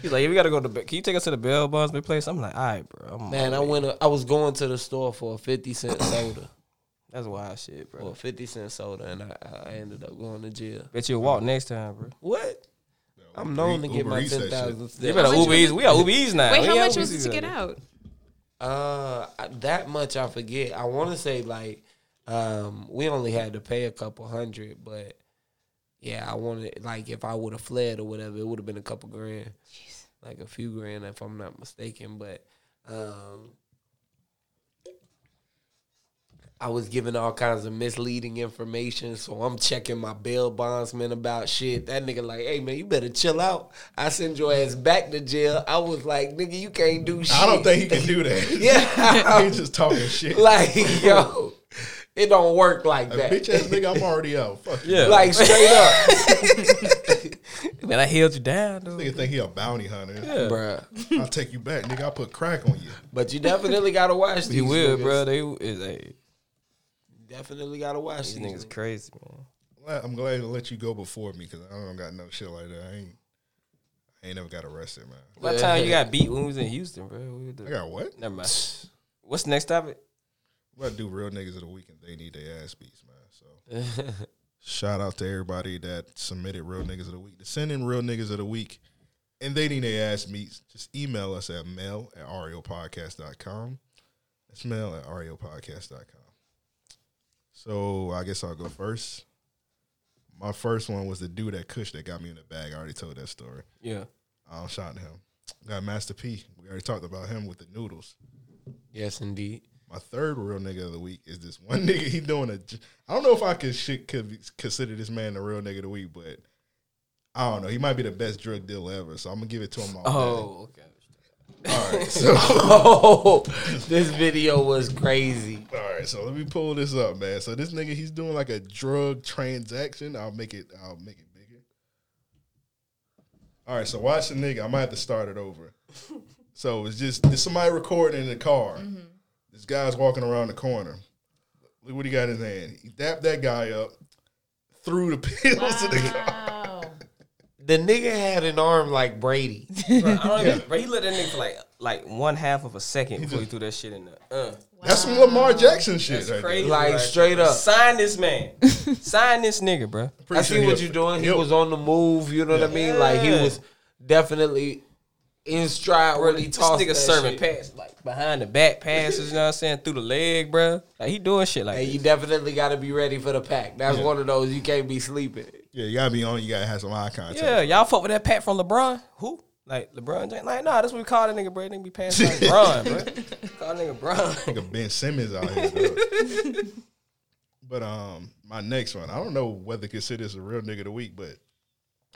S8: He's like, yeah, we gotta go to the can you take us to the Bell Bondsman place? I'm like, all right, bro. I'm
S10: Man, I went. A, I was going to the store for a fifty cent soda,
S8: That's wild Ah, shit, bro.
S10: for a fifty cent soda, and I, I ended up going to jail.
S8: Bet you'll walk next time, bro.
S10: What? I'm known to get
S6: Uber
S10: my
S6: Eats that
S10: ten
S6: shit.
S10: thousand.
S8: You better
S9: much
S8: Uber
S9: was
S8: Eats.
S9: it?
S8: We are Uber Eats now.
S9: Wait,
S8: We
S9: how
S8: ain't
S9: much
S8: Uber
S9: was it
S8: Eats
S9: to get
S8: now.
S9: out?
S10: Uh, I- that much I forget. I want to say like, um, we only had to pay a couple hundred, but yeah, I wanted like if I would have fled or whatever, it would have been a couple grand, like a few grand if I'm not mistaken. But um, I was given all kinds of misleading information, so I'm checking my bail bondsman about shit. That nigga like, hey man, you better chill out. I send your ass back to jail. I was like, nigga, you can't do shit.
S6: I don't think he can do that.
S10: yeah,
S6: he just talking shit.
S10: Like yo, it don't work like
S6: A
S10: that.
S6: bitch ass nigga, I'm already out. Fuck you.
S8: Yeah.
S10: like straight up,
S8: Man, I held you down, though.
S6: Nigga think he a bounty hunter.
S8: Yeah.
S10: bruh.
S6: I'll take you back, nigga. I put crack on you.
S10: But you definitely gotta watch these.
S8: You will,
S10: niggas.
S8: bro. They, is hey,
S10: Definitely gotta watch
S8: these
S10: these.
S8: niggas crazy, man.
S6: Glad- I'm glad to let you go before me because I don't got no shit like that. I ain't, I ain't never got arrested, man.
S8: By the time you got beat when we was in Houston, bro. We
S6: I got what?
S8: Never mind. What's the next topic?
S6: What I do real niggas of the weekend? They need their ass beats, man. So shout out to everybody that submitted real niggas of the week. To send in real niggas of the week, and they need their ass beats. Just email us at mail at E ariopodcast.com. It's mail at E ariopodcast.com. So I guess I'll go first. My first one was the dude at Kush that got me in the bag. I already told that story.
S8: Yeah.
S6: Um, shout out to him. Got Master P. We already talked about him with the noodles.
S10: Yes, indeed.
S6: My third real nigga of the week is this one nigga. He doing a. j- I don't know if I could shit could be- consider this man the real nigga of the week, but I don't know. He might be the best drug dealer ever, so I'm gonna give it to him. All
S8: Oh, okay.
S6: day. all right. So,
S10: Oh, this video was crazy.
S6: all right. So let me pull this up, man. So this nigga, he's doing like a drug transaction. I'll make it. I'll make it bigger. All right. So watch the nigga. I might have to start it over. So it's just there's somebody recording in the car. This guy's walking around the corner. Look what he got in his hand. He dapped that guy up, threw the pills in the car.
S10: The nigga had an arm like Brady.
S8: Bro, I don't even, bro, he let that nigga for like like one half of a second before he threw that shit in the. Uh,
S6: That's some Lamar Jackson shit.
S8: that's
S6: right there.
S8: crazy.
S10: Like, straight up.
S8: Sign this man. Sign this nigga, bro.
S10: I
S6: Pretty
S10: see
S6: sure he
S10: what
S6: a-
S10: you're doing. He
S6: Yep.
S10: was on the move. You know what I mean? Like he
S8: Yeah.
S10: was definitely in stride. Really
S8: This
S10: tossed
S8: nigga
S10: that
S8: serving
S10: shit.
S8: pass like behind the back passes. You know what I'm saying? Through the leg, bro. Like he doing shit like.
S10: And
S8: that.
S10: you definitely got to be ready for the pack. That's
S6: Yeah.
S10: one of those you can't be sleeping.
S6: Yeah, you gotta be on. You gotta have some eye contact.
S8: Yeah, y'all fuck with that pack from LeBron. Who? Like LeBron James? Like, nah, that's what we call that nigga, bro. That Nigga be passing like Bron, bro. Call that nigga Bron.
S6: Like a Ben Simmons out here. dog. but um, my next one, I don't know whether to consider this a real nigga of the week, but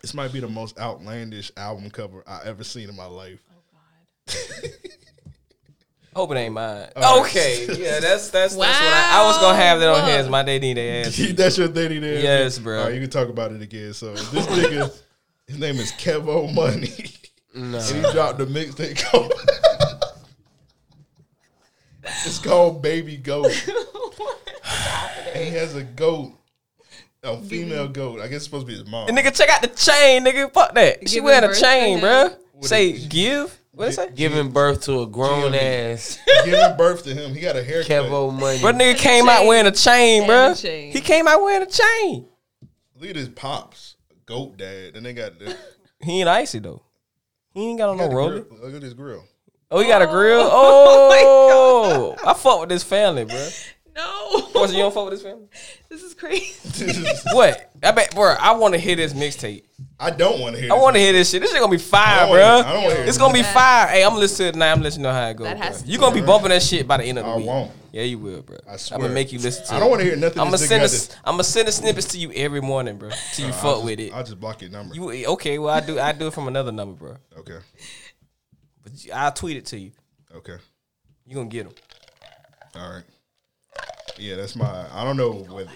S6: this might be the most outlandish album cover I ever seen in my life.
S8: Hope it ain't mine.
S6: All right.
S8: Okay, yeah, that's that's that's what I, I was gonna have that on here. Is my they need their ass.
S6: That's your thing there.
S8: Yes, bro.
S6: All right, you can talk about it again. So this nigga, his name is Kevo Money. And he dropped the mixtape called It's called Baby Goat. and he has a goat. A female goat. I guess it's supposed to be his mom.
S8: And nigga, check out the chain, nigga. Fuck that. she
S9: Giving
S8: wearing a
S9: birth
S8: chain,
S9: to
S8: bruh.
S9: him.
S8: Say give. What it say?
S10: Giving birth to a grown ass
S6: Giving birth to him. He got a haircut.
S10: Kevo money.
S8: But nigga came out wearing a chain,
S9: And a
S8: bruh.
S9: chain.
S8: He came out wearing a chain.
S6: Look at his pops. Goat dad. And they got the,
S8: He ain't icy though. He ain't got on
S6: got
S8: no
S6: the
S8: roller.
S6: grill. Look at his grill.
S8: Oh, he got a grill. Oh, I fuck with this family, bruh.
S9: No,
S8: Of you don't fuck with this family.
S9: this is crazy.
S8: What? I bet, bruh. I want to hear this mixtape.
S6: I don't want to hear
S8: I
S6: this.
S8: want to hear this shit. This shit gonna be
S6: I
S8: fire,
S6: don't wanna-
S8: bruh.
S6: I don't want to hear
S8: It's
S6: this.
S8: gonna be
S9: That-
S8: fire. Hey, I'm gonna listen to it now. I'm listening to how it goes.
S9: That has
S8: bruh.
S9: to
S8: you
S9: be
S8: gonna be bumping that shit by the end of the
S6: I
S8: week.
S6: won't.
S8: Yeah, you will, bro.
S6: I swear.
S8: am gonna make you listen to.
S6: I don't want to hear nothing.
S8: I'm gonna
S6: this nigga
S8: send
S6: got
S8: us.
S6: to-
S8: I'm gonna send a snippets to you every morning, bro. Till you fuck with it.
S6: I'll just block your number.
S8: You okay? Well, I do. I do it from another number, bro.
S6: okay.
S8: But you- I'll tweet it to you.
S6: Okay.
S8: You gonna get them.
S6: All right. Yeah, that's my. I don't know what.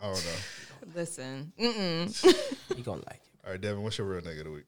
S6: I don't know.
S9: Listen, mm-mm.
S8: You gonna like it.
S6: All right, Devin, what's your real nigga of the week?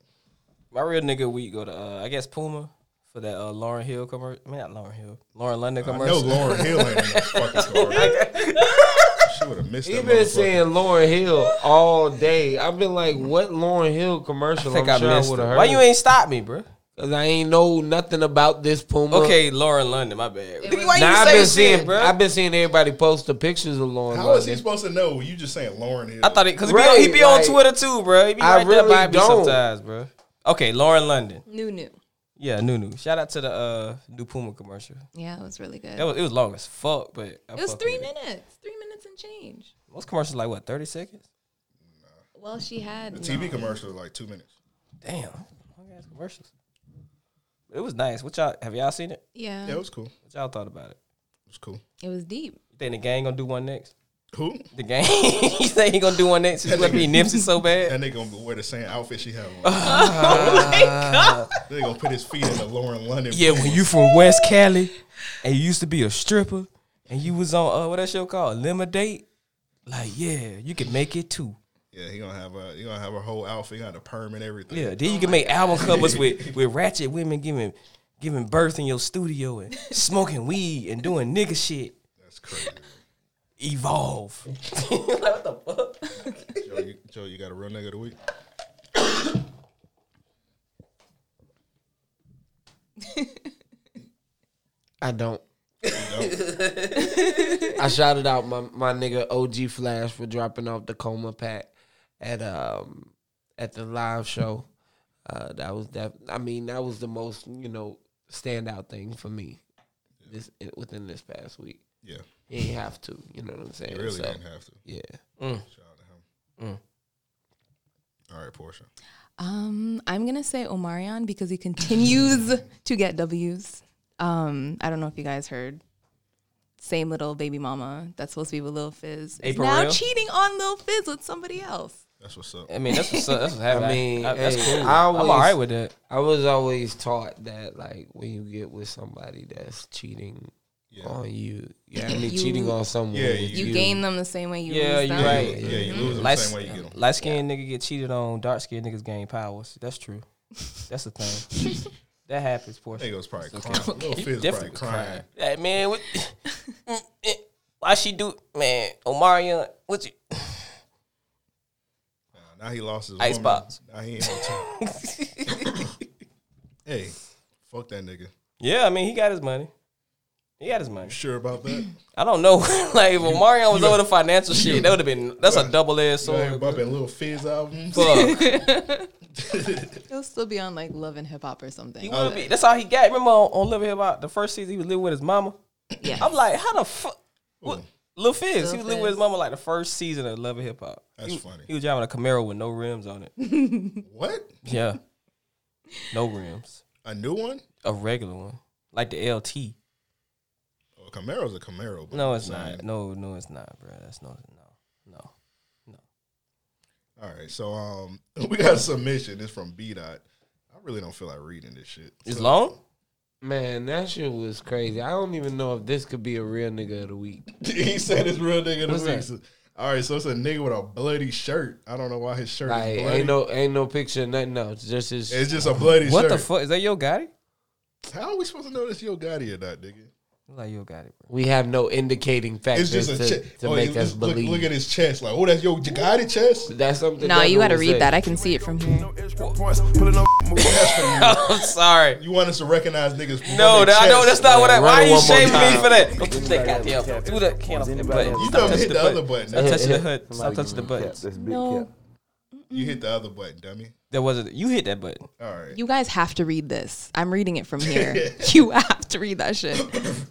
S8: My real nigga week go to uh, I guess Puma for that uh, Lauren Hill commercial. Man, not Lauren Hill. Lauren London
S6: No,
S8: commercial.
S6: Lauren Hill ain't in that fucking car. she would have missed
S10: He
S6: that.
S10: been
S6: motherfucker.
S10: saying Lauren Hill all day. I've been like, what Lauren Hill commercial?
S8: I think
S10: I'm
S8: I
S10: sure
S8: missed
S10: would've
S8: it.
S10: heard
S8: Why you
S10: it.
S8: ain't stop me, bro?
S10: Cause I ain't know nothing about this Puma.
S8: Okay, Lauren London. My bad. Nigga, Why
S10: Now I've
S8: you say
S10: been seeing,
S8: shit, bro?
S10: I've been seeing everybody post the pictures of Lauren.
S6: How is he
S10: London.
S6: supposed to know? You just saying Lauren Hill.
S8: I thought it because
S10: Right,
S8: he be, on- he be on
S10: like,
S8: Twitter too, bro. He be
S10: I
S8: right there
S10: really
S8: by me
S10: don't.
S8: sometimes, bro. Okay, Lauren London.
S9: new, new.
S8: Yeah, Nunu. Shout out to the uh, new Puma commercial.
S9: Yeah, it was really good.
S8: That was, it was long as fuck, but I
S9: it was
S8: fuck
S9: three
S8: with it.
S9: minutes, three minutes and change.
S8: Most commercials like what thirty seconds?
S9: Well, she had
S6: the
S9: no.
S6: TV commercial was like two minutes.
S8: Damn, long ass commercials. It was nice. What y'all have y'all seen it?
S9: Yeah,
S6: Yeah, it was cool.
S8: What y'all thought about it?
S6: It was cool.
S9: it was deep.
S8: You think the gang gonna do one next?
S6: Who?
S8: The gang. you think he gonna do one next? He's gonna be Nipsey so bad.
S6: And they gonna wear the same outfit she had on.
S8: Oh my God.
S6: They gonna put his feet in the Lauren London.
S8: Yeah, when you from West Cali and you used to be a stripper and you was on uh, what that show called Eliminate, like yeah, you can make it too.
S6: Yeah, he gonna have a he gonna have a whole outfit, he gonna have a perm and everything.
S8: Yeah, then you can make album covers with with ratchet women giving giving birth in your studio and smoking weed and doing nigga shit. That's
S6: crazy.
S8: Evolve.
S6: Joe, you, Joe, you got a real nigga of the week?
S10: I don't.
S6: don't?
S10: I shouted out my, my nigga OG Flash for dropping off the coma pack at um at the live show. Uh, that was that. I mean, that was the most you know standout thing for me this within this past week.
S6: Yeah.
S10: he didn't have to. You know what I'm saying?
S6: He really
S10: So,
S6: didn't have to.
S10: Yeah.
S6: Shout out to
S8: Mm.
S6: him. All right, Portia.
S9: Um, I'm gonna say Omarion because he continues to get W's. Um, I don't know if you guys heard. Same little baby mama that's supposed to be with Lil Fizz is
S8: April
S9: now
S8: Real?
S9: cheating on Lil Fizz with somebody else.
S6: That's what's up.
S8: I mean, that's what's up. That's what's happening.
S10: I mean,
S8: I- that's
S10: hey,
S8: cool.
S10: I
S8: I'm
S10: always-
S8: all right with that.
S10: I was always taught that, like, when you get with somebody that's cheating on you, yeah, I mean,
S9: You-
S10: cheating on someone,
S6: Yeah,
S10: with
S9: You gain them the same way you lose them.
S6: Yeah,
S8: Mm-hmm.
S6: you lose them
S8: Light-
S6: same way you get them.
S8: Light skinned nigga get cheated on. Dark skinned niggas gain powers. That's true. That's the thing. that happens. Portia.
S6: Nigga was probably
S8: It's
S6: crying. Lil
S8: He
S6: Fizz
S8: definitely
S6: probably crying.
S8: Like, man, what, Mm, eh, why she do? Man, Omarion, what you?
S6: Now he lost his woman.
S8: Icebox.
S6: Now he ain't no time. hey, fuck that nigga.
S8: Yeah, I mean, he got his money. He got his money.
S6: Sure about that?
S8: I don't know. like, if Omarion was
S6: you-
S8: over the financial
S6: you-
S8: shit, that would have been that's a double edged
S6: So
S8: sword.
S6: ain't bumping Lil Fizz albums.
S8: Fuck.
S9: He'll still be on like Love and Hip Hop or something.
S8: He
S6: Uh,
S8: would be. That's all he got. Remember on, on Living About the first season, he was living with his mama.
S9: Yeah.
S8: I'm like, how the fuck? What? Lil Fizz, he was
S9: Lil
S8: living with his
S9: Fizz.
S8: mama like the first season of Love and Hip Hop.
S6: That's
S8: He-
S6: funny.
S8: He was driving a Camaro with no rims on it.
S6: What?
S8: Yeah, no rims,
S6: A new one?
S8: a regular one, like the LT.
S6: Oh, Camaro's a Camaro. but
S8: No, it's
S6: man.
S8: not. No, no, it's not, bro. That's no, no, no.
S6: All right, so um, we got a submission. It's from B dot. I really don't feel like reading this shit.
S8: It's
S6: So-
S8: long.
S10: Man, that shit was crazy. I don't even know if this could be a real nigga of the week.
S6: he said it's real nigga of
S8: What's
S6: the week. So- All right, so it's a nigga with a bloody shirt. I don't know why his shirt
S10: Like,
S6: is bloody.
S10: ain't no, ain't no picture, nothing else. Just his,
S6: it's just a bloody
S8: What
S6: shirt.
S8: the fuck is that? Yo Gotti?
S6: How are we supposed to know this Yo Gotti or not, nigga?
S8: Like Yo Gotti, bro.
S10: we have no indicating
S6: It's
S10: factors
S6: just a
S10: to,
S6: chest.
S10: to
S6: Oh,
S10: make
S6: it's-
S10: us
S6: look,
S10: believe.
S6: look at his chest. Like, oh, that's Yo Gotti chest.
S10: That's something.
S9: No, you got to
S10: gotta
S9: read that. I can see it from here.
S8: I'm sorry.
S6: You want us to recognize niggas? from
S8: No,
S6: their
S8: that, I know
S6: chest.
S8: that's not what. I,
S10: Run
S8: why
S10: it
S8: are you
S10: one more
S8: shaming me
S10: time.
S8: for that? Don't touch that goddamn. Do that can off the button.
S6: You
S8: Stop
S6: done
S8: touching
S6: hit the other button.
S8: Stop touching the
S6: Hit-
S8: hood. Stop touching the
S12: That's
S8: buttons.
S12: big
S9: No.
S12: cap.
S6: You hit the other button, dummy.
S8: There wasn't. You hit that button.
S6: All right.
S9: You guys have to read this. I'm reading it from here. you have to read that shit.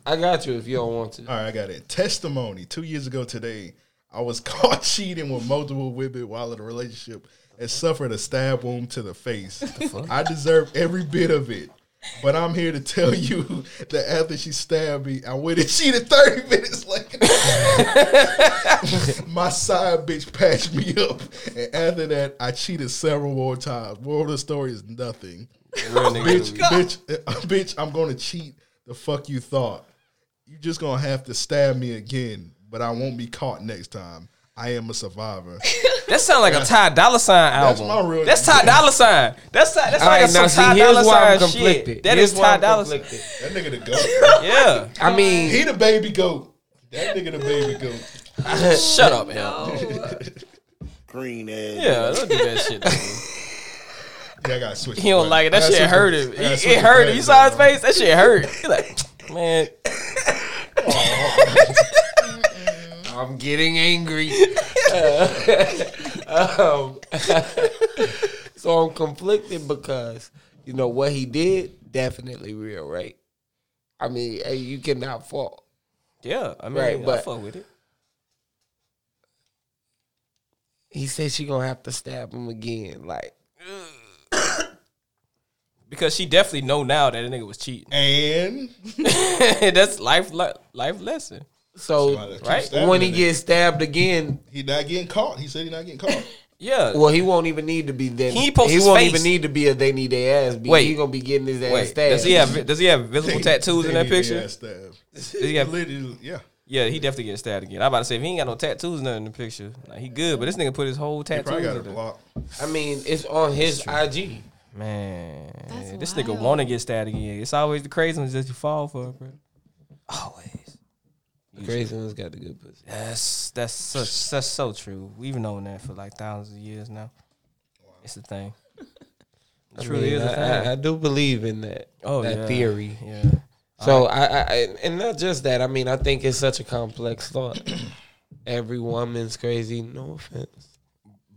S10: I got you if you don't want to.
S6: All right, I got it. Testimony. Two years ago today, I was caught cheating with multiple women while in a relationship and suffered a stab wound to the face. I deserve every bit of it. But I'm here to tell you that after she stabbed me, I went and cheated 30 minutes later. My side bitch patched me up. And after that, I cheated several more times. Moral of the story is nothing.
S8: Real nigga.
S6: bitch, bitch, uh, bitch, I'm gonna cheat the fuck you thought. You just gonna have to stab me again, but I won't be caught next time. I am a survivor.
S8: That sound like a Ty Dolla Sign
S6: That's
S8: album.
S6: my real-
S8: That's Ty Dolla Sign. That's Ty, that's
S10: All
S8: like a
S10: right,
S8: some
S10: now see,
S8: Ty
S10: here's
S8: Dolla
S10: why I'm
S8: Sign shit.
S10: conflicted.
S8: That
S10: here's
S8: is
S10: why
S8: Ty
S10: I'm
S8: Dolla Sign.
S10: conflicted.
S6: That nigga the goat.
S8: Yeah.
S10: I mean,
S6: He the baby goat. That nigga the baby goat.
S8: Shut up, hell.
S4: Green ass.
S8: Yeah, don't do that shit. dude.
S6: Yeah, I gotta switch.
S8: He don't like it. That shit hurt him.
S6: It,
S8: It, it hurt him. You saw his face. That shit hurt. He like, man.
S10: I'm getting angry. Uh, um, so I'm conflicted because you know what he did definitely real, right? I mean, hey, you cannot fault.
S8: Yeah, I mean,
S10: Right,
S8: I
S10: but-
S8: fuck with it.
S10: He said she gonna have to stab him again. Like,
S8: Because she definitely know now that a nigga was cheating.
S6: And
S8: That's life, li- life lesson.
S10: So
S6: Right?
S10: when he gets stabbed again,
S6: he not getting caught. He said he not getting caught.
S8: yeah.
S10: Well, he won't even need to be there.
S8: He ain't post his
S10: won't
S8: face.
S10: even need to be a they need their ass. Beat.
S8: Wait.
S10: he gonna be getting his ass
S8: Wait,
S10: stabbed.
S8: does he have does he have visible tattoos in that picture?
S6: ass stabbed.
S8: Does he have,
S6: Literally, yeah.
S8: yeah, he definitely gets stabbed again. I about to say if he ain't got no tattoos nothing in the picture, like, he good. But this nigga put his whole tattoo.
S6: probably got
S8: in
S6: a
S8: there.
S6: block.
S10: I mean, it's on his IG.
S8: Man, this nigga want to get stabbed again. It's always the crazy ones that you fall for, bro.
S10: The crazy one's got the good pussy.
S8: That's that's such that's so true. We've known that for like thousands of years now. It's a thing.
S10: I
S8: It truly
S10: mean,
S8: is a
S10: I,
S8: thing.
S10: I, I do believe in that.
S8: Oh,
S10: that
S8: yeah.
S10: theory.
S8: Yeah.
S10: So I, I, I, and not just that. I mean, I think it's such a complex thought. Every woman's crazy. No offense.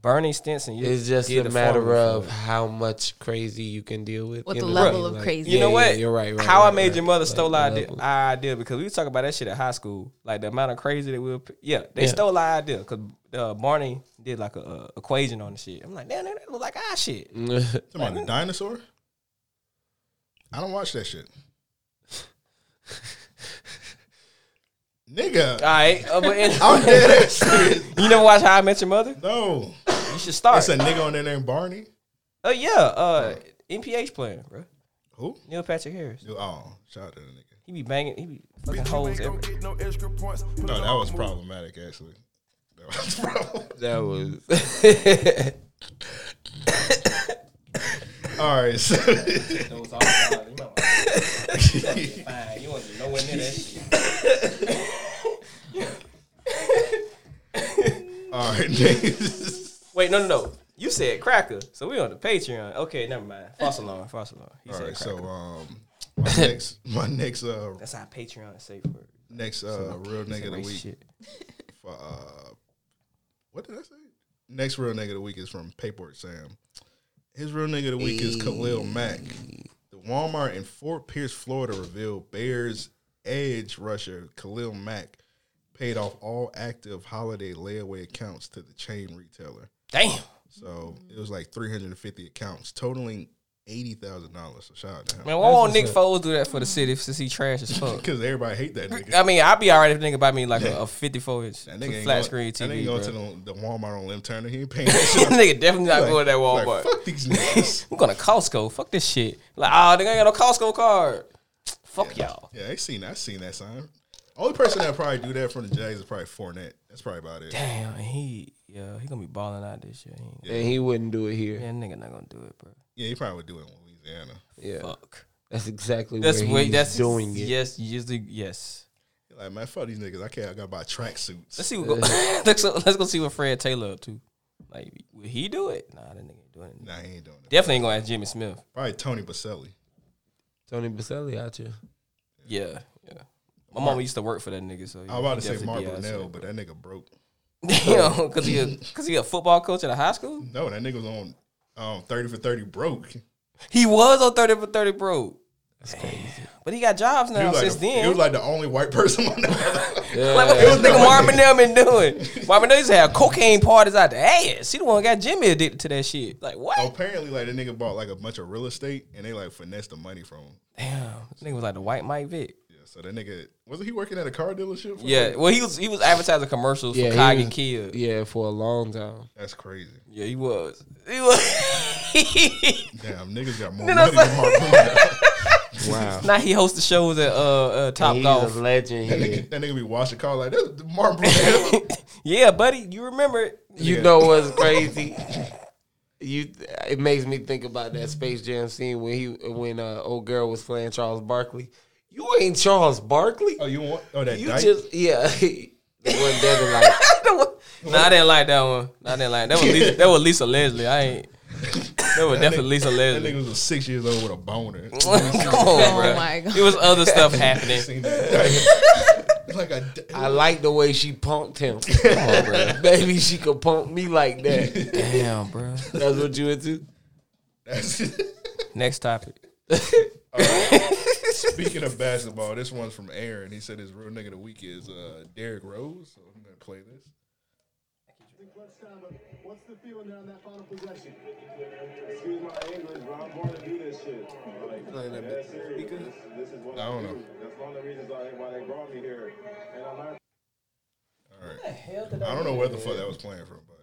S8: Bernie Stinson. you-
S10: It's just
S8: you
S10: a
S8: the
S10: matter
S8: formula for
S10: of how much crazy you can deal with.
S9: What
S10: in
S9: the
S10: a
S9: level
S10: day.
S9: of
S10: Like,
S9: crazy.
S10: yeah,
S8: You know what?
S10: yeah, you're right. right
S8: How I
S10: right,
S8: made
S10: right.
S8: your mother
S10: Like,
S8: stole
S10: the
S8: our
S10: level.
S8: idea, our idea because we was talking about that shit at high school. Like the amount of crazy that we were. Yeah, they
S10: Yeah.
S8: stole our idea because uh, Barney did like a, uh equation on the shit. I'm like, damn, that that look like our shit.
S6: Come on, the dinosaur. I don't watch that shit. Nigga,
S8: All right, uh, but
S6: I'm dead ass serious.
S8: you never watch How I Met Your Mother?
S6: No,
S8: You should start.
S6: it's a nigga on there named Barney.
S8: Oh yeah, uh, NPH playing, bro.
S6: Who?
S8: Neil Patrick Harris.
S6: Dude, oh, shout out to the nigga.
S8: He be banging. He be fucking hoes every.
S6: No, that was problematic actually. That was problematic.
S10: That was.
S6: All right, so
S8: You want to know when that shit.
S6: all right, nigga.
S8: Wait, no, no, no. You said cracker, so we on the Patreon. Okay, never mind. False alarm. False alarm. He
S6: all
S8: said
S6: right.
S8: cracker.
S6: So um, my next, my next uh,
S8: That's our Patreon safe word.
S6: next uh, real nigga of the week.
S8: Shit.
S6: for uh what did I say? Next real nigga of the week is from Paperwork Sam. His real nigga of the week is Khalil Mack. The Walmart in Fort Pierce, Florida revealed Bears edge rusher Khalil Mack paid off all active holiday layaway accounts to the chain retailer.
S8: Damn.
S6: So it was like 350 accounts totaling $80,000. So shout out to him.
S8: Man, why won't Nick Foles do that for the city since he trash as fuck?
S6: Because everybody hate that nigga.
S8: I mean, I'd be alright if nigga buy me like a, a 54 inch
S6: That nigga ain't
S8: flat
S6: going-
S8: screen
S6: That
S8: TV.
S6: nigga
S8: Bro.
S6: going to the, the Walmart on Lim Turner. He ain't paying that shit.
S8: nigga definitely not
S6: Like-
S8: going to that
S6: like,
S8: Walmart.
S6: fuck these niggas.
S8: I'm going to Costco. Fuck this shit. Like, oh, nigga ain't got no Costco card. Fuck y'all.
S6: Yeah, I seen I seen that sign. Only person that probably do that from the Jags is probably Fournette. That's probably about it.
S8: Damn, he yeah, he gonna be balling out this year. He ain't,
S10: and he wouldn't do it here.
S8: That nigga not gonna do it, bro.
S6: Yeah, he probably would do it in Louisiana.
S10: Yeah,
S8: Fuck.
S10: that's exactly
S8: That's
S10: where
S8: way
S10: he's
S8: that's
S10: doing it.
S8: Yes, usually yes.
S6: He Like man, fuck these niggas. I can't. I gotta buy tracksuits.
S8: Let's see what go, let's, go- let's go see what Fred Taylor up to. Like, will he do it? Nah, that nigga ain't doing it.
S6: Nah, he ain't doing it.
S8: Definitely ain't gonna ask Jimmy Smith.
S6: Probably Tony Baselli.
S10: Tony Baselli out here.
S8: Yeah, yeah. My mama used to work for that nigga, so yeah,
S6: I was about to
S8: he
S6: say Mark
S8: definitely be out
S6: Brunell,
S8: there.
S6: but that nigga broke.
S8: Damn, cause he a, cause he a football coach at a high school.
S6: No, that nigga was on um, thirty for thirty broke. He
S8: He was on thirty for thirty, bro. But he got jobs now
S6: was, like
S8: since
S6: the,
S8: then.
S6: he was like the only white person on that.
S8: Like, what this nigga
S6: no
S8: Marvin Dell been doing? Marvin Dell used to have cocaine parties out the ass. He the one got Jimmy addicted to that shit. Like, what?
S6: Apparently, like the nigga bought like a bunch of real estate and they like finessed the money from him.
S8: Damn. This nigga was like the white Mike Vick.
S6: Yeah, so that nigga wasn't he working at a car dealership?
S8: Yeah, well, he was he was advertising commercials
S10: Yeah,
S8: for
S10: he
S8: Cog and
S10: was-
S8: Kid.
S10: Yeah, for a long time.
S6: that's crazy.
S8: Yeah, he was. He was.
S6: Damn, niggas got more
S8: Then I
S6: money
S8: was
S6: than Mark Brunell.
S10: Wow.
S8: now he hosts the shows at uh, uh, Top
S10: he's
S8: Golf.
S10: a legend
S6: That
S10: here.
S6: nigga, that nigga be washing car like that's Martin Brunell.
S8: yeah, buddy, you remember it.
S10: You know what's crazy? You, it makes me think about that Space Jam scene when he when uh, old girl was playing Charles Barkley. You ain't Charles Barkley.
S6: oh, you want? Oh, that
S10: you
S6: dyke.
S10: just yeah. the one that was like
S8: Nah, I didn't like that one. Nah, I didn't like that. Was Lisa, that was Lisa Leslie. I ain't. That was definitely Lisa
S6: that
S8: Leslie.
S6: nigga was six years old with a boner.
S8: Come on,
S9: Oh
S8: bro.
S9: my god.
S8: It was other stuff happening.
S6: Seen that dyke. It's like a d-
S10: I like the way she punked him. Maybe she could punk me like that.
S8: Damn, bro.
S10: That's what you into.
S8: Next topic.
S6: Speaking of basketball, this one's from Aaron. He said his real nigga of the week is uh, Derrick Rose. So I'm gonna play this.
S13: What's the feeling down that final possession? Excuse my English, bro. I'm born to do this shit. Like, yeah, serious. This is what
S6: I don't know.
S13: That's one of the reasons I, why they brought me here. And I'm not
S8: the hell did
S6: I don't know where the fuck that was playing from, but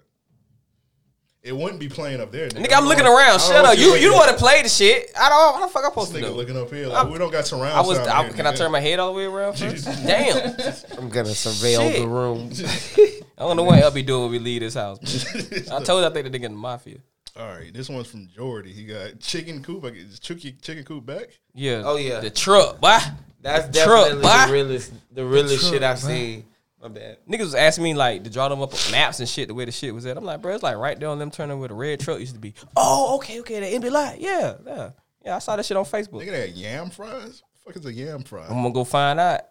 S6: it wouldn't be playing up there.
S8: Nigga, I'm looking around. Shut up. You you the one that played the shit. I don't. How the fuck I supposed
S6: This
S8: to
S6: nigga
S8: know?
S6: looking up here. Like,
S8: I'm-
S6: we don't got surround
S8: I was.
S6: sound
S8: I,
S6: here,
S8: can I
S6: nigga.
S8: turn my head all the way around? First? Damn.
S10: I'm gonna surveil
S8: Shit.
S10: the room.
S8: I don't know what LB doing when we leave this house. I told you I think the nigga in the mafia.
S6: All right, this one's from Jordy. He got chicken coop. I get chicken chicken coop back.
S8: Yeah.
S10: Oh, yeah. the
S8: truck, boy.
S10: That's
S8: The
S10: definitely
S8: boy.
S10: the realest, the realest
S8: truck,
S10: shit I've
S8: boy.
S10: seen. My bad.
S8: Niggas was asking me like to draw them up on maps and shit the way the shit was at. I'm like, bro, it's like right there on them turning where the red truck used to be. Oh, okay, okay, the NBA live. Yeah, yeah, yeah. I saw that shit on Facebook.
S6: Nigga, that yam fries. Fuck is a yam fry?
S8: I'm gonna go find out.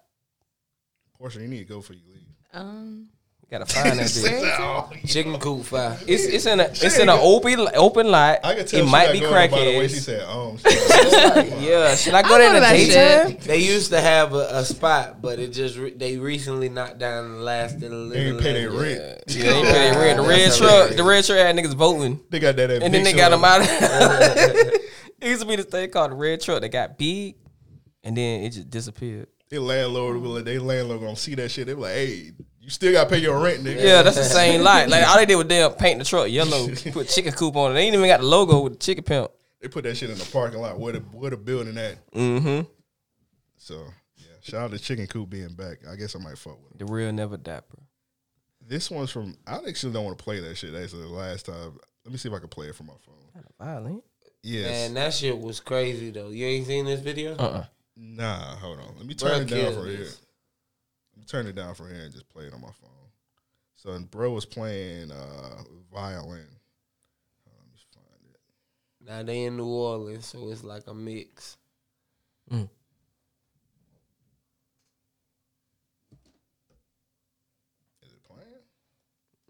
S6: Portia, you need to go for you leave.
S9: Um,
S8: Gotta find that
S6: Oh,
S8: bitch.
S10: Chicken coop fire.
S8: It's it's in a it's in an open open lot.
S6: I can tell
S8: it
S6: she
S8: might
S6: not
S8: be
S6: going there by the way she
S8: crackheads.
S6: said, um,
S8: yeah, should I
S9: I
S8: go there in the
S9: know about
S8: daytime?
S10: They used to have a, a spot, but it just re- they recently knocked down the last. They
S6: ain't pay their rent.
S8: Yeah, they ain't pay their rent. The red truck, the red truck had niggas voting.
S6: They got that.
S8: and then they got them out. it used to be this thing called the red truck that got big, and then it just disappeared.
S6: Their landlord will. They landlord gonna see that shit. They be like, hey, you still got to pay your rent, nigga.
S8: Yeah, that's the same lot. Like all they did was damn paint the truck yellow, put chicken coop on it. They ain't even got the logo with the chicken pimp.
S6: They put that shit in the parking lot. Where the where the building at?
S8: Mm-hmm.
S6: So yeah, shout out to Chicken Coop being back. I guess I might fuck with. it.
S8: The real never die, bro.
S6: This one's from. I actually don't want to play that shit. That's the last time. Let me see if I can play it from my phone.
S8: Violent.
S6: Yes.
S10: Man, that shit was crazy though. You ain't seen this video?
S8: Uh-uh.
S6: Nah, hold on. Let me
S10: Bro,
S6: turn it down
S10: kill
S6: for
S10: this.
S6: here. Let me turn it down for here and just play it on my phone. So and bro was playing uh violin.
S10: Now they in New Orleans, so it's like a mix.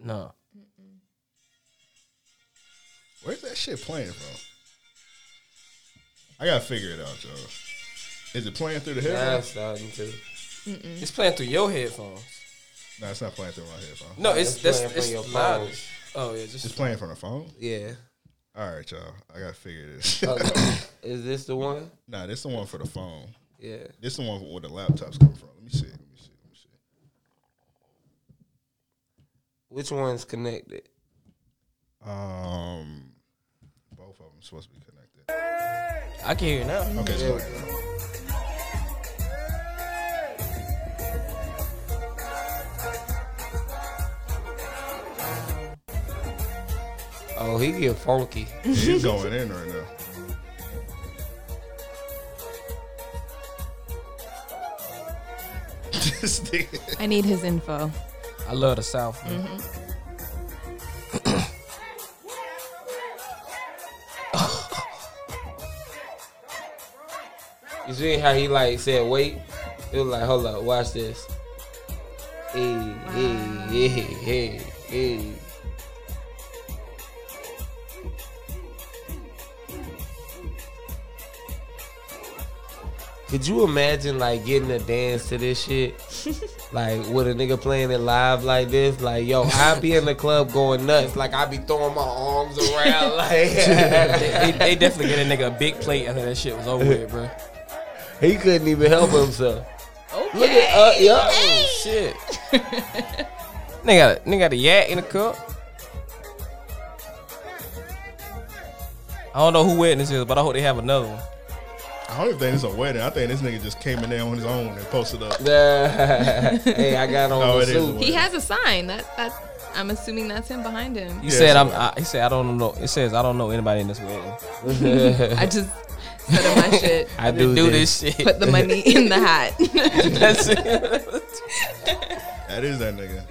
S8: No.
S6: Where's that shit playing from? I gotta figure it out, y'all. Is it playing through the
S10: Now it's
S6: headphones?
S10: starting to.
S8: It's playing through your headphones.
S6: No, it's not playing through my headphones.
S8: No, it's that's
S10: playing
S8: it's
S10: from your
S8: loud.
S10: phone.
S8: Oh yeah, just
S6: It's playing from the phone.
S10: Yeah.
S6: All right, y'all. I gotta figure this.
S10: Oh, is this the one?
S6: nah, this the one for the phone.
S10: Yeah.
S6: This the one where the laptops come from. Let me see. Let me see. Let me see.
S10: Which one's connected?
S6: Um, both of them supposed to be connected.
S8: I can hear it now.
S6: Okay, it's
S8: Yeah.
S6: playing now.
S10: Oh, he get funky.
S6: He's going in right now. This nigga.
S9: I need his info.
S8: I love the South. man.
S10: You see how he like said wait? It was like, hold up, watch this. Hey, hey, hey, hey, hey. Could you imagine like getting a dance to this shit? like with a nigga playing it live like this? Like, yo, I be in the club going nuts. Like I be throwing my arms around like
S8: they, they- they definitely get a nigga a big plate after that shit was over with, bro.
S10: he couldn't even help himself.
S9: Okay.
S10: Look at uh, yo.
S8: Oh shit. Nigga got a, nigga got a yak in a cup. I don't know who wedding this is, but I hope they have another one.
S6: I don't even think it's a wedding. I think this nigga just came in there on his own and posted up.
S10: hey, I got on
S8: Oh,
S6: No,
S10: the
S6: it is a
S10: suit.
S9: He has a sign that that I'm assuming that's him behind him.
S8: He
S6: Yeah,
S8: said
S6: it's
S8: I'm I, he said I don't know it says I don't know anybody in this wedding.
S9: I just set up my shit.
S8: I do, do this. shit.
S9: Put the money in the hat.
S8: That's it.
S6: That is that nigga.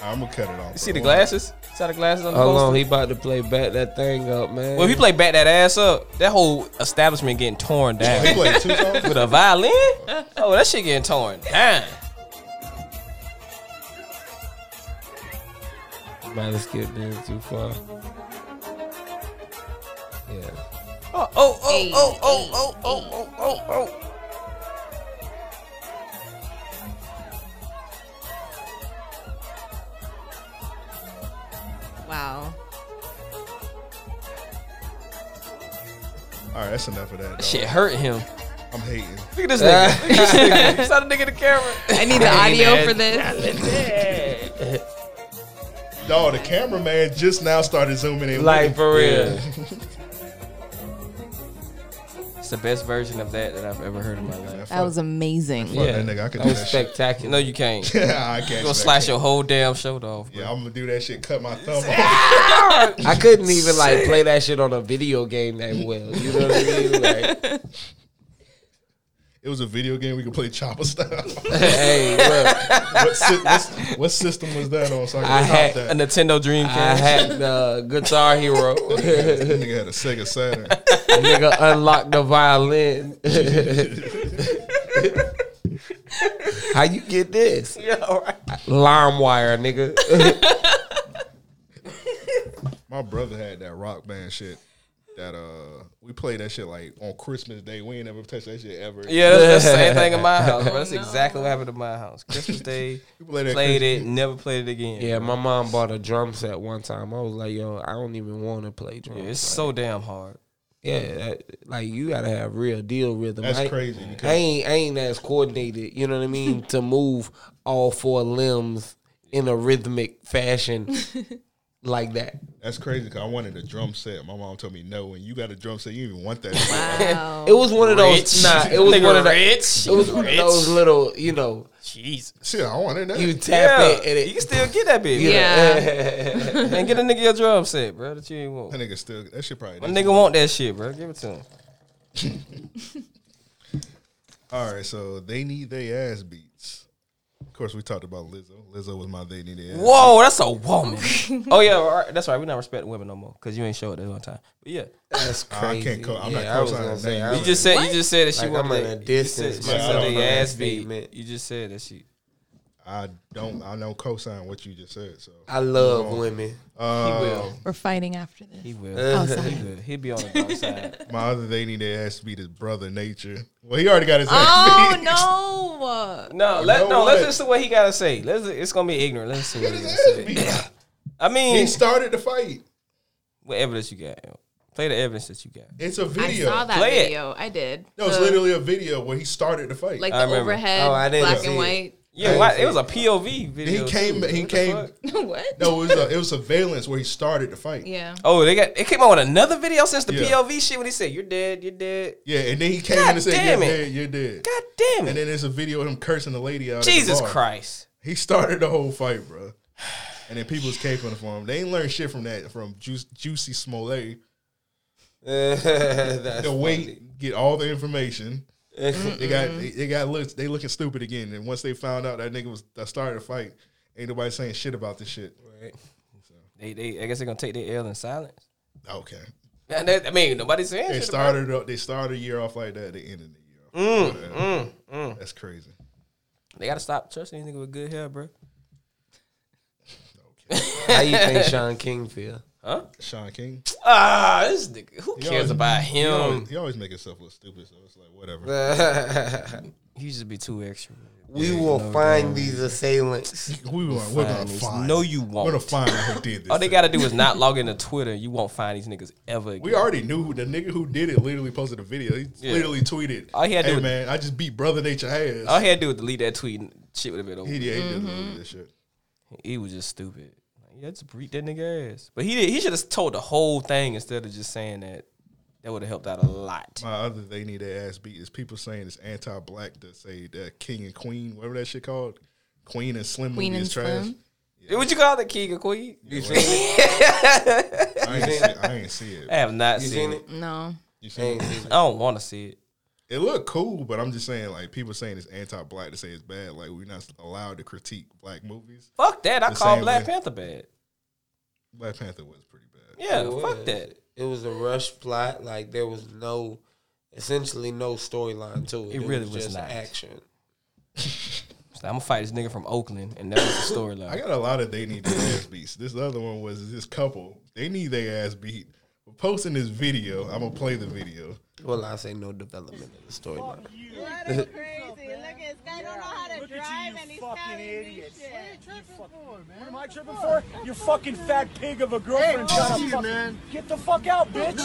S6: I'm gonna cut it off.
S8: You see the glasses? See how the glasses on the
S10: Hold on,
S8: poster?
S10: he about to play back that thing up, man.
S8: Well, if he play back that ass up, that whole establishment getting torn down.
S6: He played two songs?
S8: With a violin? Oh, that shit getting torn down.
S10: about to skip dance too far. Yeah.
S8: Oh, oh, oh, oh, oh, oh, oh, oh, oh,
S9: wow.
S6: All right, that's enough of that.
S8: That
S6: dog.
S8: shit hurt him.
S6: I'm hating.
S8: Look at this nigga. Look at this nigga. He's not a nigga in the camera.
S9: I need the audio for this.
S6: Dog, the cameraman just now started zooming in.
S8: Like, for real.
S6: Yeah.
S8: It's the best version of that that I've ever heard in my life.
S9: That was amazing.
S6: Fuck that nigga, I could do
S8: was
S6: that shit.
S8: spectacular. No, you can't.
S6: Yeah, I can't
S8: You gonna
S6: spectac-
S8: slash your whole damn shoulder off.
S6: yeah, I'm gonna do that shit. Cut my thumb off.
S10: I couldn't even like play that shit on a video game that well. You know what I mean? Like,
S6: It was a video game we could play chopper style.
S10: Hey, look.
S6: what, si- what's- what system was that on? So I, can
S10: I
S6: cop
S10: had
S6: that.
S8: A Nintendo Dreamcast.
S10: I had the Guitar Hero.
S6: That nigga had a Sega Saturn.
S10: nigga unlocked the violin. How you get this?
S8: Yeah, all right.
S10: LimeWire, nigga.
S6: My brother had that rock band shit. That uh, we played that shit like on Christmas Day. We ain't never touched that shit ever.
S8: Yeah, that's, that's the same thing in my house, bro. That's exactly what happened in my house. Christmas Day,
S6: play that
S8: played it,
S6: Christmas-
S8: never played it again.
S10: yeah, my mom bought a drum set one time. I was like, yo, I don't even want to play drums.
S8: Yeah, it's so damn hard.
S10: Yeah, that, like you gotta have real deal rhythm.
S6: That's
S10: I ain't-
S6: crazy because-
S10: I ain't I ain't as coordinated. You know what I mean? to move all four limbs in a rhythmic fashion like that.
S6: That's crazy because I wanted a drum set. My mom told me no. When you got a drum set, you don't even want that.
S10: It was one of those.
S8: Rich.
S10: Nah, it was
S8: Nigga
S10: one of the,
S8: rich.
S10: It was one
S8: Rich.
S10: of those little. You know,
S8: Jeez.
S6: shit. I wanted that.
S10: you tap
S8: Yeah,
S10: it and
S8: you
S10: it.
S8: can still get that bitch.
S10: Yeah.
S8: and get a nigga your drum set, bro. That you ain't want.
S6: that nigga still. That shit probably.
S8: My nigga want that shit, bro. Give it to him.
S6: All right, so they need their ass beats. Of course, we talked about Lizzo. Lizzo was my they need their ass.
S8: Whoa, that's a woman. oh yeah, all right, that's right. We not respecting women no more because you ain't show it this one time. But yeah,
S10: That's
S6: Oh, I
S10: crazy.
S6: can't co- I'm
S10: yeah,
S6: not
S10: I was
S6: co-signing
S10: gonna
S6: that
S10: say.
S6: name.
S10: I
S8: you
S10: was-
S8: just said you just said that she
S10: Like,
S8: wanted
S10: I'm in a
S8: that.
S10: distance
S8: You said, she
S6: myself
S8: said
S6: from
S8: they
S6: that
S8: ass beat.
S10: statement.
S8: You just said that she.
S6: I don't. I don't co-sign what you just said. So
S10: I love
S6: Whoa.
S10: women.
S6: Uh,
S9: We're fighting after this.
S8: He will.
S10: Oh,
S9: sorry.
S8: he will. He'll be on the dark side.
S6: my other they need their ass beat is brother nature. Well, he already got his ass
S9: Oh
S6: beat.
S9: no!
S8: No, let
S6: know
S8: no. Let's
S6: what?
S8: listen to what he gotta say. Let's. It's gonna be ignorant. Let's see what he
S6: His
S8: gotta
S6: ass
S8: say.
S6: beat.
S8: I mean,
S6: He started the fight.
S8: what evidence you got? Play the evidence that you got.
S6: It's a
S9: I
S6: video.
S9: saw that
S8: Play it.
S9: video. I did.
S6: No, it's
S9: The-
S6: literally a video where he started the fight.
S9: like
S8: I
S9: the
S8: remember.
S9: overhead,
S10: Oh, I didn't
S9: black
S10: see
S9: and
S10: it.
S9: white.
S8: Yeah, why, it was a POV video.
S6: he came.
S8: too.
S6: He
S8: What the
S6: came.
S8: fuck?
S9: what?
S6: No, it was a, it was surveillance where he started the fight.
S9: Yeah.
S8: Oh, they got. It came out with another video since the
S6: Yeah.
S8: POV shit when he said, "You're dead. You're dead."
S6: Yeah, and then he came
S8: God
S6: in and said,
S8: damn
S6: "You're
S8: it.
S6: dead. You're dead."
S8: God damn
S6: And
S8: it!
S6: then there's a video of him cursing the lady out. at the
S8: Jesus
S6: bar.
S8: Christ!
S6: He started the whole fight, bro. And then people's caping for him. They ain't learned shit from that from Juice, Juicy Smollett.
S10: That's
S6: They wait, get all the information. They got they, they got looked. They looking stupid again. And once they found out that nigga was that started a fight, ain't nobody saying shit about this shit.
S8: They, they, I guess they're gonna take their L in silence.
S6: Okay,
S8: And they- I mean, nobody's saying
S6: they
S8: shit about
S6: started up. They started a year off like that. They ended the year. Off. like that. That's crazy.
S8: it. They gotta stop trusting these niggas with good hair, bro.
S10: How you think Sean King feel?
S6: Sean King.
S8: Ah, this nigga. Who
S6: He
S8: cares
S6: always-
S8: about
S6: He always,
S8: him?
S6: he always make himself look stupid. So it's like whatever.
S10: we
S8: He should be too extra.
S10: will find these assailants.
S6: We were like, we're gonna
S8: Fine.
S6: find.
S8: No, you
S6: we're gonna
S8: won't.
S6: find out who did this.
S8: All they
S6: thing.
S8: gotta do is not log into Twitter. You won't find these niggas ever again.
S6: We already knew who the nigga who did it literally posted a video. He
S8: Yeah.
S6: literally tweeted,
S8: All he had to do
S6: "Hey
S8: was-
S6: man, I just beat brother nature ass."
S8: All he had to do was delete that tweet and shit would have been over.
S6: he did. He did
S9: Mm-hmm.
S6: delete that shit.
S8: He was just stupid. Like, yeah, just beat that nigga ass. But he did. He should have told the whole thing instead of just saying that. That would have helped out a lot.
S6: My other they need their ass beat is people saying it's anti-black to say that king and queen, whatever that shit called, queen and slim
S9: Queen
S6: movie
S9: and
S6: is trash.
S9: Slim?
S8: Would you call that king or queen?
S10: You seen it?
S6: I ain't, see, I ain't see
S8: I
S6: it.
S8: have not
S10: You
S8: seen,
S10: seen
S8: it.
S10: it?
S9: No.
S6: You seen it?
S8: I don't want to see it.
S6: It looked cool, but I'm just saying like people saying it's anti-black to say it's bad. Like we're not allowed to critique black movies.
S8: Fuck that. I
S6: The
S8: call
S6: same
S8: Black
S6: way.
S8: Panther bad.
S6: Black Panther was pretty bad.
S8: Yeah,
S10: It
S8: fuck
S10: was.
S8: that.
S10: It was a rush plot. Like there was no, essentially no storyline to it.
S8: It really was
S10: just
S8: not.
S10: action.
S8: So I'm gonna fight this nigga from Oakland, and that was the
S6: I
S8: storyline.
S6: got a lot of they need their ass beats. This other one was this couple. They need their ass beat. For posting this video, I'm gonna play the video.
S10: Well, I say no development of the storyline.
S13: Look at you, you fucking idiots. What are you tripping for, man? What am I tripping for? Your fucking fat pig of a girlfriend. Hey, Get the fuck out, bitch.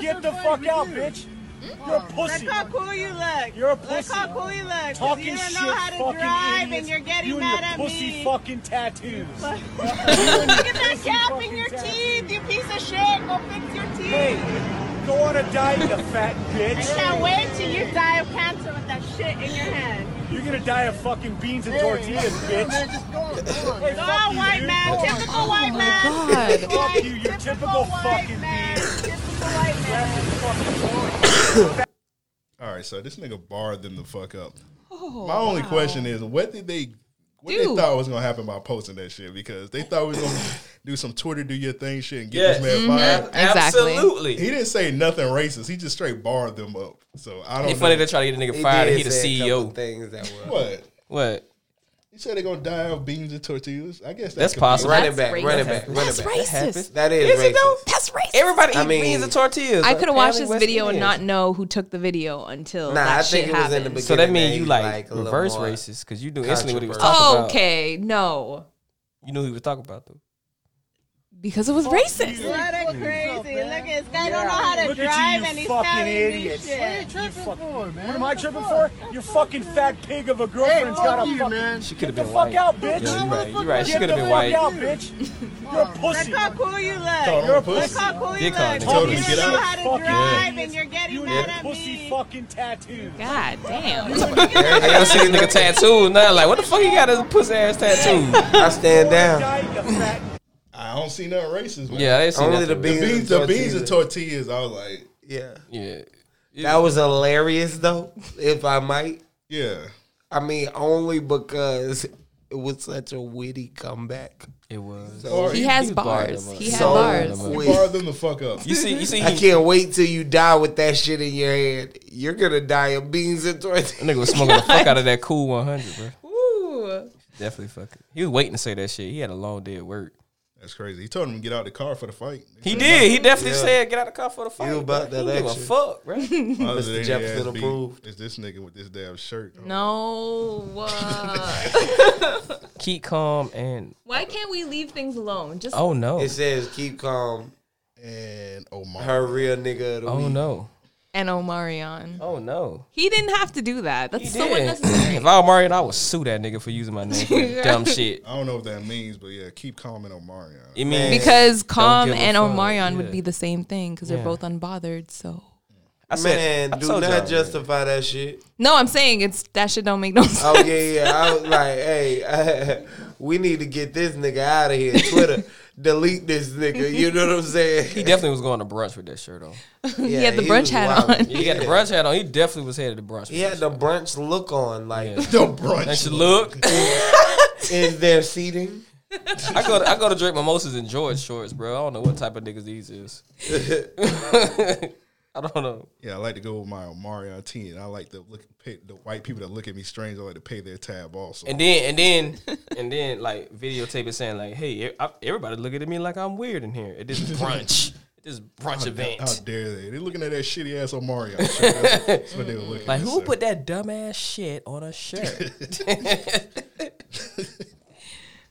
S13: Get the fuck out, bitch. You're a pussy.
S14: Look how cool you look.
S13: You're a
S14: Look
S13: pussy.
S14: how cool you look.
S13: Talking
S14: you don't
S13: shit,
S14: know how to
S13: fucking
S14: drive,
S13: idiots.
S14: and you're getting
S13: you
S14: mad
S13: and your
S14: at
S13: pussy
S14: me.
S13: fucking tattoos.
S14: look at that gap in your teeth, you piece of shit. Go fix your teeth.
S13: hey, go on a diet, you fat bitch.
S14: I can't wait till you die of cancer with that shit in your hand.
S13: You're gonna die of fucking beans and
S14: Hey,
S13: tortillas,
S14: hey,
S13: bitch.
S14: man, just
S13: Hey,
S14: Go
S13: fuck
S14: on, Oh,
S13: you,
S14: white
S13: dude.
S14: man.
S13: Go on.
S14: Typical white man.
S13: Fuck you, you typical fucking
S6: All right, so this nigga barred them the fuck up.
S9: Oh,
S6: My only
S9: wow.
S6: question is, what did they, what they
S9: Dude.
S6: thought was gonna happen by posting that shit? Because they thought we was gonna do some Twitter do your thing shit and get
S8: Yes.
S6: this man
S8: Mhm.
S6: fired.
S8: Ab- Exactly. absolutely.
S9: Mm-hmm.
S6: He didn't say nothing racist. He just straight barred them up. So I don't.
S8: It's funny
S6: know.
S8: they try to get a nigga He fired and did he the E say a
S10: E
S8: CEO. couple things that were-
S6: What?
S8: What?
S6: You said they're gonna die of beans and tortillas. I guess
S8: That's
S6: that could be-
S8: possible.
S10: Run it back, run it back, run it back. That is
S8: Is it though?
S10: racist.
S9: That's racist.
S8: Everybody eat
S10: I mean-
S8: beans and tortillas.
S9: I could have watched this
S8: Apparently
S9: video
S8: West
S9: and
S8: Indians.
S9: not know who took the video until
S10: Nah,
S9: that
S10: I
S9: shit
S10: think it was
S9: happened.
S10: in the beginning.
S8: So that mean
S10: they
S8: you like,
S10: like a little
S8: reverse
S10: more
S8: racist because you knew instantly what he was talking about.
S9: okay, no,
S8: You knew who he was talking about though.
S9: because it was racist.
S14: What a crazy. Look at this guy don't know how to
S13: Look at
S14: drive
S13: you,
S14: and
S13: you
S14: he's
S13: fucking
S14: telling
S13: idiots.
S14: me shit.
S13: fuck- What am I tripping for? Your fucking fat pig of a girlfriend's
S14: fuck
S13: got a
S14: you,
S13: fucking.
S14: man.
S8: She
S13: Get
S8: could've
S13: the
S8: been
S13: fuck
S8: white.
S13: out,
S8: Yeah,
S13: bitch.
S8: you're right, you're right. She
S13: Get
S8: could've
S13: the
S8: been
S13: fuck
S8: white.
S13: out, bitch. You're a pussy.
S14: Look how cool you look.
S13: Called him a pussy.
S14: Look how cool you
S13: Did call him
S14: look.
S13: a
S14: You
S13: pussy.
S14: don't
S13: Get
S14: know
S13: out.
S14: how to
S13: Fucking
S14: drive
S13: yeah.
S14: and you're getting
S13: You
S14: mad
S13: and
S14: at
S13: pussy
S14: me.
S13: fucking tattoos.
S9: God damn.
S8: I gotta see this nigga tattooed now. Like, what the fuck he got his pussy ass tattoo? I
S10: stand down.
S6: I don't see nothing racist. Man.
S8: Yeah, I ain't seen Only nothing the
S6: the
S8: beans
S6: beans,
S8: and
S6: the beans and tortillas. I was like,
S10: yeah,
S8: yeah.
S10: That was hilarious though, if I might.
S6: Yeah.
S10: I mean, only because it was such a witty comeback.
S8: It was.
S9: He has He bars. barred them He up. had
S10: So
S9: bars.
S6: He
S10: quick.
S6: barred them the fuck up.
S8: You see- you see
S10: I
S8: he-
S10: can't wait till you die with that shit in your hand. You're gonna die of beans and tortillas.
S8: That nigga was smoking the fuck out of that cool 100, bro.
S9: Ooh.
S8: Definitely fucking. He was waiting to say that shit. He had a long day at work.
S6: That's crazy. He told him to get out the car for the fight.
S8: He did. He definitely
S6: Yeah.
S8: said, "Get out of the car for the fight." bro.
S10: about that
S8: He don't give
S10: action.
S8: a fuck, bro.
S6: Other than
S10: Mr.
S6: his
S10: Jefferson
S6: ass beat,
S10: approved.
S6: It's this nigga with this damn shirt.
S9: No. uh,
S8: Keep calm and
S9: why can't we leave things alone? Just
S8: oh no.
S10: It says keep calm.
S6: And Omar.
S10: Her real nigga of the
S8: Oh
S10: week.
S8: no.
S9: and Omarion.
S8: Oh no.
S9: He didn't have to do that. That's so
S8: Yeah.
S9: unnecessary.
S8: if I were Mario, I would sue that nigga for using my name. For dumb shit.
S6: I don't know what that means, but yeah, keep calming Omarion.
S8: It means
S9: Because
S8: Don't
S9: Calm
S8: give a
S9: and
S8: fuck.
S9: Omarion
S8: Yeah.
S9: would be the same thing because
S8: Yeah.
S9: they're both unbothered. So
S8: I said-
S10: Man,
S8: I
S10: do
S8: told
S10: not
S8: y'all,
S10: justify that shit.
S9: no, I'm saying it's that shit don't make no sense.
S10: Oh yeah, yeah. I was like, hey, we need to get this nigga out of here. Twitter, delete this nigga. You know what I'm saying?
S8: He definitely was going to brunch with that shirt on.
S9: He had the brunch
S10: was
S9: hat
S10: wildin'.
S9: on.
S8: He got the brunch hat on. He definitely was headed to brunch.
S10: He had the brunch look on, like
S6: the brunch.
S8: That should look.
S10: Is there seating?
S8: I go. To, I go to drink mimosas in George shorts, bro. I don't know what type of niggas these is. I don't know.
S6: Yeah, I like to go with my Omarion team. I like to look pay, the white people that look at me strange. I like to pay their tab also.
S8: And then and then and then like videotape it saying like, hey, e- I- everybody looking at me like I'm weird in here at this brunch, at this brunch
S6: how,
S8: event.
S6: How dare they? They're looking at that shitty ass Omarion. Shirt. That's, that's what they were looking
S8: like
S6: at.
S8: who
S6: so.
S8: put that dumbass shit on a shirt?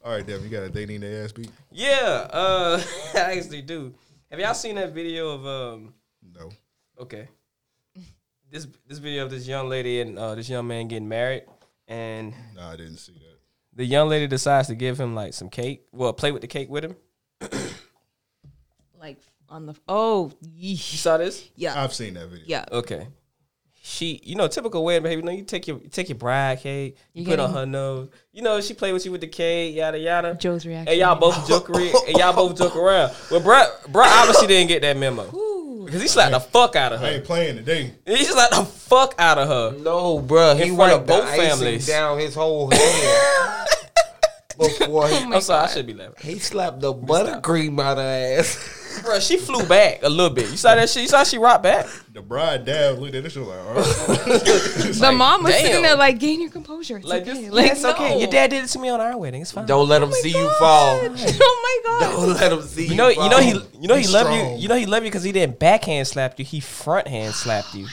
S6: All right, Devin, you got a they need their ass beat.
S8: yeah, uh, I actually do. Have y'all seen that video of um?
S6: No.
S8: Okay. This this video of this young lady and uh, this young man getting married, and
S6: No, I didn't see that.
S8: the young lady decides to give him like some cake. Well, play with the cake with him.
S9: Like on the oh, you
S8: saw this?
S9: Yeah,
S6: I've seen that video.
S9: Yeah,
S8: Okay. She, you know, typical wedding behavior. You know, you take your you take your bride cake, you,
S9: You
S8: put it on
S9: getting-
S8: her nose. You know, she play with you with the cake, yada yada.
S9: Joe's reaction.
S8: And y'all both joke, re- and y'all both joke around. Well, bruh, bruh obviously didn't get that memo because he slapped the fuck out of her.
S6: I ain't playing today.
S8: He slapped the fuck out of her.
S10: No, bruh,
S8: in
S10: he
S8: front
S10: wiped
S8: of
S10: the
S8: both
S10: icing
S8: families.
S10: down his whole head. Before
S9: Oh
S10: he,
S8: I'm sorry, I should be laughing.
S10: he slapped the buttercream out of her ass.
S8: Bruh, she flew back a little bit. You saw that shit? You saw she rocked back?
S6: The bride dad looked at this. She was like, all right.
S9: the mom was
S8: damn.
S9: sitting there like, gain your composure. It's
S8: Like,
S9: okay.
S8: this,
S9: like
S8: it's okay. Your
S9: no.
S8: dad did it to me on our wedding. It's fine.
S10: Don't let him see you fall.
S9: oh my god.
S10: Don't let him see you.
S8: You know, you know he,
S10: fall.
S8: you know he
S10: He's
S8: love you.
S10: strong.
S8: You know he love you because he didn't backhand slap you. He front hand slapped
S10: Oh
S8: you.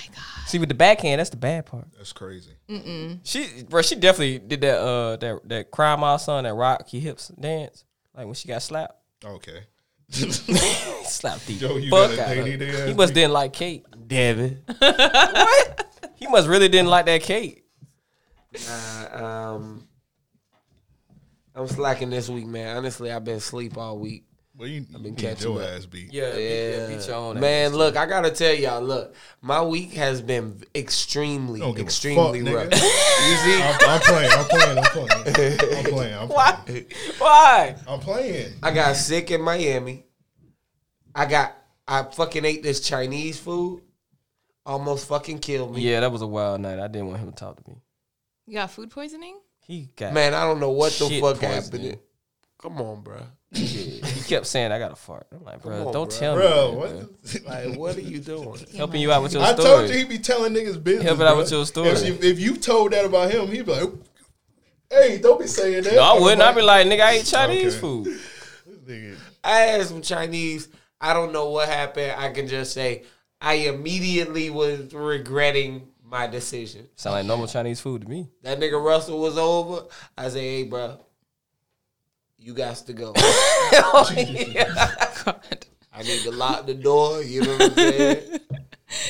S8: See, with the backhand, that's the bad part.
S6: That's crazy.
S9: Mm-mm.
S8: She, bro, she definitely did that. Uh, that that cry my son, that rock your hips dance. Like when she got slapped.
S6: Okay.
S8: Slap the
S6: Yo, you
S8: fuck
S6: gotta
S8: out of
S6: pay their
S8: her.
S6: ass
S8: He must
S6: nigga.
S8: didn't like Kate.
S10: Devin.
S8: what? He must really didn't like that Kate.
S10: Nah, um, I'm slacking this week, man. Honestly, I've been asleep all week.
S6: Well, you,
S10: I've been
S6: you need your
S10: up.
S6: ass beat.
S8: Yeah, beat- yeah, beat your own
S10: man. Look, I gotta tell y'all. Look, my week has been extremely,
S6: Don't give a
S10: extremely
S6: fuck,
S10: rough.
S6: nigga.
S10: you see,
S6: I'm, I'm playing. I'm playing. I'm playing. I'm playing. I'm playing.
S10: Why?
S8: Why?
S6: I'm playing.
S10: I got sick in Miami. I got. I fucking ate this Chinese food. Almost fucking killed me.
S8: Yeah, that was a wild night. I didn't want him to talk to me.
S9: You got food poisoning?
S8: He got
S10: Man, I don't know what the
S8: shit
S10: fuck
S8: poisoning.
S10: happened. Come on, bro.
S8: Yeah, he kept saying I got a fart. I'm like,
S10: Come
S8: bro,
S10: on,
S8: don't
S10: bruh.
S8: tell
S6: Bruh,
S8: me.
S6: what
S8: that, bruh.
S10: Like, what are you doing?
S8: Helping you out with your
S6: I
S8: story.
S6: told you he be telling niggas business.
S8: Help it out
S6: bruh.
S8: with your story.
S6: If you, if you told that about him, he'd be like, "Hey, don't be saying that."
S8: No, I wouldn't. I'd be like, nigga, I ate Chinese food.
S10: I had some Chinese. I don't know what happened. I can just say I immediately was regretting my decision.
S8: Sound like normal Chinese food to me.
S10: That nigga Russell was over. I say, hey, bro, you got to go. Oh, I need to lock the door. You know what I'm saying?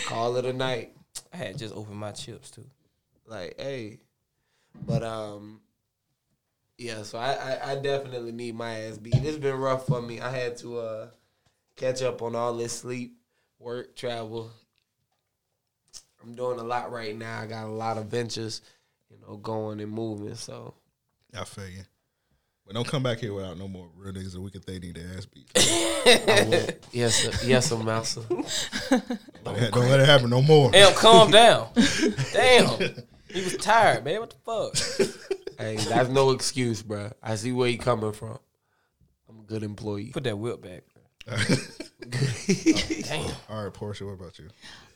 S10: Call it a night.
S8: I had just opened my chips too.
S10: Like, hey, but um, yeah. So I, I, I definitely need my ass beat. It's been rough for me. I had to uh catch up on all this sleep, work, travel. I'm doing a lot right now. I got a lot of ventures, you know, going and moving. So
S6: I feel you. But don't come back here without no more real niggas that we can think need their ass beat.
S10: yes, sir. yes, sir, master.
S6: Don't, let- don't let it happen no more.
S8: Damn, calm down. Damn. He was tired, man. What the fuck?
S10: Hey, that's no excuse, bruh. I see where you coming from. I'm a good employee.
S8: Put that whip back. Damn.
S6: All right, Portia, what about you?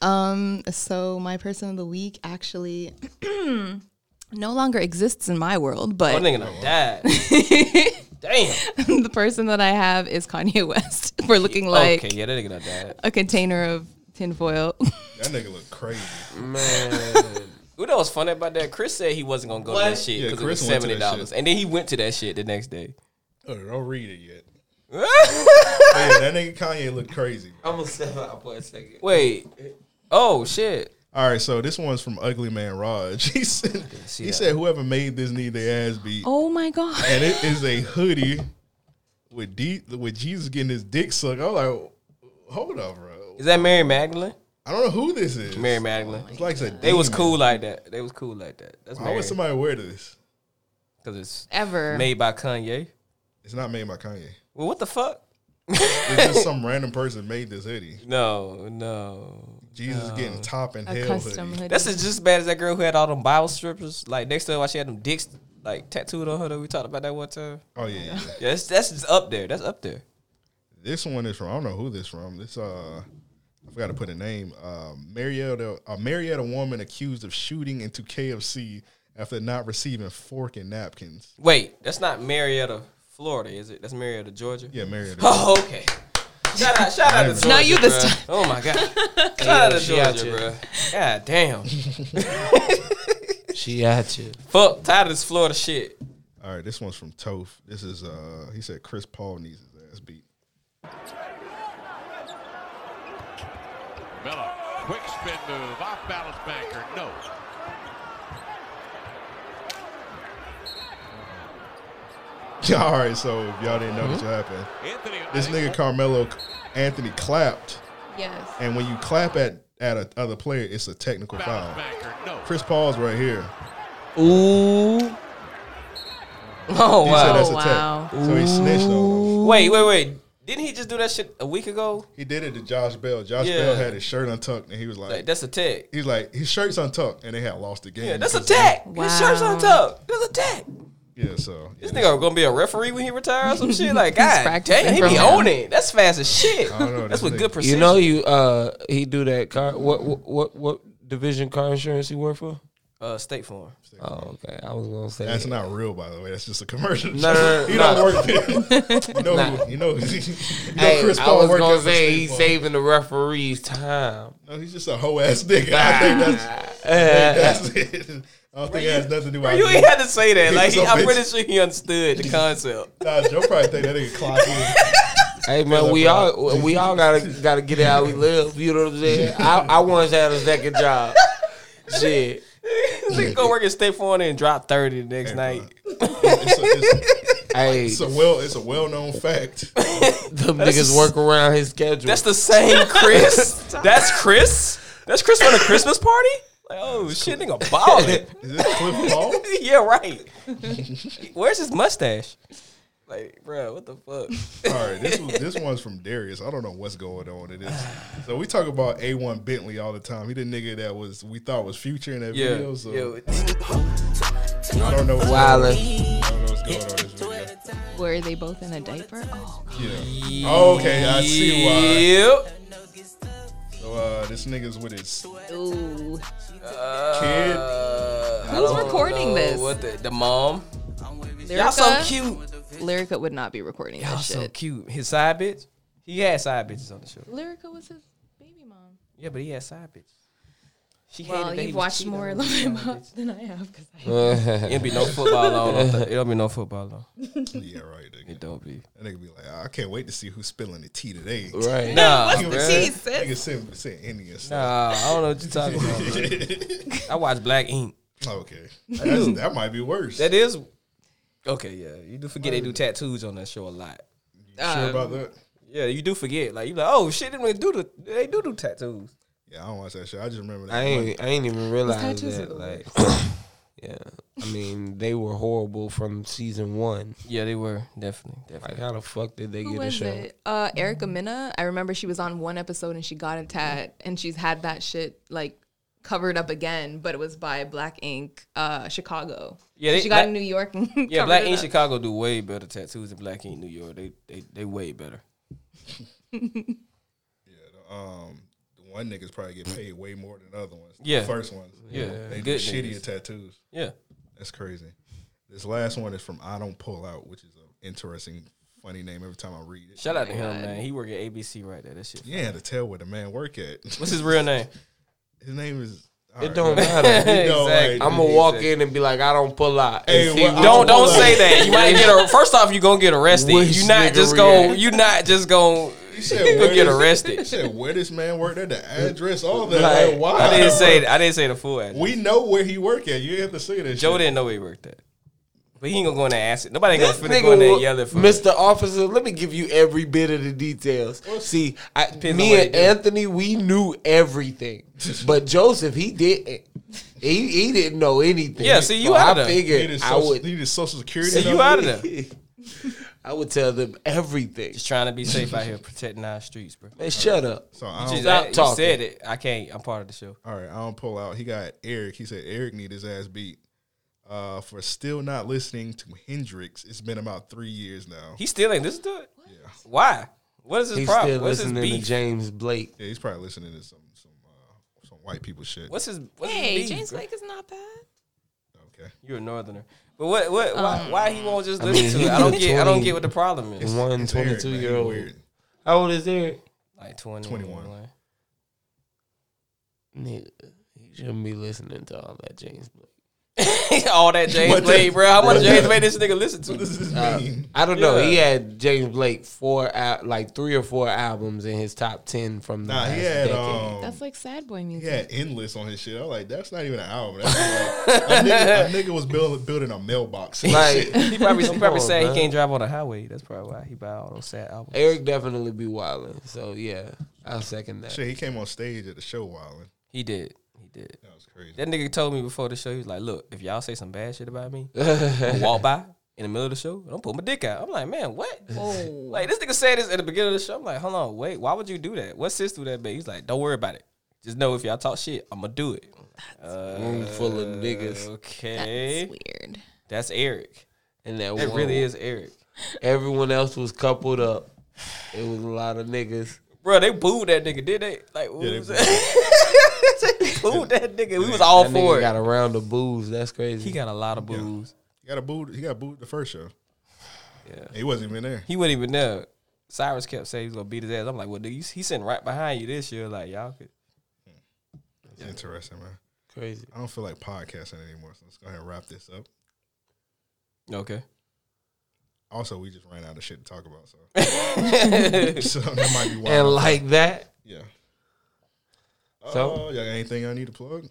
S9: Um, so my person of the week actually no longer exists in my world, but
S8: Oh, nigga done died.
S9: Damn. the person that I have is Kanye West for looking like
S8: okay, yeah, that nigga done died.
S9: a container of tinfoil.
S6: That nigga look crazy.
S10: Man.
S8: Who knows what's Uh, funny about that? Chris said he wasn't gonna go to
S10: What?
S8: that shit
S6: Yeah,
S8: because it
S6: Chris
S8: was
S6: went to
S8: seventy
S6: that
S8: dollars, and then he went to that shit the next day.
S6: Oh, don't read it yet. yeah, that nigga Kanye look crazy.
S10: I'm gonna step out for a second.
S8: Wait, oh shit!
S6: All right, so this one's from Ugly Man Raj. He said,
S8: see
S6: he
S8: that.
S6: said whoever made this need their ass beat.
S9: oh my god.
S6: and it is a hoodie with D, with Jesus getting his dick sucked. I'm like, hold up, bro.
S8: Is that Mary Magdalene?
S6: I don't know who this is.
S8: Mary Magdalene.
S6: It's like a
S8: They was
S6: demon.
S8: cool like that. They was cool like that. That's
S6: Why
S8: Mary
S6: would somebody wear this?
S8: because it's
S9: Ever.
S8: made by Kanye.
S6: It's not made by Kanye.
S8: Well, what the fuck?
S6: It's just some random person made this hoodie.
S8: No, no.
S6: Jesus
S8: no.
S6: getting top and
S9: Oh. A
S6: hell
S9: custom
S6: hoodie.
S9: hoodie.
S8: That's just as bad as that girl who had all them Bible strippers. Like next to her, while she had them dicks like tattooed on her. That we talked about that one time.
S6: Oh yeah, yeah. yeah.
S8: Yeah, that's that's just up there. That's up there.
S6: This one is from I don't know who this from. This uh I forgot to put a name. Uh, Marietta a Marietta woman accused of shooting into KFC after not receiving fork and napkins.
S8: Wait, that's not Marietta, Florida, is it? That's Marietta, Georgia.
S6: Yeah, Marietta.
S8: Oh, okay. Shout out, shout out to
S6: It's
S8: Georgia.
S9: not you this
S8: bruh.
S9: time.
S8: Oh my god. shout out to
S10: she out
S8: Georgia,
S10: here.
S8: bro. God damn.
S10: She at you.
S8: Fuck, tired of this Florida shit.
S6: All right, this one's from Toph. This is uh he said Chris Paul needs his ass beat.
S11: Miller, quick spin move, off balance banker, no.
S6: All right, so if y'all didn't know this what happened, this nigga Carmelo Anthony clapped,
S9: Yes.
S6: and when you clap at at a other player, it's a technical foul.
S11: Banker, no.
S6: Chris Paul's right here.
S8: Ooh. Oh
S6: He said
S8: wow.
S6: that's a tech. So he snitched on him.
S8: Wait, wait, wait. Didn't he just do that shit a week ago?
S6: He did it to Josh Bell. Josh
S8: Yeah.
S6: Bell had his shirt untucked, and he was like,
S8: Like, that's a tech.
S6: he's like, his shirt's untucked, and they had lost the game.
S8: Yeah, that's a
S6: because-
S8: tech. His shirt's on top. That's a tech.
S6: Yeah, so
S8: This nigga gonna be a referee when he retires. Some shit like
S9: He's
S8: God
S9: practicing
S8: damn, he
S9: from
S8: be
S9: now.
S8: on it. That's fast as shit.
S6: I don't know,
S8: That's
S6: this
S8: with
S6: nigga-
S8: good
S10: You
S8: precision.
S10: know you uh he do that car what what what, what division car insurance he work for?
S8: uh, State Farm.
S10: Oh okay. I was gonna say
S6: That's not real, by the way. That's just a commercial.
S10: No, no, no,
S6: he
S10: no.
S6: don't work there. you know,
S10: Nah.
S6: you know, you know
S10: Hey,
S6: Chris
S10: I
S6: Paul
S10: was
S6: worked
S10: gonna
S6: at the
S10: say
S6: State
S10: he's
S6: Farm.
S10: saving the referees time.
S6: No, he's just a hoe ass nigga. I think that's, I think that's it. I don't think it has nothing to do with.
S8: Bro, you ain't had to say that.
S6: He's
S8: Like, he,
S6: a
S8: I'm
S6: bitch.
S8: pretty sure he understood the concept.
S6: Nah, Joe probably think that nigga clock in.
S10: Hey man, we all we all gotta gotta get it how we live. You know what I'm saying? I, I once had a second job. Shit.
S8: Nigga go work at State Farm and drop thirty the next night.
S10: Hey,
S6: It's a well, it's a well known fact.
S10: them niggas work around his schedule.
S8: That's the same Chris. That's Chris. That's Chris from the Christmas party. Like, oh shit, nigga, balling.
S6: Is this Cliff Ball?
S8: yeah, right. Where's his mustache? Like, bro, what the fuck?
S6: All right, this was, this one's from Darius. I don't know what's going on in this. So we talk about A1 Bentley all the time. He the nigga that was we thought was future in that
S8: Yeah,
S6: video. So
S8: yeah.
S6: I don't know what's
S10: Wildin'.
S6: going on. I don't know what's going on in this video.
S9: Were they both in a diaper? Oh,
S6: Yeah. Okay, I see why.
S8: Yep.
S6: So uh, this nigga's with his
S9: ooh.
S6: kid.
S8: Uh, I
S9: Who's
S8: don't
S9: recording
S8: know
S9: this?
S8: What the, the mom?
S9: Lyrica?
S8: Y'all so cute.
S9: Lyrica would not be recording
S8: Y'all
S9: this
S8: so
S9: shit.
S8: cute. His side bitch. He had side bitches on the show.
S9: Lyrica was his.
S8: Yeah, but he had side bitches. She
S9: Well,
S8: hated that he
S9: you've
S8: was
S9: watched
S8: cheating
S9: more
S8: on his
S9: Love
S8: side
S9: Bob than I have because I.
S8: It'll be no football on. on Thur- It'll be no football on.
S6: Yeah, right. Nigga. It
S8: don't be.
S6: That nigga be like, "Ah, I can't wait to see who's spilling the tea today.
S8: Right. Nah, What's the bruh. tea, sis?
S6: Nigga send, send Indian
S8: Nah,
S6: stuff.
S8: I don't know what you're talking about. bro. I watch Black Ink.
S6: Okay, That's- that might be worse.
S8: That is. Okay, yeah, you do forget they do tattoos on that show a lot. uh,
S6: sure about that?
S8: Yeah, you do forget. Like you like, oh shit, they do the, they do do tattoos.
S6: Yeah, I don't watch that shit. I just remember that.
S10: I ain't I ain't even realize
S8: tattoos are
S10: that.
S8: the
S10: Like, yeah, I mean they were horrible from season one.
S8: Yeah, they were definitely. definitely.
S10: Like, how the fuck did they
S9: Who
S10: get a
S9: was
S10: show?
S9: it? Uh, Erica Minna. I remember she was on one episode and she got a tat, and she's had that shit like covered up again, but it was by Black Ink, uh, Chicago.
S8: Yeah,
S9: So
S8: they-
S9: she got
S8: Black-
S9: in New York. And
S8: Yeah,
S9: covered
S8: Black
S9: it
S8: Ink
S9: up.
S8: Chicago do way better tattoos than Black Ink New York. They they they way better.
S6: Um, the one niggas probably get paid way more than the other ones.
S8: Yeah.
S6: the first ones.
S8: Yeah,
S6: they do
S8: good
S6: shittier
S8: niggas.
S6: tattoos.
S8: Yeah.
S6: that's crazy. This last one is from I Don't Pull Out, which is an interesting, funny name. Every time I read it,
S8: Shout out to him, man. He work at ABC right there. That shit.
S6: You ain't had to tell where the man work at.
S8: What's his real name?
S6: His name is.
S10: It don't matter.
S6: You know,
S10: exactly.
S6: like-
S10: I'm gonna walk in and be like, I don't pull out.
S6: Hey,
S10: And see
S6: well,
S10: which
S8: Don't don't
S10: one-
S8: say that. You might get a. First off, you gonna get arrested.
S10: Which
S8: you not
S10: nigga
S8: just going.
S10: react?
S8: You not just going.
S6: You
S8: You
S6: said where
S8: gonna get
S6: this-
S8: arrested.
S6: You said where this man worked at, the address, all that.
S8: Like,
S6: Like, why?
S8: I didn't say. I didn't say the full address.
S6: We know where he work at. You have to say that.
S8: Joe
S6: shit.
S8: didn't know where he worked at, but he ain't gonna go in there and ask it. Nobody ain't
S10: This
S8: gonna finna go in there and
S10: wa-
S8: yell it for
S10: Mr. Officer, let me give you every bit of the details. See, I,
S8: Depends on
S10: me
S8: what
S10: and
S8: he did.
S10: Anthony, we knew everything, but Joseph, he didn't. He, he didn't know anything.
S8: Yeah, see, you
S10: So
S8: outta
S10: I
S8: there.
S6: He
S10: figured
S6: did
S10: I
S6: social,
S10: would.
S6: he did social security.
S8: See, you
S6: number.
S8: outta there.
S10: I would tell them everything.
S8: Just trying to be safe out here, protecting our streets, bro.
S10: Man, shut up.
S6: So
S8: You
S6: I
S8: just-
S6: don't-
S10: Stop
S8: you
S10: talking.
S8: said it. I can't. I'm part of the show.
S6: All right, I don't pull out. He got Eric. He said Eric need his ass beat uh, for still not listening to Hendrix. It's been about three years now.
S8: He still ain't listening to it. Why? What is his
S10: He's
S8: problem?
S10: still
S8: What's his
S10: listening to
S8: beef?
S10: James Blake.
S6: Yeah, he's probably listening to some some uh, some white people shit.
S8: What's his? What's his
S9: Hey,
S8: beef,
S9: James
S8: bro?
S9: Blake is not bad.
S8: You're a northerner. But what? What? Why,
S9: Um,
S8: why he won't just
S10: I
S8: listen
S10: mean,
S8: to
S10: he
S8: it? I don't
S10: did
S8: get. I don't
S10: 20
S8: get what the problem is.
S10: One
S6: It's Eric,
S10: 22
S6: man. He
S10: year old.
S6: weird.
S10: How old is Eric?
S8: Like 20,
S6: 21.
S8: like-
S10: Nigga, he shouldn't be listening to all that James Blake.
S8: All that James
S10: What
S8: Blake,
S10: the-
S8: bro. How much
S10: what
S8: James
S10: the-
S8: Blake this nigga listen to?
S10: Uh, I don't know. He
S8: Yeah.
S10: had James Blake four al- like three or four albums in his top ten from the
S6: Nah,
S10: last
S6: he had
S10: decade.
S6: um,
S9: That's like sad boy
S6: he
S9: music.
S6: had endless on his shit. I'm like, that's not even an album. That's just like, a, nigga, a nigga was building building a mailbox. and
S10: Like-
S6: shit.
S8: He probably, he
S10: Come
S8: probably
S10: on,
S8: said
S10: man.
S8: he can't drive on the highway. That's probably why he buy all those sad albums.
S10: Eric definitely be wilding. So yeah, I'll second that.
S6: shit, he came on stage at the show wilding.
S8: He did. He did.
S6: That was crazy.
S8: That nigga told me before the show, he was like, look, if y'all say some bad shit about me, I walk by in the middle of the show, I'm putting my dick out. I'm like, man, what? Like, this nigga said this at the beginning of the show. I'm like, hold on, wait, why would you do that? What sis do that, babe? He's like, don't worry about it. Just know if y'all talk shit, I'm gonna do it.
S10: Room full of niggas.
S8: Okay.
S9: That's weird.
S8: That's Eric.
S10: And that
S8: That
S10: one-
S8: really is Eric.
S10: Everyone else was coupled up. It was a lot of niggas.
S8: Bro, they booed that nigga, did they? Like, what
S10: Yeah, they
S8: was that? they booed that nigga. We was
S10: That
S8: all
S10: nigga
S8: for it.
S10: Got a round of booze. That's crazy.
S8: He got a lot of booze.
S6: He got a booed. He got booed the first show.
S8: Yeah.
S6: He wasn't even there.
S8: He wasn't even there. Cyrus kept saying he was gonna beat his ass. I'm like, well, dude, he's sitting right behind you this year. Like, y'all could.
S6: It's interesting, man.
S10: Crazy.
S6: I don't feel like podcasting anymore, so let's go ahead and wrap this up.
S8: Okay.
S6: Also, we just ran out of shit to talk about, so, so that might be why.
S10: And like that?
S6: yeah.
S10: So?
S6: So, y'all got anything I need to plug?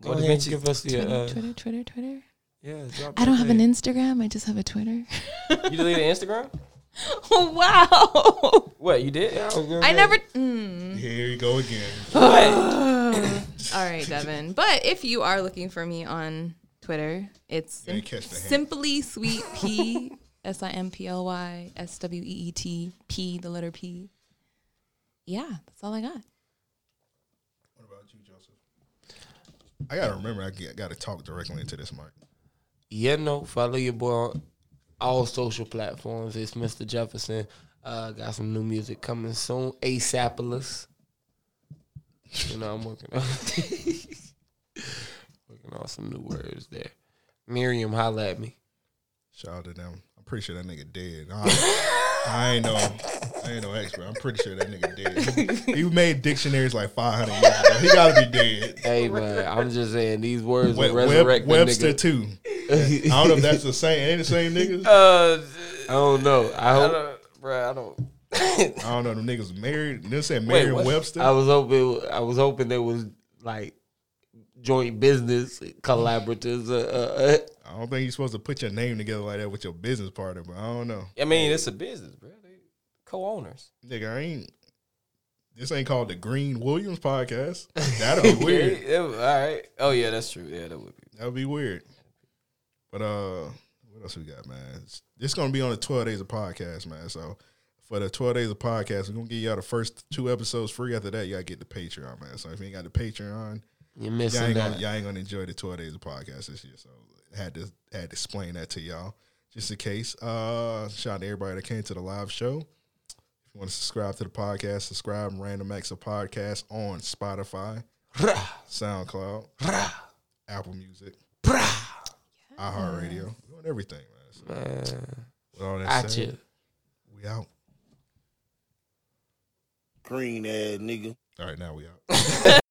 S10: Go ahead and give us your.
S9: Twitter,
S10: Uh,
S9: Twitter, Twitter, Twitter.
S10: Yeah, drop
S9: I don't have an
S10: in.
S9: Instagram. I just have a Twitter.
S8: You deleted Instagram?
S9: Oh, wow.
S8: What you did?
S9: I never. Mm.
S6: Here you go again.
S9: All right, Devin. But if you are looking for me on Twitter, it's
S6: You
S9: sim-
S6: ain't catch the hint.
S9: simply sweet p s i m p l y s w e e t p the letter p. Yeah, that's all I got.
S6: I gotta remember, I get, gotta talk directly into this mic.
S10: Yeah, no. Follow your boy on all social platforms. It's Mr. Jefferson. Uh, got some new music coming soon. ASAPalus. You know, I'm working on working on some new words there. Miriam, holla at me.
S6: Shout out to them. I'm pretty sure that nigga dead. I, I ain't no, I ain't no expert. I'm pretty sure that nigga dead. He made dictionaries like 500 years ago. He gotta be dead.
S10: Hey, man, I'm just saying these words
S6: Web-
S10: will resurrect
S6: Web- Webster
S10: the
S6: too. I
S10: nigga.
S6: don't know if that's the same. Ain't the same niggas.
S8: Uh,
S10: I don't know. I
S8: I
S10: hope.
S8: don't, bro. I don't.
S6: I don't know. Them niggas married. They said
S10: Wait,
S6: Merriam
S10: what?
S6: Webster.
S10: I was hoping. I was hoping there was like joint business collaborators. Uh, uh,
S6: I don't think you're supposed to put your name together like that with your business partner, but I don't know.
S8: I mean, it's a business, bro. They co-owners.
S6: Nigga, I ain't. This ain't called the Green Williams podcast. That'd be weird.
S8: Yeah, it- all right. Oh yeah, that's true. Yeah, that would be.
S6: That'd be weird. But uh, what else we got, man? It's, this gonna be on the twelve days of podcast, man. So for the twelve days of podcast, we're gonna give y'all the first two episodes free. After that, y'all get the Patreon, man. So if you ain't got the Patreon,
S10: You're missing
S6: all ain't
S10: out.
S6: Gonna, y'all ain't gonna enjoy the twelve days of podcast this year. So had to had to explain that to y'all just in case. Uh, shout out to everybody that came to the live show. If you want to subscribe to the podcast, subscribe Random Acts of Podcast on Spotify, SoundCloud, Apple Music, iHeartRadio, We're on everything, man. So, with all that
S10: At
S6: said,
S10: you.
S6: we out.
S4: Green ass nigga.
S6: All right, now we out.